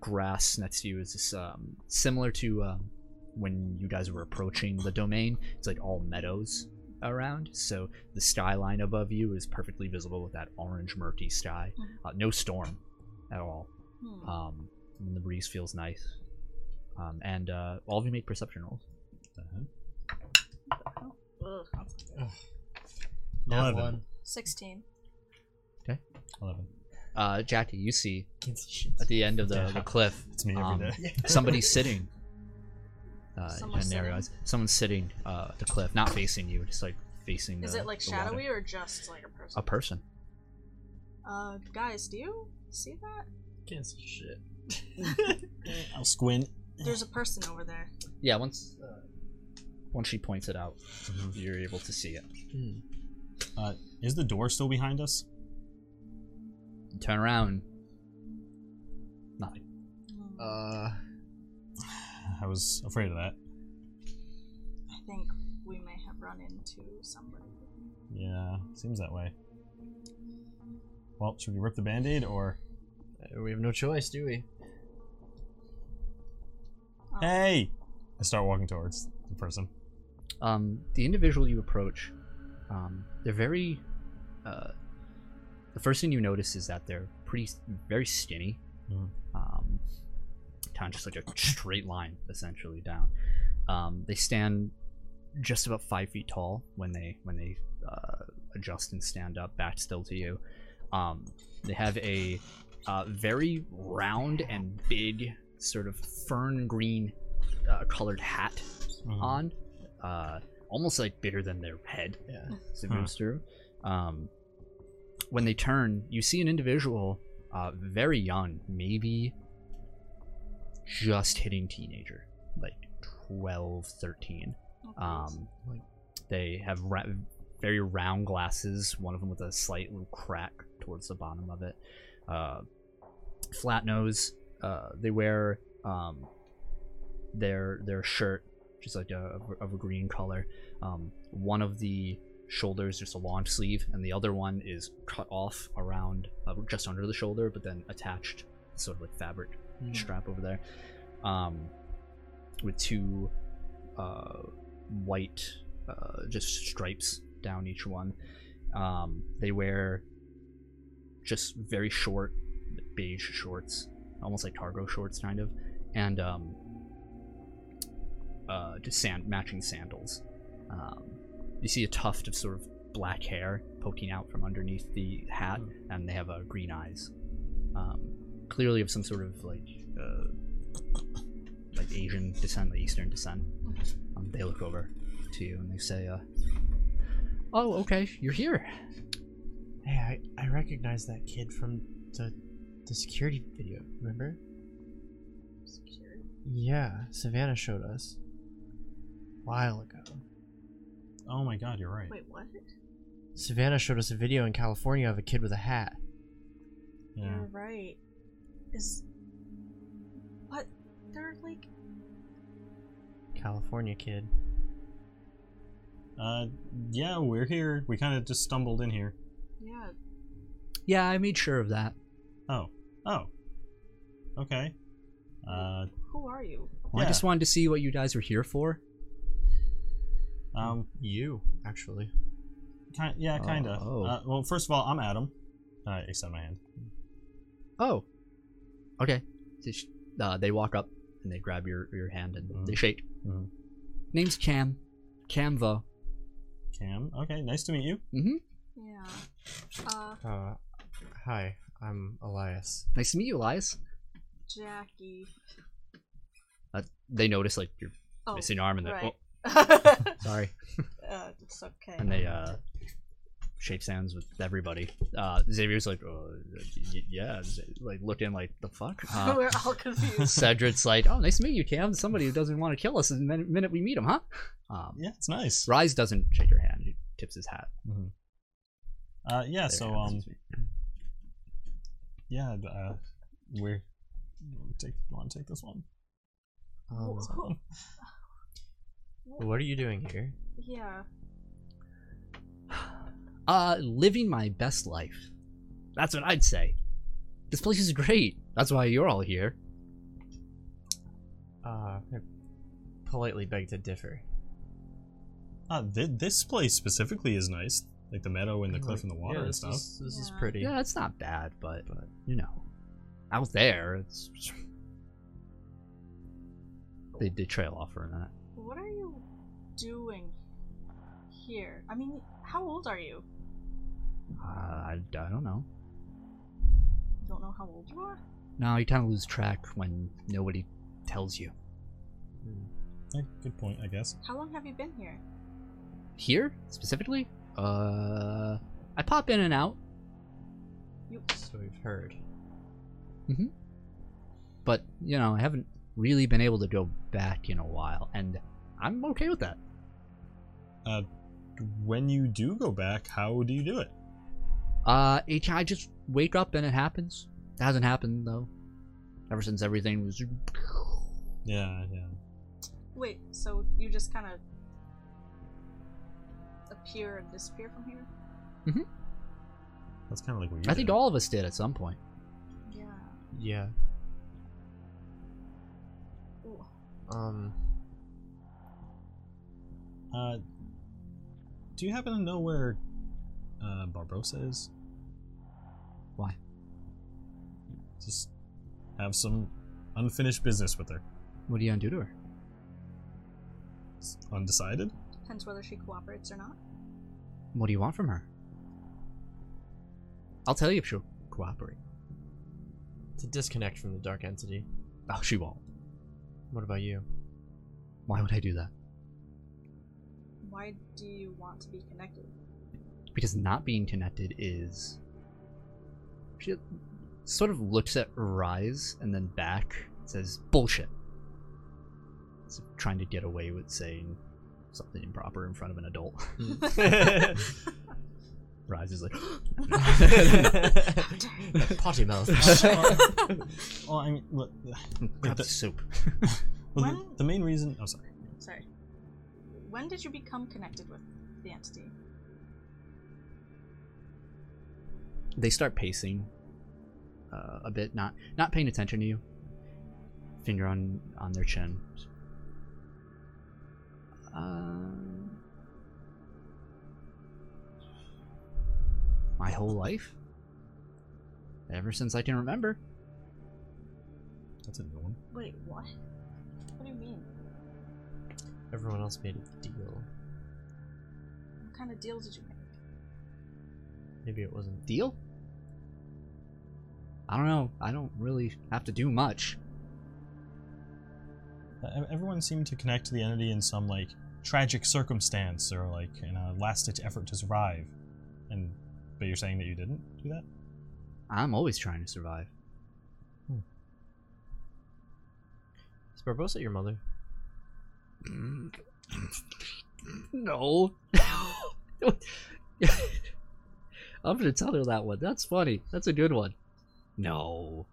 grass next to you is this, um, similar to um, when you guys were approaching the domain. It's like all meadows around, so the skyline above you is perfectly visible with that orange murky sky. Uh, no storm at all. Hmm. Um, and the breeze feels nice. Um, and uh, all of you make perception rolls. Ugh, that's Not Not Eleven. one. 16. Eleven. Uh, Jackie, you see Can't see shit. at the end of the, the cliff It's me every day. Um, (laughs) somebody sitting. Uh, Someone in an area. sitting? Someone's sitting uh, at the cliff, not facing you, just like facing. Is the- it like the water. shadowy or just like a A person? person. Uh, guys, do you see that? Can't see shit. (laughs) I'll squint. There's a person over there. Yeah, once uh, once she points it out, you're able to see it. Hmm. Uh, is the door still behind us? You turn around. Nothing. Hmm. Uh, I was afraid of that. I think we may have run into somebody. Yeah, seems that way. Well, should we rip the band-aid or We have no choice, do we? Um, Hey! I start walking towards the person. Um, the individual you approach, um, they're very. Uh, the first thing you notice is that they're pretty, very skinny. Mhm. Um, kind of just like a straight line, essentially down. Um, they stand just about five feet tall when they when they uh, adjust and stand up, back still to you. Um, they have a uh, very round and big, sort of fern green uh, colored hat Mm-hmm. on, uh, almost like bigger than their head. Yeah. As it Huh. moves through. Um, when they turn, you see an individual, uh, very young, maybe just hitting teenager, like 12, 13. okay. Um, they have ra- very round glasses, one of them with a slight little crack towards the bottom of it. Uh, flat nose. Uh, they wear um, their their shirt, just like a, of a- of a green color. Um, one of the shoulders just a long sleeve, and the other one is cut off around uh, just under the shoulder, but then attached, sort of like fabric strap over there, um, with two uh, white uh, just stripes down each one. Um, they wear just very short beige shorts, almost like cargo shorts, kind of, and um, uh, just sand matching sandals. Um, you see a tuft of sort of black hair poking out from underneath the hat, and they have uh, green eyes. Um, clearly of some sort of like uh, like Asian descent, like Eastern descent. Um, they look over to you and they say, uh, "Oh, okay, you're here." Hey, I, I recognize that kid from the the security video. Remember? Security. Yeah, Savannah showed us a while ago. Oh my god, you're right. Wait, what? Savannah showed us a video in California of a kid with a hat. Yeah. You're right. Is what? They're like California kid. Uh, yeah, we're here. We kind of just stumbled in here. yeah. Yeah, I made sure of that. Oh. Oh. Okay. Uh, Who are you? Well, I Yeah. just wanted to see what you guys were here for. um, You, actually. kind yeah, kind of. Oh. Uh, well, first of all, I'm Adam. I extend my hand. Oh, okay. They, sh- uh, they walk up and they grab your your hand and Mhm. Mm-hmm. they shake. Mhm. Name's Cam, Camvo. Cam. Okay, nice to meet you. Mm-hmm. Yeah. Uh, Uh, hi, I'm Elias. Nice to meet you, Elias. Jackie. Uh, they notice like your Oh, missing arm and they're right. oh, sorry. (laughs) uh, it's okay. and they uh shake hands with everybody. Uh, Xavier's like, oh, y- yeah, Z- like looked in like the (laughs) fuck. Uh, (laughs) We're (laughs) all confused. Cedric's like, oh, nice to meet you, Cam. Somebody who doesn't want to kill us the min- minute we meet him, huh? Um, Yeah, it's nice. Rise doesn't shake your hand. He tips his hat. Uh, yeah. There, So yeah, um, excuse me. yeah, uh, we're take want to take this one. Oh, Um, Wh- who- what are you doing here? yeah. uh, living my best life. That's what I'd say. This place is great. That's why you're all here. Uh, I politely beg to differ. Uh, th- this place specifically is nice, like the meadow and the cliff and the water Yeah, and this stuff. Is, this is Yeah. pretty. Yeah, it's not bad, but, but you know, out there. It's they did trail off for a minute. What are you doing here? I mean, how old are you? Uh, I, I don't know. You don't know how old you are? No, you kind of lose track when nobody tells you. Yeah, good point, I guess. How long have you been here? Here specifically, uh, I pop in and out, So we've heard. but you know I haven't really been able to go back in a while, and I'm okay with that. When you do go back, how do you do it? Uh, each I just wake up and it happens. It hasn't happened though, ever since everything was. Yeah, yeah. Wait, so you just kind of appear and disappear from here? That's kind of like what you I think did. all of us did at some point. Yeah. Yeah. Ooh. Um. Uh, do you happen to know where uh, Barbosa is? Why? Just have some unfinished business with her. What do you undo to her? It's undecided. Depends whether she cooperates or not. What do you want from her? I'll tell you if she'll cooperate. To disconnect from the dark entity. Oh, she won't. What about (laughs) you? Why would I do that? Why do you want to be connected? (laughs) Because not being connected is. She sort of looks at Rise and then back, says, bullshit. So trying to get away with saying something improper in front of an adult. (laughs) Rise is like, (gasps) (laughs) Potty mouth. (laughs) Well, I mean, look, grab the soup. well, the, When- the main reason. Oh, sorry. Sorry. When did you become connected with the entity? They start pacing uh, a bit, not not paying attention to you. Finger on on their chin. Um, my whole life, ever since I can remember. That's a new one. Wait, what? What do you mean? Everyone else made a deal. What kind of deal did you make? Maybe it wasn't. Deal? I don't know. I don't really have to do much. Uh, Everyone seemed to connect to the entity in some like tragic circumstance or like in a last-ditch effort to survive. And but you're saying that you didn't do that? I'm always trying to survive. Is Barbosa your mother? No. (laughs) I'm gonna tell her that one. That's funny. That's a good one. No.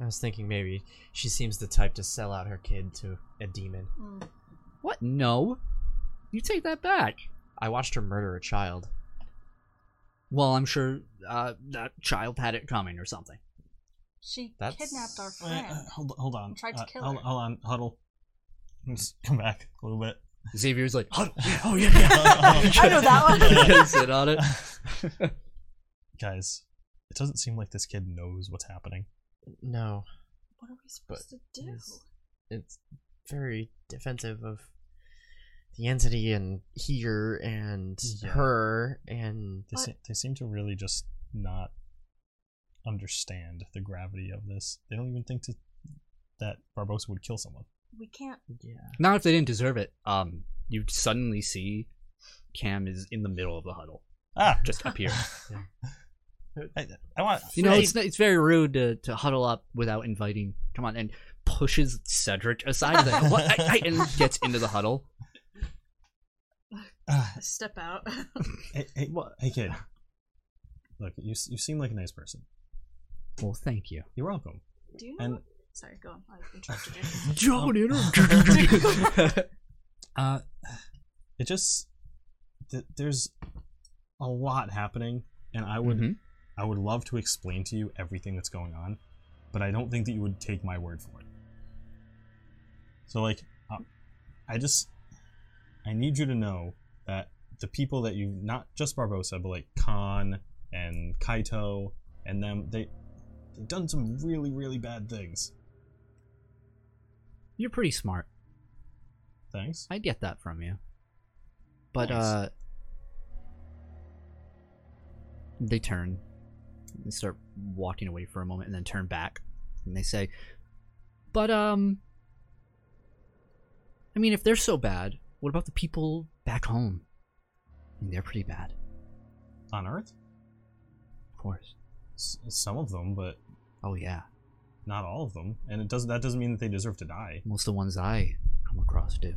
I was thinking maybe she seems the type to sell out her kid to a demon. Mm. What? No. You take that back. I watched her murder a child. Well, I'm sure uh, that child had it coming or something. She That's- kidnapped our Wait, friend. uh, hold, hold on. And tried to Uh, kill hold, her. hold on, huddle. Just come back a little bit. Xavier's like, (laughs) oh, yeah, oh yeah, (laughs) yeah. (laughs) I know that one. Couldn't (laughs) sit on it. Guys, it doesn't seem like this kid knows what's happening. No, What are we supposed to do? yes. it's very defensive of the entity and here and Yeah. her and They, se- they seem to really just not understand the gravity of this. They don't even think to, that Barbosa would kill someone. We can't. yeah. Not if they didn't deserve it. Um, you suddenly see Cam is in the middle of the huddle, Ah, just up here. I, I want. You know, it's it's very rude to, to huddle up without inviting. Come on, and pushes Cedric aside. He's Like, what? I, I, and gets into the huddle. Ah, uh, Step out. (laughs) hey, hey, hey, kid. Look, you s- you seem like a nice person. Well, thank you. You're welcome. do you know? And what- Sorry, go on. I interrupted (laughs) you. Don't Um, (laughs) (laughs) interrupt. Uh, it just th- there's a lot happening, and I would Mhm. I would love to explain to you everything that's going on, but I don't think that you would take my word for it. So like, uh, I just I need you to know that the people that you not just Barbosa, but like Khan and Kaito and them they They've done some really, really bad things. You're pretty smart. Thanks. I get that from you. But Nice. uh they turn and start walking away for a moment and then turn back and they say, "But um I mean, if they're so bad, what about the people back home? I mean, they're pretty bad, On Earth? of course. S- some of them, but Oh yeah, not all of them. And it doesn't. That doesn't mean that they deserve to die. most of the ones I come across do.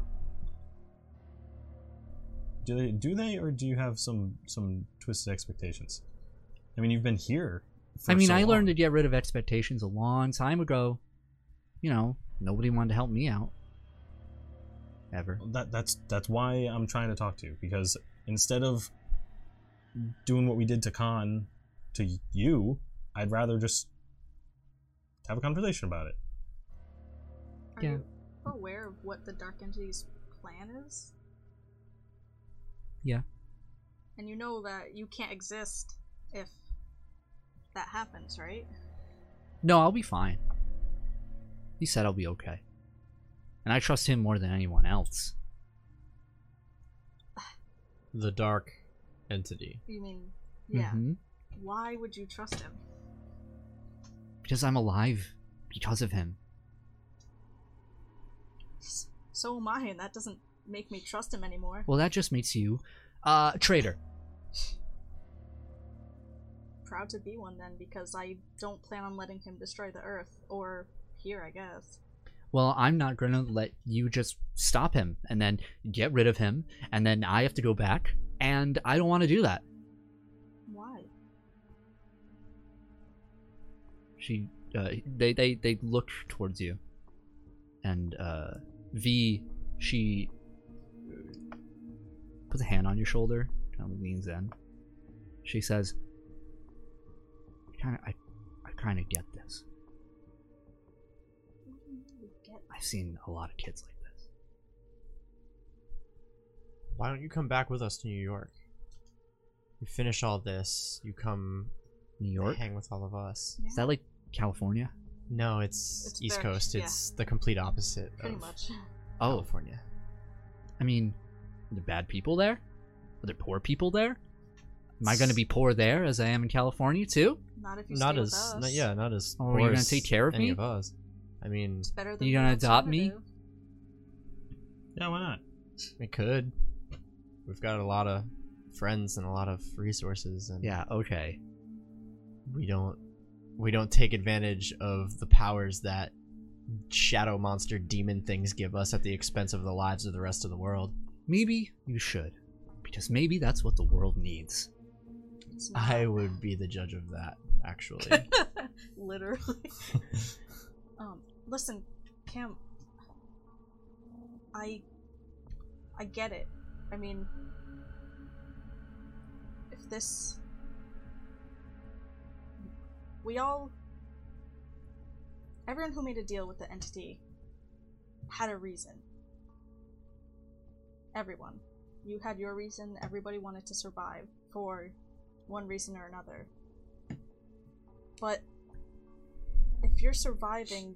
Do they? Do they? Or do you have some some twisted expectations? I mean, you've been here. For I mean, so I learned to long. get rid of expectations a long time ago. You know, nobody wanted to help me out. Ever. that that's that's why I'm trying to talk to you because instead of doing what we did to Khan to you, I'd rather just have a conversation about it. Are Yeah. you aware of what the Dark Entity's plan is? Yeah. And you know that you can't exist if that happens, right? No, I'll be fine. He said I'll be okay. And I trust him more than anyone else. The dark entity. You mean, yeah. Mhm. Why would you trust him? Because I'm alive because of him. So am I, and that doesn't make me trust him anymore. Well, that just makes you uh, a traitor. Proud to be one then, because I don't plan on letting him destroy the Earth, or here, I guess. Well, I'm not going to let you just stop him and then get rid of him, and then I have to go back, and I don't want to do that. Why? she uh, they, they they look towards you and uh v she uh, puts a hand on your shoulder kind of leans in she says i kind of i, I kind of get this You get i've seen a lot of kids like this Why don't you come back with us to New York? You finish all this, you come new york hang with all of us. is that like california No, it's, It's East very- Coast. yeah. It's the complete opposite pretty of much. (laughs) oh California. i mean are there bad people there are there poor people there am i going to be poor there as i am in california too Not if you Not stay as with us. not, yeah, not as Oh, poor you're gonna as take care of any me? of us. I mean, It's better than You the gonna adopt me? alternative. Yeah, why not? we could. We've got a lot of friends and a lot of resources and yeah okay we don't we don't take advantage of the powers that shadow monster demon things give us at the expense of the lives of the rest of the world. maybe you should because maybe that's what the world needs It's not. I would be the judge of that, (laughs) actually. (laughs) Literally. um, listen, Cam. I. I get it. I mean, if this. We all. Everyone who made a deal with the entity had a reason. Everyone. You had your reason, everybody wanted to survive for one reason or another. But if you're surviving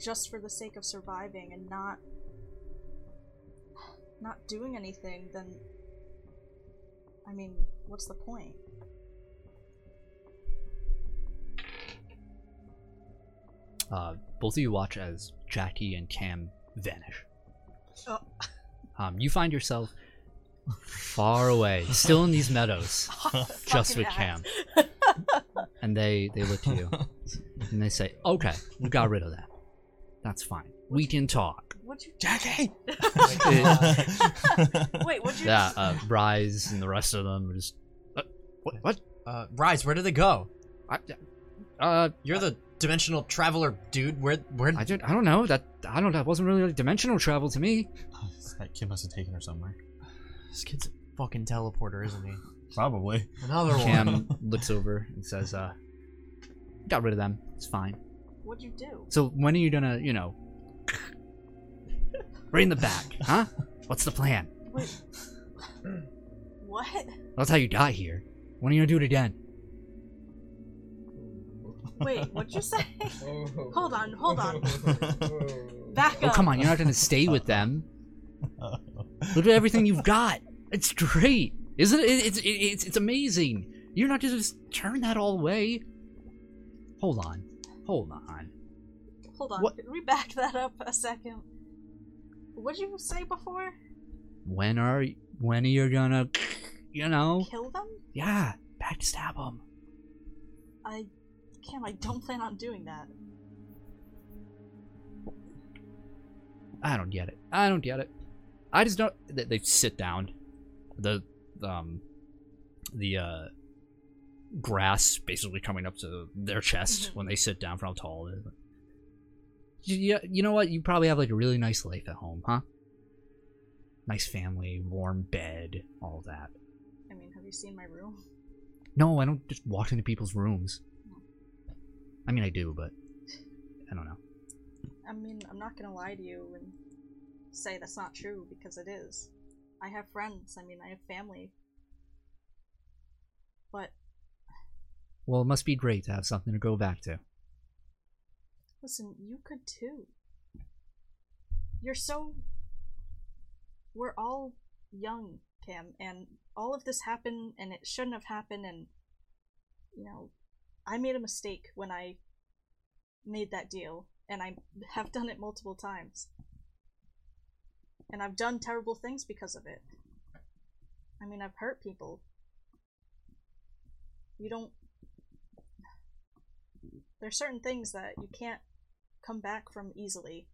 just for the sake of surviving and not not doing anything then i mean what's the point Uh, both of you watch as Jackie and Cam vanish. Oh. Um, you find yourself far away, still in these (laughs) meadows, (laughs) just Fucking with Cam, ass. (laughs) and they they look to (laughs) you and they say, "Okay, we got rid of that. That's fine. We can talk." what'd you Jackie. wait what'd you Yeah, uh, Rise and the rest of them are just, uh, what? What? uh, Rise, where did they go? I, uh, You're the dimensional traveler, dude. Where where I don't, I don't know. That I don't. That wasn't really like dimensional travel to me. that Oh, kid must have taken her somewhere. this kid's a fucking teleporter, isn't he? (laughs) Probably. Another (laughs) one. Cam looks over and says, "Uh, got rid of them. It's fine." what'd you do So when are you gonna, you know, right in the back, huh? What's the plan? wait (laughs) what That's how you got here. When are you gonna do it again? Wait, what'd you say? Oh. Hold on, hold on. Oh. Back Oh, up. come on, you're not going to stay with them. Look at everything you've got. It's great, isn't it? It- It's it- it's it's amazing. You're not gonna just turn that all away. Hold on, hold on. Hold on. What- Can we back that up a second? What'd you say before? When are y- when are you gonna, you know? Kill them? Yeah, backstab them. I Cam, I don't plan on doing that. I don't get it. I don't get it. I just don't. They, they sit down. The um, the uh, grass basically coming up to their chest Mhm. when they sit down from how tall it is. You, you know what? You probably have like a really nice life at home, huh? Nice family, warm bed, all that. I mean, have you seen my room? No, I don't just walk into people's rooms. I mean, I do, but I don't know. I mean, I'm not gonna lie to you and say that's not true because it is. I have friends. I mean, I have family. But Well, it must be great to have something to go back to. listen, you could too. You're so. We're all young, Cam, and all of this happened and it shouldn't have happened, and. You know, I made a mistake when I made that deal, and I have done it multiple times. And I've done terrible things because of it. I mean, I've hurt people. You don't there's certain things that you can't come back from easily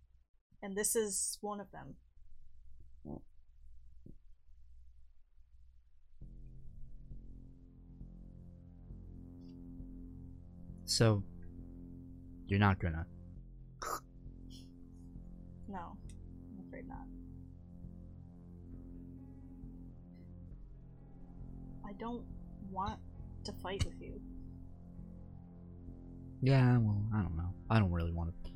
and this is one of them So, you're not gonna. no i'm afraid not i don't want to fight with you Yeah, well, I don't know. I don't really want to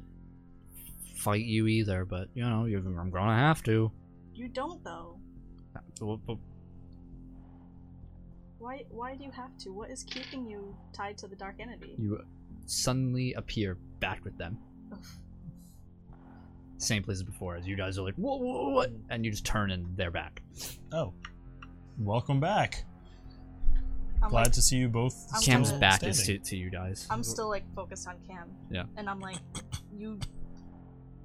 fight you either, but you know, you're, I'm gonna have to. you don't though Well, but why why do you have to what is keeping you tied to the dark entity You suddenly appear back with them. Same place as before, as you guys are like, whoa, whoa, whoa, what? And you just turn and they're back. Oh, welcome back. i'm Glad like, to see you both. I'm Cam's still back is to, standing. to you guys. i'm still like focused on cam Yeah. and i'm like you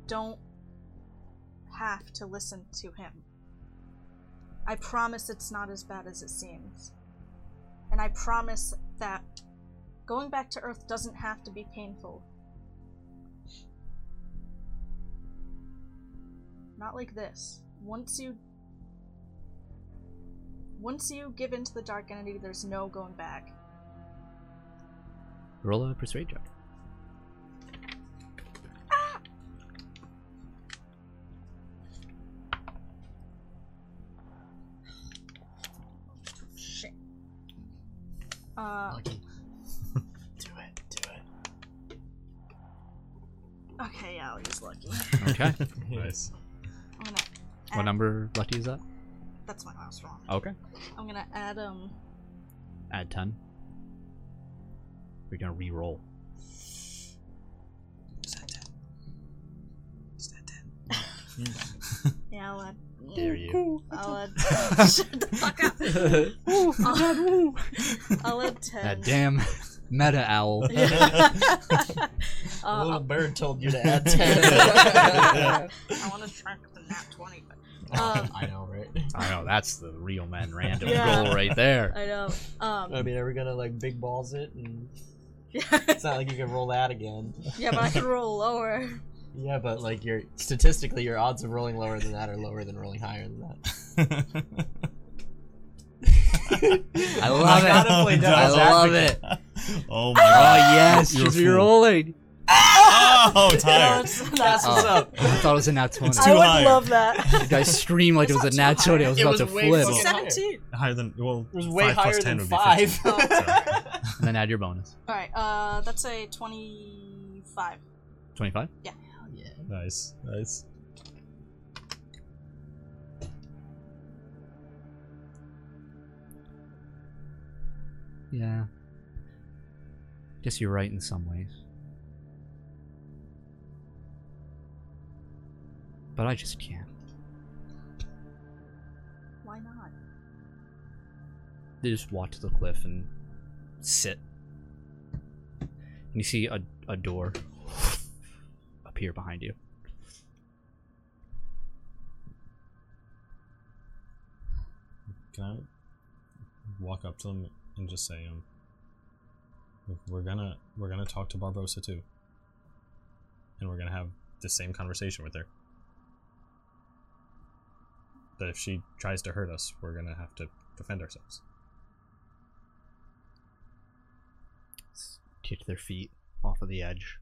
don't have to listen to him. I promise it's not as bad as it seems. And I promise that going back to Earth doesn't have to be painful. Not like this. Once you. Once you give in to the dark entity, there's no going back. Roll a persuade check. (laughs) Shit. Uh, Do it, do it. okay, yeah, I'll use lucky. Okay. Nice. I'm gonna. what add- number lucky is that? That's my last one. Okay. I'm gonna add um Add 10. We're gonna re roll. Yeah, I'll add. Dare you. I'll add. (laughs) Shut the fuck up. I'll, (laughs) I'll add ten. That (laughs) damn meta owl. Yeah. (laughs) A uh, little bird told you to add 10. (laughs) I want to track the nat twenty, but um, I know, right? I know, that's the real (laughs) man random Yeah. roll right there. I know. I Um, (laughs) mean, are we gonna like big balls it? And yeah, it's not like you can roll that again. (laughs) but I can roll lower. Yeah, but like your statistically, your odds of rolling lower than that are lower than rolling higher than (laughs) (laughs) that. (laughs) I love it. gotta play I devil's love it. Oh Oh, my yes. You're a She's fool. re rolling. god. (laughs) Oh, (laughs) tired. That's, Oh. what's up. I thought it was a nat 20. too I would high. love that. You (laughs) guys scream like it was a It's nat not too 20. I was high. about It to was way flip. fucking- Seventeen. Higher than well, It was way five higher plus ten than would five. be 15. (laughs) So, And then add your bonus. All right. Uh, that's a twenty-five. 25? Yeah. nice, nice. Yeah. Guess you're right in some ways. But I just can't. Why not? They just walk to the cliff and sit. And you see a, a door appear behind you. Can I walk up to them and just say, um, "Look, we're gonna we're gonna talk to Barbosa too, and we're gonna have the same conversation with her. That if she tries to hurt us, we're gonna have to defend ourselves. Kick their feet off of the edge.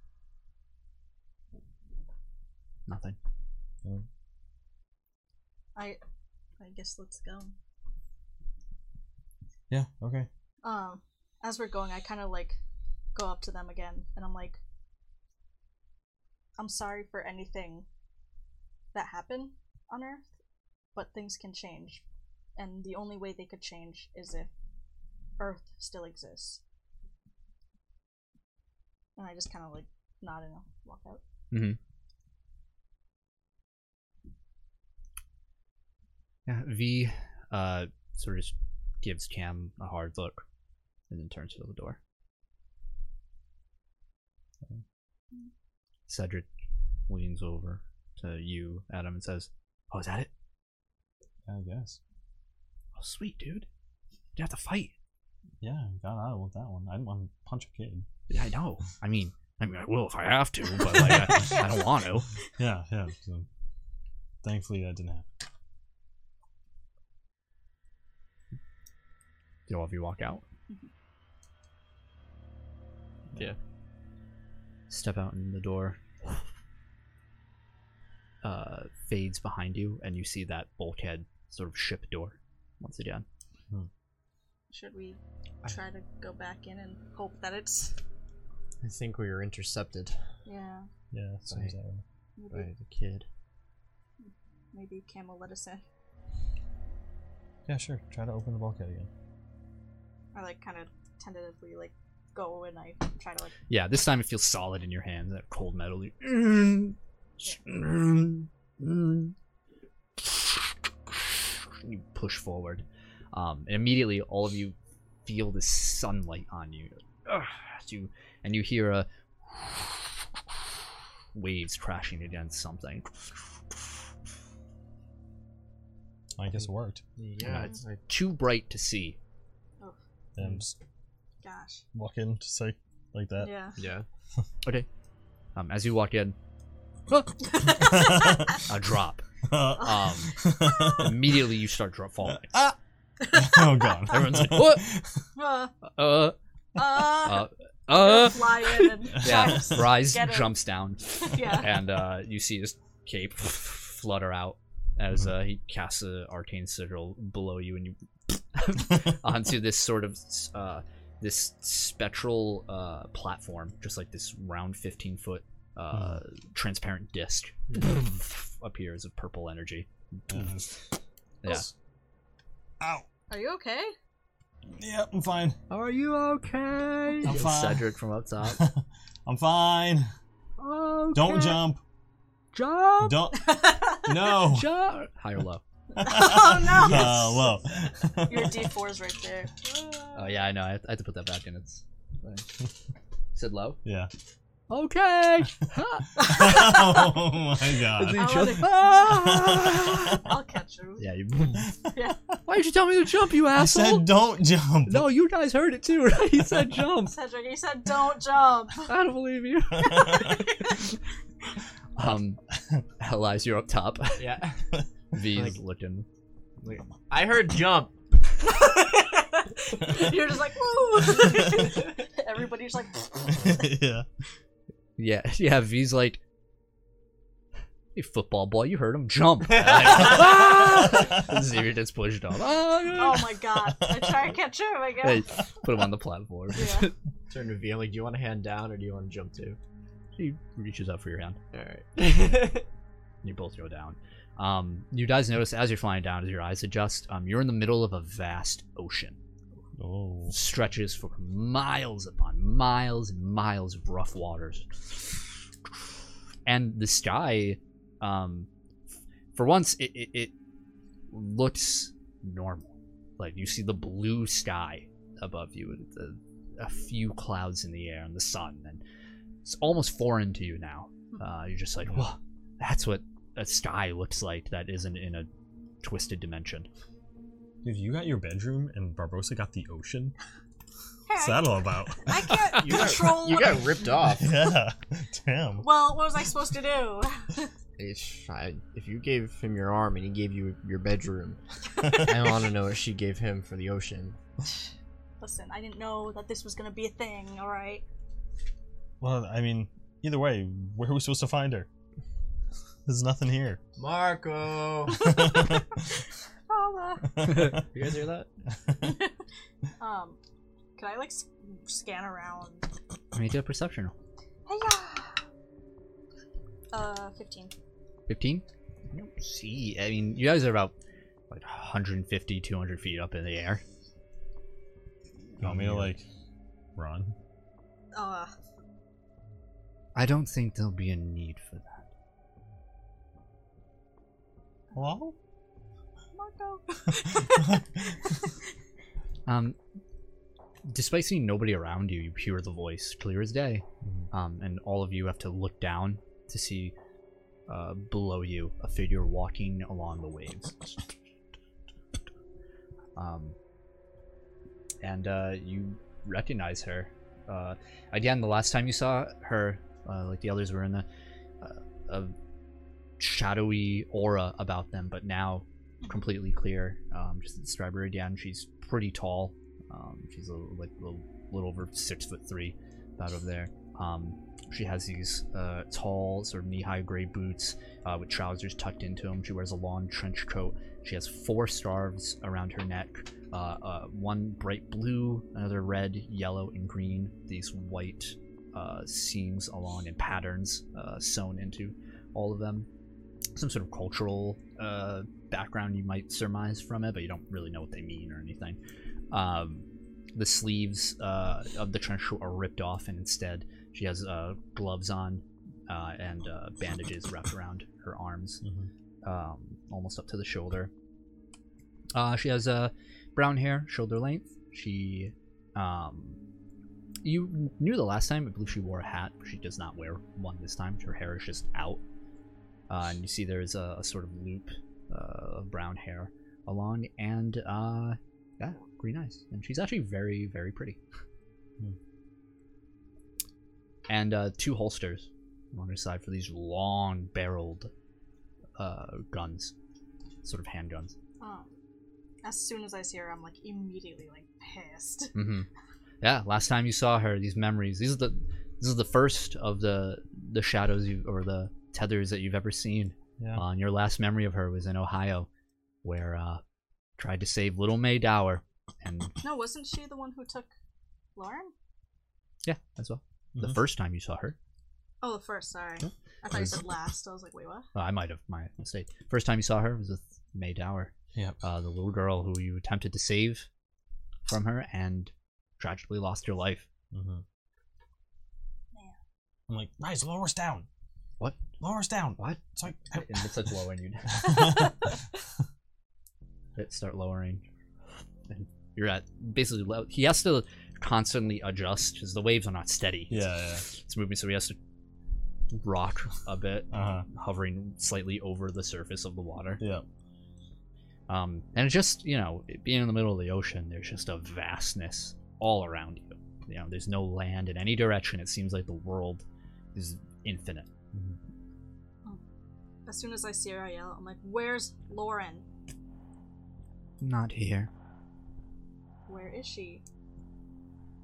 Nothing. I, I guess let's go. Yeah. Okay. Um, as we're going, I kind of like go up to them again, and I'm like, I'm sorry for anything that happened on Earth, but things can change, and the only way they could change is if Earth still exists. And I just kind of like nod and walk out. Yeah, V uh, sort of just gives Cam a hard look and then turns to the door. Cedric leans over to you, Adam, and says, Oh, is that it? I guess. Oh, sweet, dude. You have to fight. Yeah. I Got out with that one. I didn't want to punch a kid. Yeah, I know. I mean, I mean, I will if I have to, but like, (laughs) I, I don't want to. Yeah. Yeah. So, thankfully, that didn't happen. Did all of you walk out? Yeah. Step out in the door. Uh, fades behind you, and you see that bulkhead sort of ship door once again. Should we try to go back in and hope that it's I think we were intercepted yeah? Yeah. That seems that way. Maybe, by the kid. maybe Cam will let us in. Yeah. Sure. Try to open the bulkhead again. I like kind of tentatively like go and I try to like Yeah, this time it feels solid in your hand. That cold metal. You... You push forward, um, and immediately all of you feel the sunlight on you. Ugh, as you and you hear a waves crashing against something. I guess it worked. Yeah, it's like Too bright to see. And Mm. I'm just gosh walk in, just like like that. yeah. (laughs) yeah. Okay. Um, as you walk in, a drop. (laughs) Um, immediately you start drop falling. (laughs) oh god. (laughs) Everyone's like, "What?" Uh, Uh, uh, uh, uh. fly in and (laughs) Yeah, try to- Rise Get him. jumps down, yeah. and uh, you see his cape flutter out as Mm-hmm. uh, he casts an arcane sigil below you, (laughs) and you (laughs) onto this sort of uh, this spectral uh, platform, just like this round fifteen foot uh, Mm-hmm. transparent (laughs) disc appears of purple energy. Yeah. Ow. Are you okay? Yeah, I'm fine. Are you (laughs) okay? I'm fine. Cedric from up (laughs) top. I'm fine. okay. Don't jump. Jump. Don't. No. (laughs) (laughs) Jump. High or low? Oh no! Uh, low. Your D4 is right (laughs) there. Oh yeah, I know. I have I have to put that back in. It's (laughs) said low. (laughs) yeah. (laughs) (laughs) Okay. oh my god. I'll, (laughs) let it- Ah! (laughs) I'll catch you. yeah. You, (laughs) Yeah. Why did you tell me to jump, you I asshole? said don't jump. no, you guys heard it too, (laughs) right? He said jump. Cedric, you said don't jump. I don't believe you. um, (laughs) Elias, you're up top. (laughs) Yeah. V is looking. I heard (laughs) jump. You're just like, (laughs) ooh. (laughs) Everybody's like, yeah. Yeah, (laughs) yeah. V's like, hey, football ball, you heard him jump. (laughs) Xavier just pushed (laughs) off. oh my god. I try to catch him, I guess. Hey, put him on the platform. Yeah. (laughs) Turn to V. I'm like, do you want to hand down or do you want to jump to? He reaches out for your hand. All (laughs) right. you both go down. Um, you guys notice as you're flying down, as your eyes adjust, um, you're in the middle of a vast ocean. Oh. stretches for miles upon miles and miles of rough waters. And the sky, um, for once, it, it, it looks normal. Like you see the blue sky above you, and the, a few clouds in the air, and the sun, and it's almost foreign to you now. Uh, you're just like, whoa, that's what a sky looks like that isn't in a twisted dimension. Dude, you got your bedroom and Barbosa got the ocean. What's that all about? I (laughs) can't You got- control. You what I- got ripped off. yeah. Damn. (laughs) well, what was I supposed to do? (laughs) Ish, I- If you gave him your arm and he gave you your bedroom, I want to know what she gave him for the ocean. Listen, I didn't know that this was gonna be a thing. All right. Well, I mean, either way, where are we supposed to find her? There's nothing (laughs) here. Marco. Holla. You guys hear that? (laughs) Um, can I like s- scan around? Let me do a perception roll. Hiya. Uh, fifteen. 15 you don't see i mean you guys are about like 150 200 feet up in the air you want me to like run? Uh, i don't think there'll be a need for that (laughs) Hello? Marco. um despite seeing nobody around you you hear the voice clear as day um and all of you have to look down to see uh, below you a figure walking along the waves um and uh you recognize her uh again the last time you saw her uh, like the others were in the uh, a shadowy aura about them but now completely clear um just to describe her again she's pretty tall um she's a, little- like a little, little over six foot three out of there um she has these uh, tall, sort of knee-high gray boots uh, with trousers tucked into them. She wears a long trench coat. She has four stars around her neck: uh, uh, one bright blue, another red, yellow, and green. These white uh, seams along and patterns uh, sewn into all of them. Some sort of cultural uh, background you might surmise from it, but you don't really know what they mean or anything. Um, the sleeves uh, of the trench coat are ripped off, and instead she has uh, gloves on uh, and uh, bandages wrapped around her arms, Mhm. um, almost up to the shoulder. Uh, she has uh, brown hair, shoulder length. She, um, you knew the last time. I believe she wore a hat. She does not wear one this time. Her hair is just out, uh, and you see there is a, a sort of loop uh, of brown hair along, and uh, yeah, green eyes. And she's actually very, very pretty and uh, two holsters on her side for these long barreled uh, guns, sort of handguns. um, as soon as I see her, I'm like immediately like pissed. Mm-hmm. Yeah, last time you saw her, these memories. These are the this is the first of the the shadows you or the tethers that you've ever seen. Yeah. Uh, and your last memory of her was in Ohio, where uh, tried to save little May Dower, and No, wasn't she the one who took Lauren? yeah, as well. The Mhm. first time you saw her, Oh, the first. Sorry, I thought you said last. I was like, wait, what? oh, I might have my mistake. First time you saw her was with May Dower. Yep. uh, the little girl who you attempted to save from her and tragically lost your life. Mm-hmm. Yeah. I'm like, Rise, lower us down. What? Lower us down. What? It's like, (laughs) And it's such low and you it start lowering. And you're at basically low. He has to constantly adjust because the waves are not steady. yeah, yeah. It's moving, so he has to rock a bit, Uh-huh. hovering slightly over the surface of the water. Yeah. Um, and it's just, you know, it being in the middle of the ocean, there's just a vastness all around you. You know, there's no land in any direction. It seems like the world is infinite. Oh. As soon as I see her, I yell. I'm like, where's Lauren? Not here. Where is she?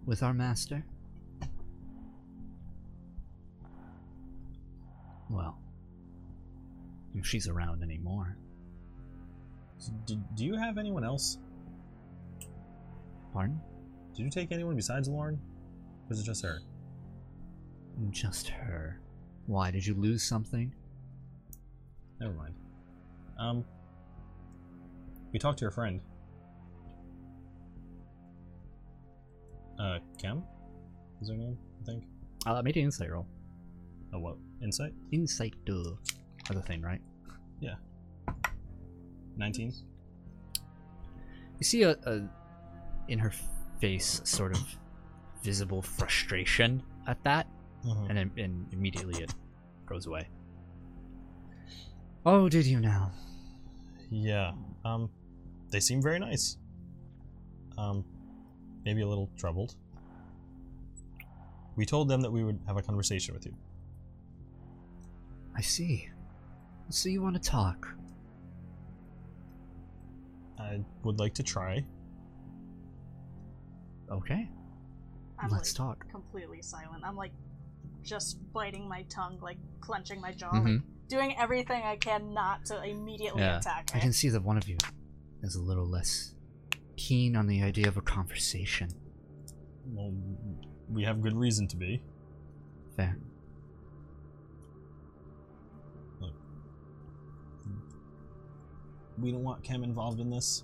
With our master? Well, if she's around anymore. So do, do you have anyone else? Pardon? Did you take anyone besides Lauren? Or is it just her? Just her. Why? Did you lose something? Never mind. Um, we talked to your friend. Uh, Kem? Is her name, I think? Uh, make an insight roll. Oh, what? Insight? Insight, duh. Other thing, right? 19? You see a, a in her face sort of visible frustration at that, Uh-huh. and, im- and immediately it goes away. Oh, did you now? Yeah. Um, they seem very nice. Um, maybe a little troubled. We told them that we would have a conversation with you. I see. So you want to talk? I would like to try. Okay, I'm let's like, talk. completely silent. I'm like just biting my tongue, like clenching my jaw, Mhm. like doing everything I can not to immediately Yeah, attack. I her. can see that one of you is a little less keen on the idea of a conversation. Well, we have good reason to be. Fair. We don't want Kem involved in this.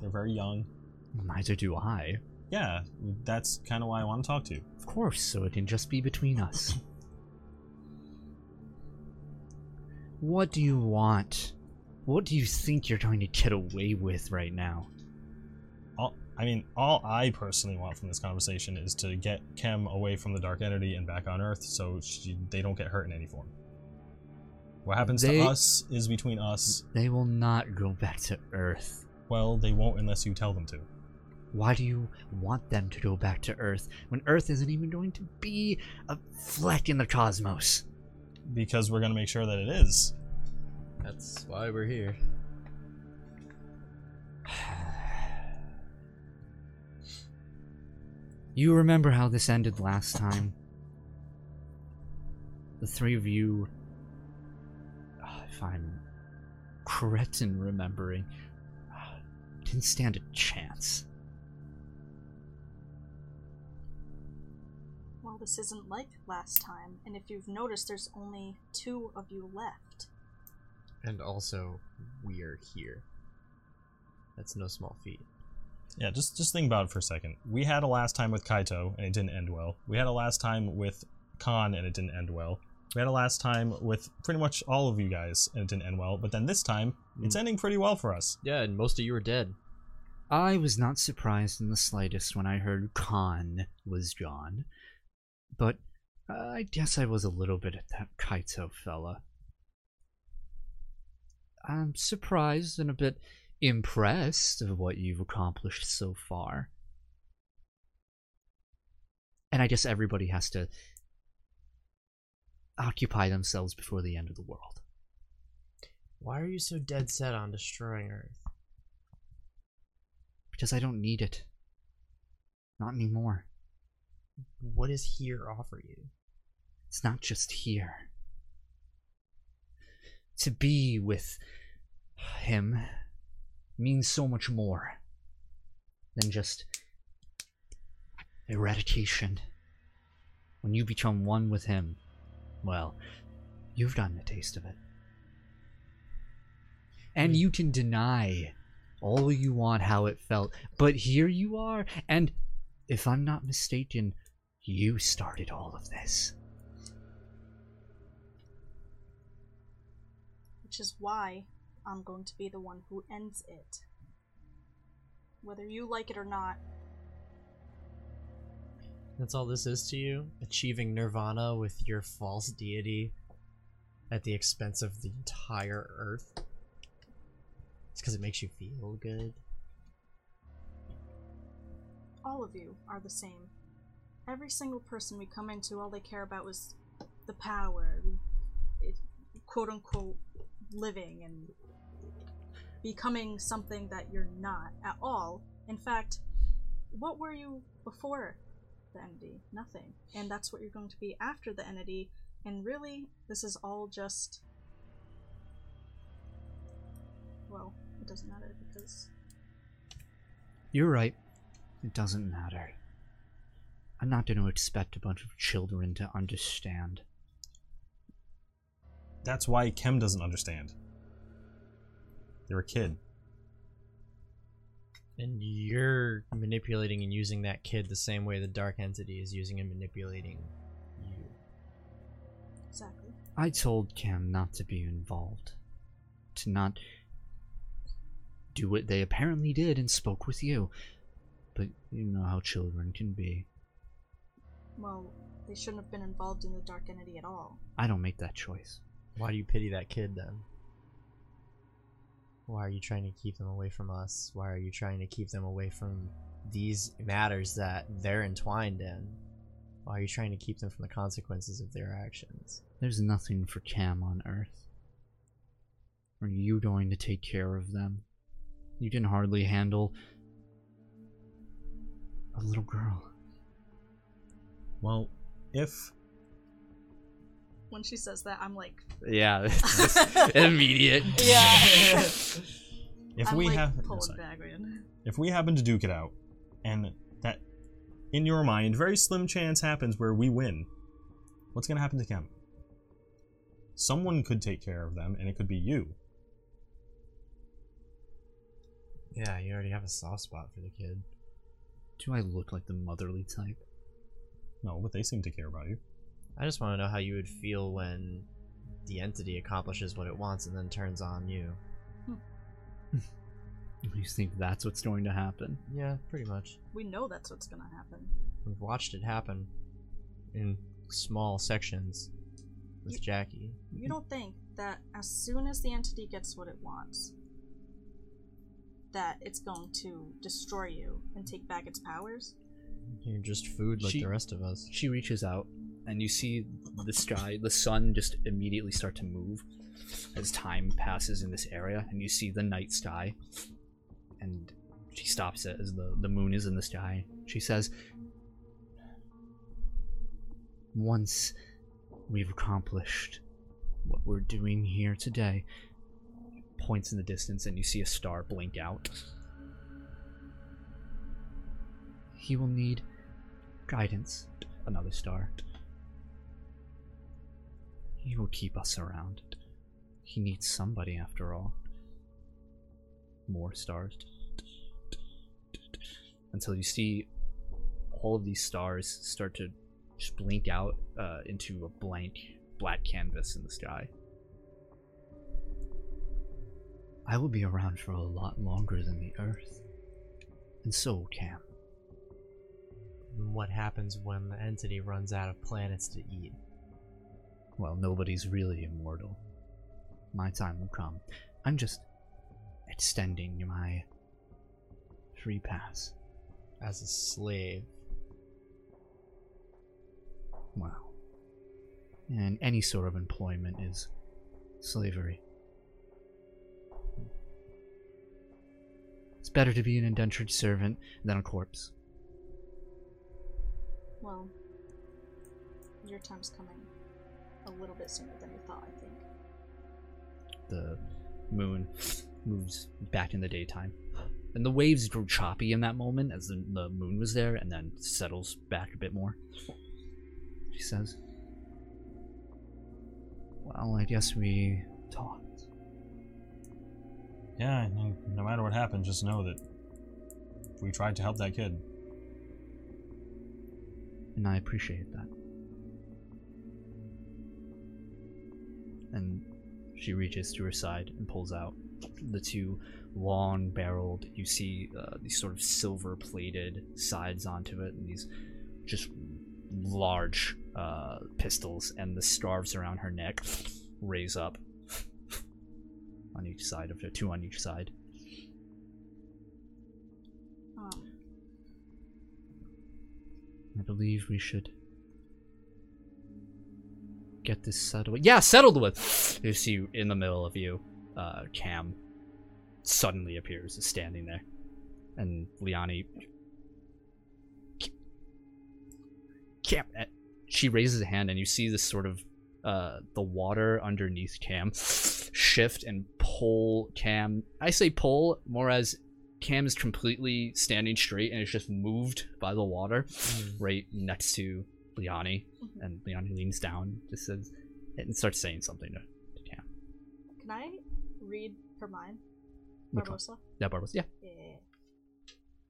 They're very young. Neither do I. Yeah, that's kind of why I want to talk to you. Of course, so it can just be between us. what do you want? What do you think you're going to get away with right now? All, I mean, all I personally want from this conversation is to get Kem away from the dark entity and back on Earth, so she, they don't get hurt in any form. What happens They- to us is between us. They will not go back to Earth. Well, they won't unless you tell them to. Why do you want them to go back to Earth when Earth isn't even going to be a fleck in the cosmos? (sighs) Because we're gonna make sure that it is. That's why we're here. You remember how this ended last time? The three of you. (sighs) Ah, If I'm correct in remembering, (sighs) ah, didn't stand a chance. Well, this isn't like last time, and if you've noticed, there's only two of you left. And also, we're here. That's no small feat. Yeah, just just think about it for a second. We had a last time with Kaito, and it didn't end well. We had a last time with Khan, and it didn't end well. We had a last time with pretty much all of you guys, and it didn't end well. But then this time, it's ending pretty well for us. Yeah, and most of you are dead. I was not surprised in the slightest when I heard Khan was gone, but I guess I was a little bit at that Kaito fella. I'm surprised and a bit impressed of what you've accomplished so far. And I guess everybody has to occupy themselves before the end of the world. Why are you so dead set on destroying Earth? Because I don't need it. Not anymore. What does here offer you? It's not just here. To be with him means so much more than just eradication. When you become one with him, well, you've gotten a taste of it. And you can deny all you want how it felt, but here you are, and if I'm not mistaken, you started all of this. Which is why I'm going to be the one who ends it. Whether you like it or not, That's all this is to you? Achieving nirvana with your false deity at the expense of the entire earth? It's because it makes you feel good. all of you are the same. Every single person we come into, all they care about is the power, it, quote unquote, living and becoming something that you're not at all. In fact, what were you before the entity? Nothing. And that's what you're going to be after the entity. And really, this is all just. Well, it doesn't matter because. You're right. It doesn't matter. I'm not going to expect a bunch of children to understand. That's why Kem doesn't understand. You're a kid. And you're manipulating and using that kid the same way the dark entity is using and manipulating you. Exactly. I told Cam not to be involved, to not do what they apparently did and spoke with you. But you know how children can be. Well, they shouldn't have been involved in the dark entity at all. I don't make that choice. Why do you pity that kid then? Why are you trying to keep them away from us? Why are you trying to keep them away from these matters that they're entwined in? Why are you trying to keep them from the consequences of their actions? There's nothing for Cam on Earth. Are you going to take care of them? You can hardly handle a little girl. Well, if When she says that, I'm like, (laughs) Yeah, immediate. yeah. if I'm we like have no, pulling sorry. back, man. if we happen to duke it out, and that in your mind very slim chance happens where we win, what's gonna happen to Kem? Someone could take care of them, and it could be you. Yeah, you already have a soft spot for the kid. Do I look like the motherly type? No, but they seem to care about you. I just want to know how you would feel when the entity accomplishes what it wants and then turns on you. You think that's what's going to happen? Yeah, pretty much. We know that's what's gonna happen. We've watched it happen in small sections with Jackie. You don't think that as soon as the entity gets what it wants, that it's going to destroy you and take back its powers? You're just food like She- the rest of us. She reaches out, and you see the sky, the sun just immediately start to move as time passes in this area, and you see the night sky. And she stops it as the, the moon is in the sky. She says, Once we've accomplished what we're doing here today, points in the distance, and you see a star blink out. He will need guidance, another star. He will keep us around. He needs somebody after all. More stars. Until you see all of these stars start to just blink out uh, into a blank black canvas in the sky. I will be around for a lot longer than the Earth. And so will Cam. And What happens when the entity runs out of planets to eat? Well, nobody's really immortal. My time will come. I'm just extending my free pass. As a slave, Wow. And any sort of employment is slavery. It's better to be an indentured servant than a corpse. Well, your time's coming a little bit sooner than you thought, I think. The moon moves back in the daytime. And the waves grew choppy in that moment as the, the moon was there and then settles back a bit more. She says, Well, I guess we talked. Yeah, and no, no matter what happens, just know that we tried to help that kid. and I appreciate that. And she reaches to her side and pulls out the two long barreled, you see uh, these sort of silver plated sides onto it, and these just large uh, pistols, and the scarves around her neck raise up on each side of her, two on each side. Um, I believe we should get this settled. Yeah, settled with. You see, in the middle of you, uh, Cam suddenly appears, is standing there, and Liani. Cam, eh, she raises a hand, and you see this sort of uh, the water underneath Cam shift and pull Cam. I say pull more as Cam is completely standing straight and is just moved by the water right next to Liani. Mhm. And Liani leans down, just says, and starts saying something to, to Cam. can I read her mind? Which one? Barbosa? Yeah, Barba's. Yeah. Yeah.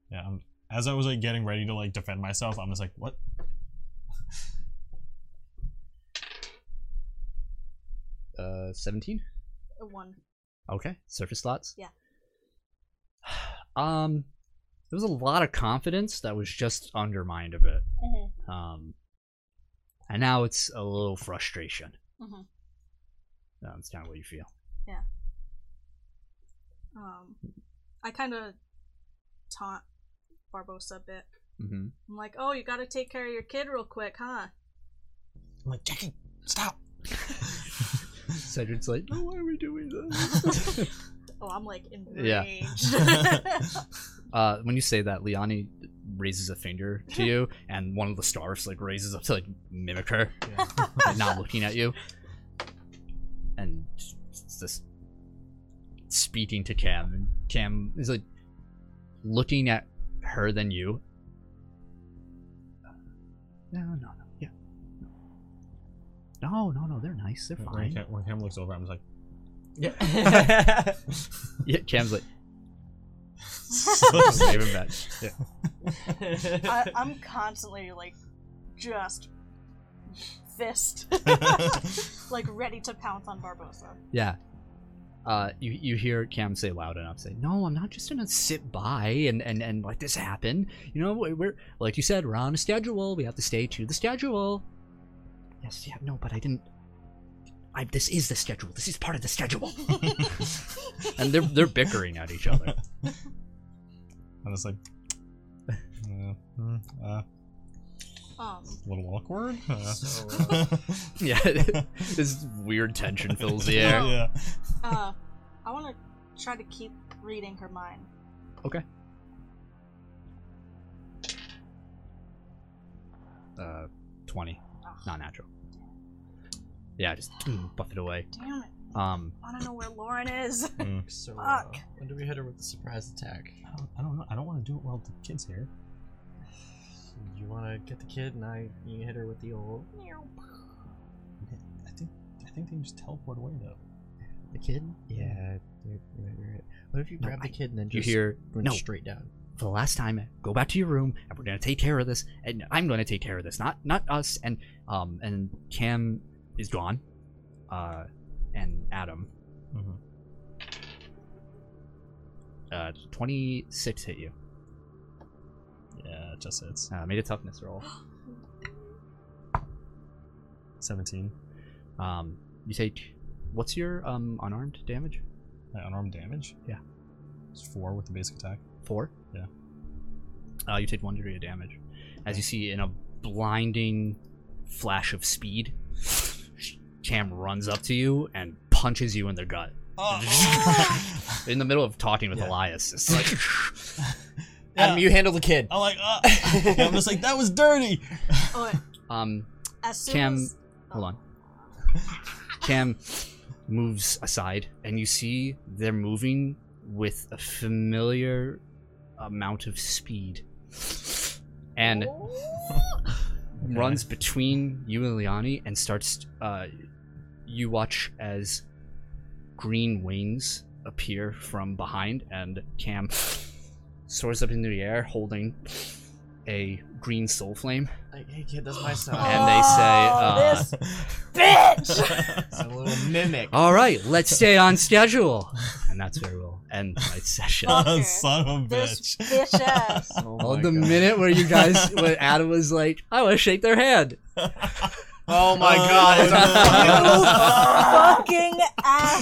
Yeah. I'm, as I was like getting ready to like defend myself, I'm just like, what? Uh, 17? A One. Okay, surface slots. Yeah. (sighs) Um, there was a lot of confidence that was just undermined a bit. Mhm. Um, and now it's a little frustration. Mhm. That's kind of what you feel. Um, I kind of taunt Barbosa a bit. Mm-hmm. I'm like, oh, you gotta take care of your kid real quick, huh? I'm like, Jackie, stop. (laughs) Cedric's like, no, why are we doing this? Oh, I'm like Yeah. (laughs) enraged. uh, when you say that, Liani raises a finger to you, and one of the stars like raises up to like mimic her, like, (laughs) not looking at you, and it's just speaking to Cam. And Cam is like looking at her than you. No, no, no, yeah. No, no, no, they're nice. They're When fine. Cam, when Cam looks over, I'm just (laughs) like, (laughs) Yeah. (laughs) Yeah, Cam's like, (laughs) so- waving back. Yeah. I, I'm constantly like just fist, (laughs) like ready to pounce on (laughs) Barbosa. Yeah. Uh, you, you hear Cam say loud enough, say, "No, I'm not just gonna sit by and, and, and let this happen. You know, we're, we're like you said, we're on a schedule. We have to stay to the schedule." Yes, yeah, no, but I didn't. I this is the schedule. This is part of the schedule. and they're they're bickering at each other. I'm just like, (laughs) uh, mm, uh, (laughs) Um, a little awkward. (laughs) Uh, So, yeah, (laughs) this weird tension fills the (laughs) air. yeah. uh, I want to try to keep reading her mind. Uh, twenty, not natural. Yeah, just (clears throat) buff it away. Damn it! Um, I want to know where Lauren (laughs) is. (laughs) so, uh, Fuck. when do we hit her with the surprise attack? I don't, I don't know. I don't want to do it while the kid's here. You want to get the kid, and I you hit her with the old. Oh, I think I think they just teleport away though. the kid? Yeah, Mm-hmm. you you might be right. What if you No, grab I- the kid and then you just hear went no straight (laughs) down? for the last time, go back to your room, and we're gonna take care of this, and I'm gonna take care of this, not not us. And um, and Cam is gone, uh, and Adam, Mhm. uh, 26 hit you. Yeah, it just hits. Uh, made a toughness roll. Seventeen. Um, you take what's your um unarmed damage? My unarmed damage. Yeah. It's four with the basic attack. Four. Yeah. Uh, you take one degree of damage, as you see in a blinding flash of speed. Cam runs up to you and punches you in the gut. Oh. in the middle of talking with Yeah. Elias. It's like, (laughs) Adam, you handle the Uh, kid. (laughs) I'm like, ah. Yeah, I'm just like, that was dirty. Oh, um, as soon Cam- as hold on. Cam moves aside, and you see they're moving with a familiar amount of speed, and runs between you and Liani and starts. Uh, you watch as green wings appear from behind, and Cam soars up into the air, holding a green soul flame. Like, hey kid, (laughs) that's my son. And they say, uh, this bitch. (laughs) It's a little mimic. (laughs) All right, let's stay on schedule. And that's where we'll end (laughs) my session. Oh, Ah, son of a This bitch. bitch (laughs) ass. Oh Oh, my the God. minute where you (laughs) guys, when Adam was like, I want to shake their (laughs) hand. Oh my Oh, god. it's no. a fucking- Oh,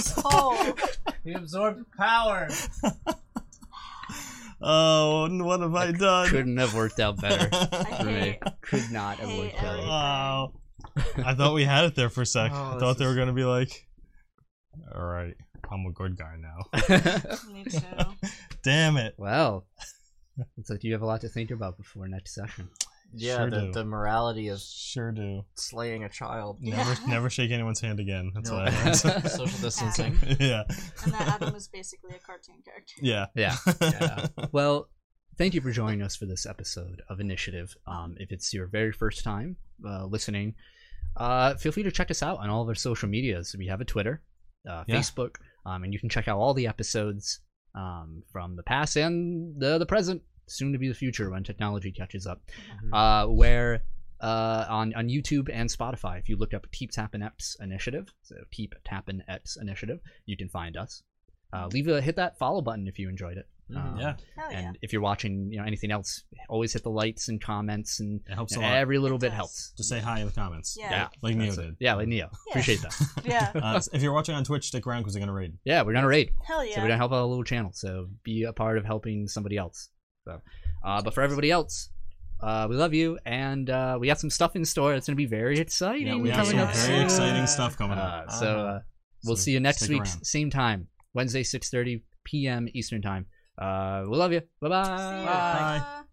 uh, (laughs) fucking asshole. He absorbed power. (laughs) Oh, what have I done? Couldn't have worked out (laughs) better I for me. hate, Could not have hate worked out. (laughs) everything. Wow. Oh. I thought we had it there for a sec. Oh, I this thought they is- were gonna be like, all right, I'm a good guy now. (laughs) Me too. Damn it. (laughs) Well, looks like you have a lot to think about before next session. Yeah, Sure the, do. the morality of Sure do. slaying a child. Never, Yeah. never shake anyone's hand again. That's No. what (laughs) I learned. Social distancing. (laughs) yeah, And that Adam is basically a cartoon character. (laughs) yeah, (laughs) Yeah. Yeah. Well, thank you for joining us for this episode of Initiative. Um, if it's your very first time uh, listening, uh, feel free to check us out on all of our social medias. We have a Twitter, uh, Yeah. Facebook, um, and you can check out all the episodes um, from the past and the, the present. soon to be the future when technology catches up. Mhm. Uh, where uh, on on YouTube and Spotify, if you look up Teep Tappin Eps Initiative, so Teep Tappin Eps Initiative, you can find us. Uh, leave a hit that follow button if you enjoyed it. Mm-hmm. Mhm. Um, Oh, Yeah, Hell yeah. And if you're watching, you know anything else, always hit the likes and comments, and it helps a lot. every little It bit does. helps. Just say hi in the comments. Yeah. Like Neo That's it. did. Yeah, like Neo. Yeah. Appreciate that. (laughs) Yeah. Uh, if you're watching on Twitch, stick around because we're gonna raid. Yeah, we're gonna raid. Hell yeah. So we're gonna help out a little channel. So be a part of helping somebody else. So, uh, but for everybody else, uh, we love you, and uh, we have some stuff in store that's gonna be very exciting. Yeah, we have coming some up very (laughs) soon. exciting stuff coming up. Uh, so uh, we'll Uh-huh. So see you next stick week, around. same time, Wednesday, six thirty p.m. Eastern time. Uh, we love you. Bye-bye. See ya. Bye. Bye.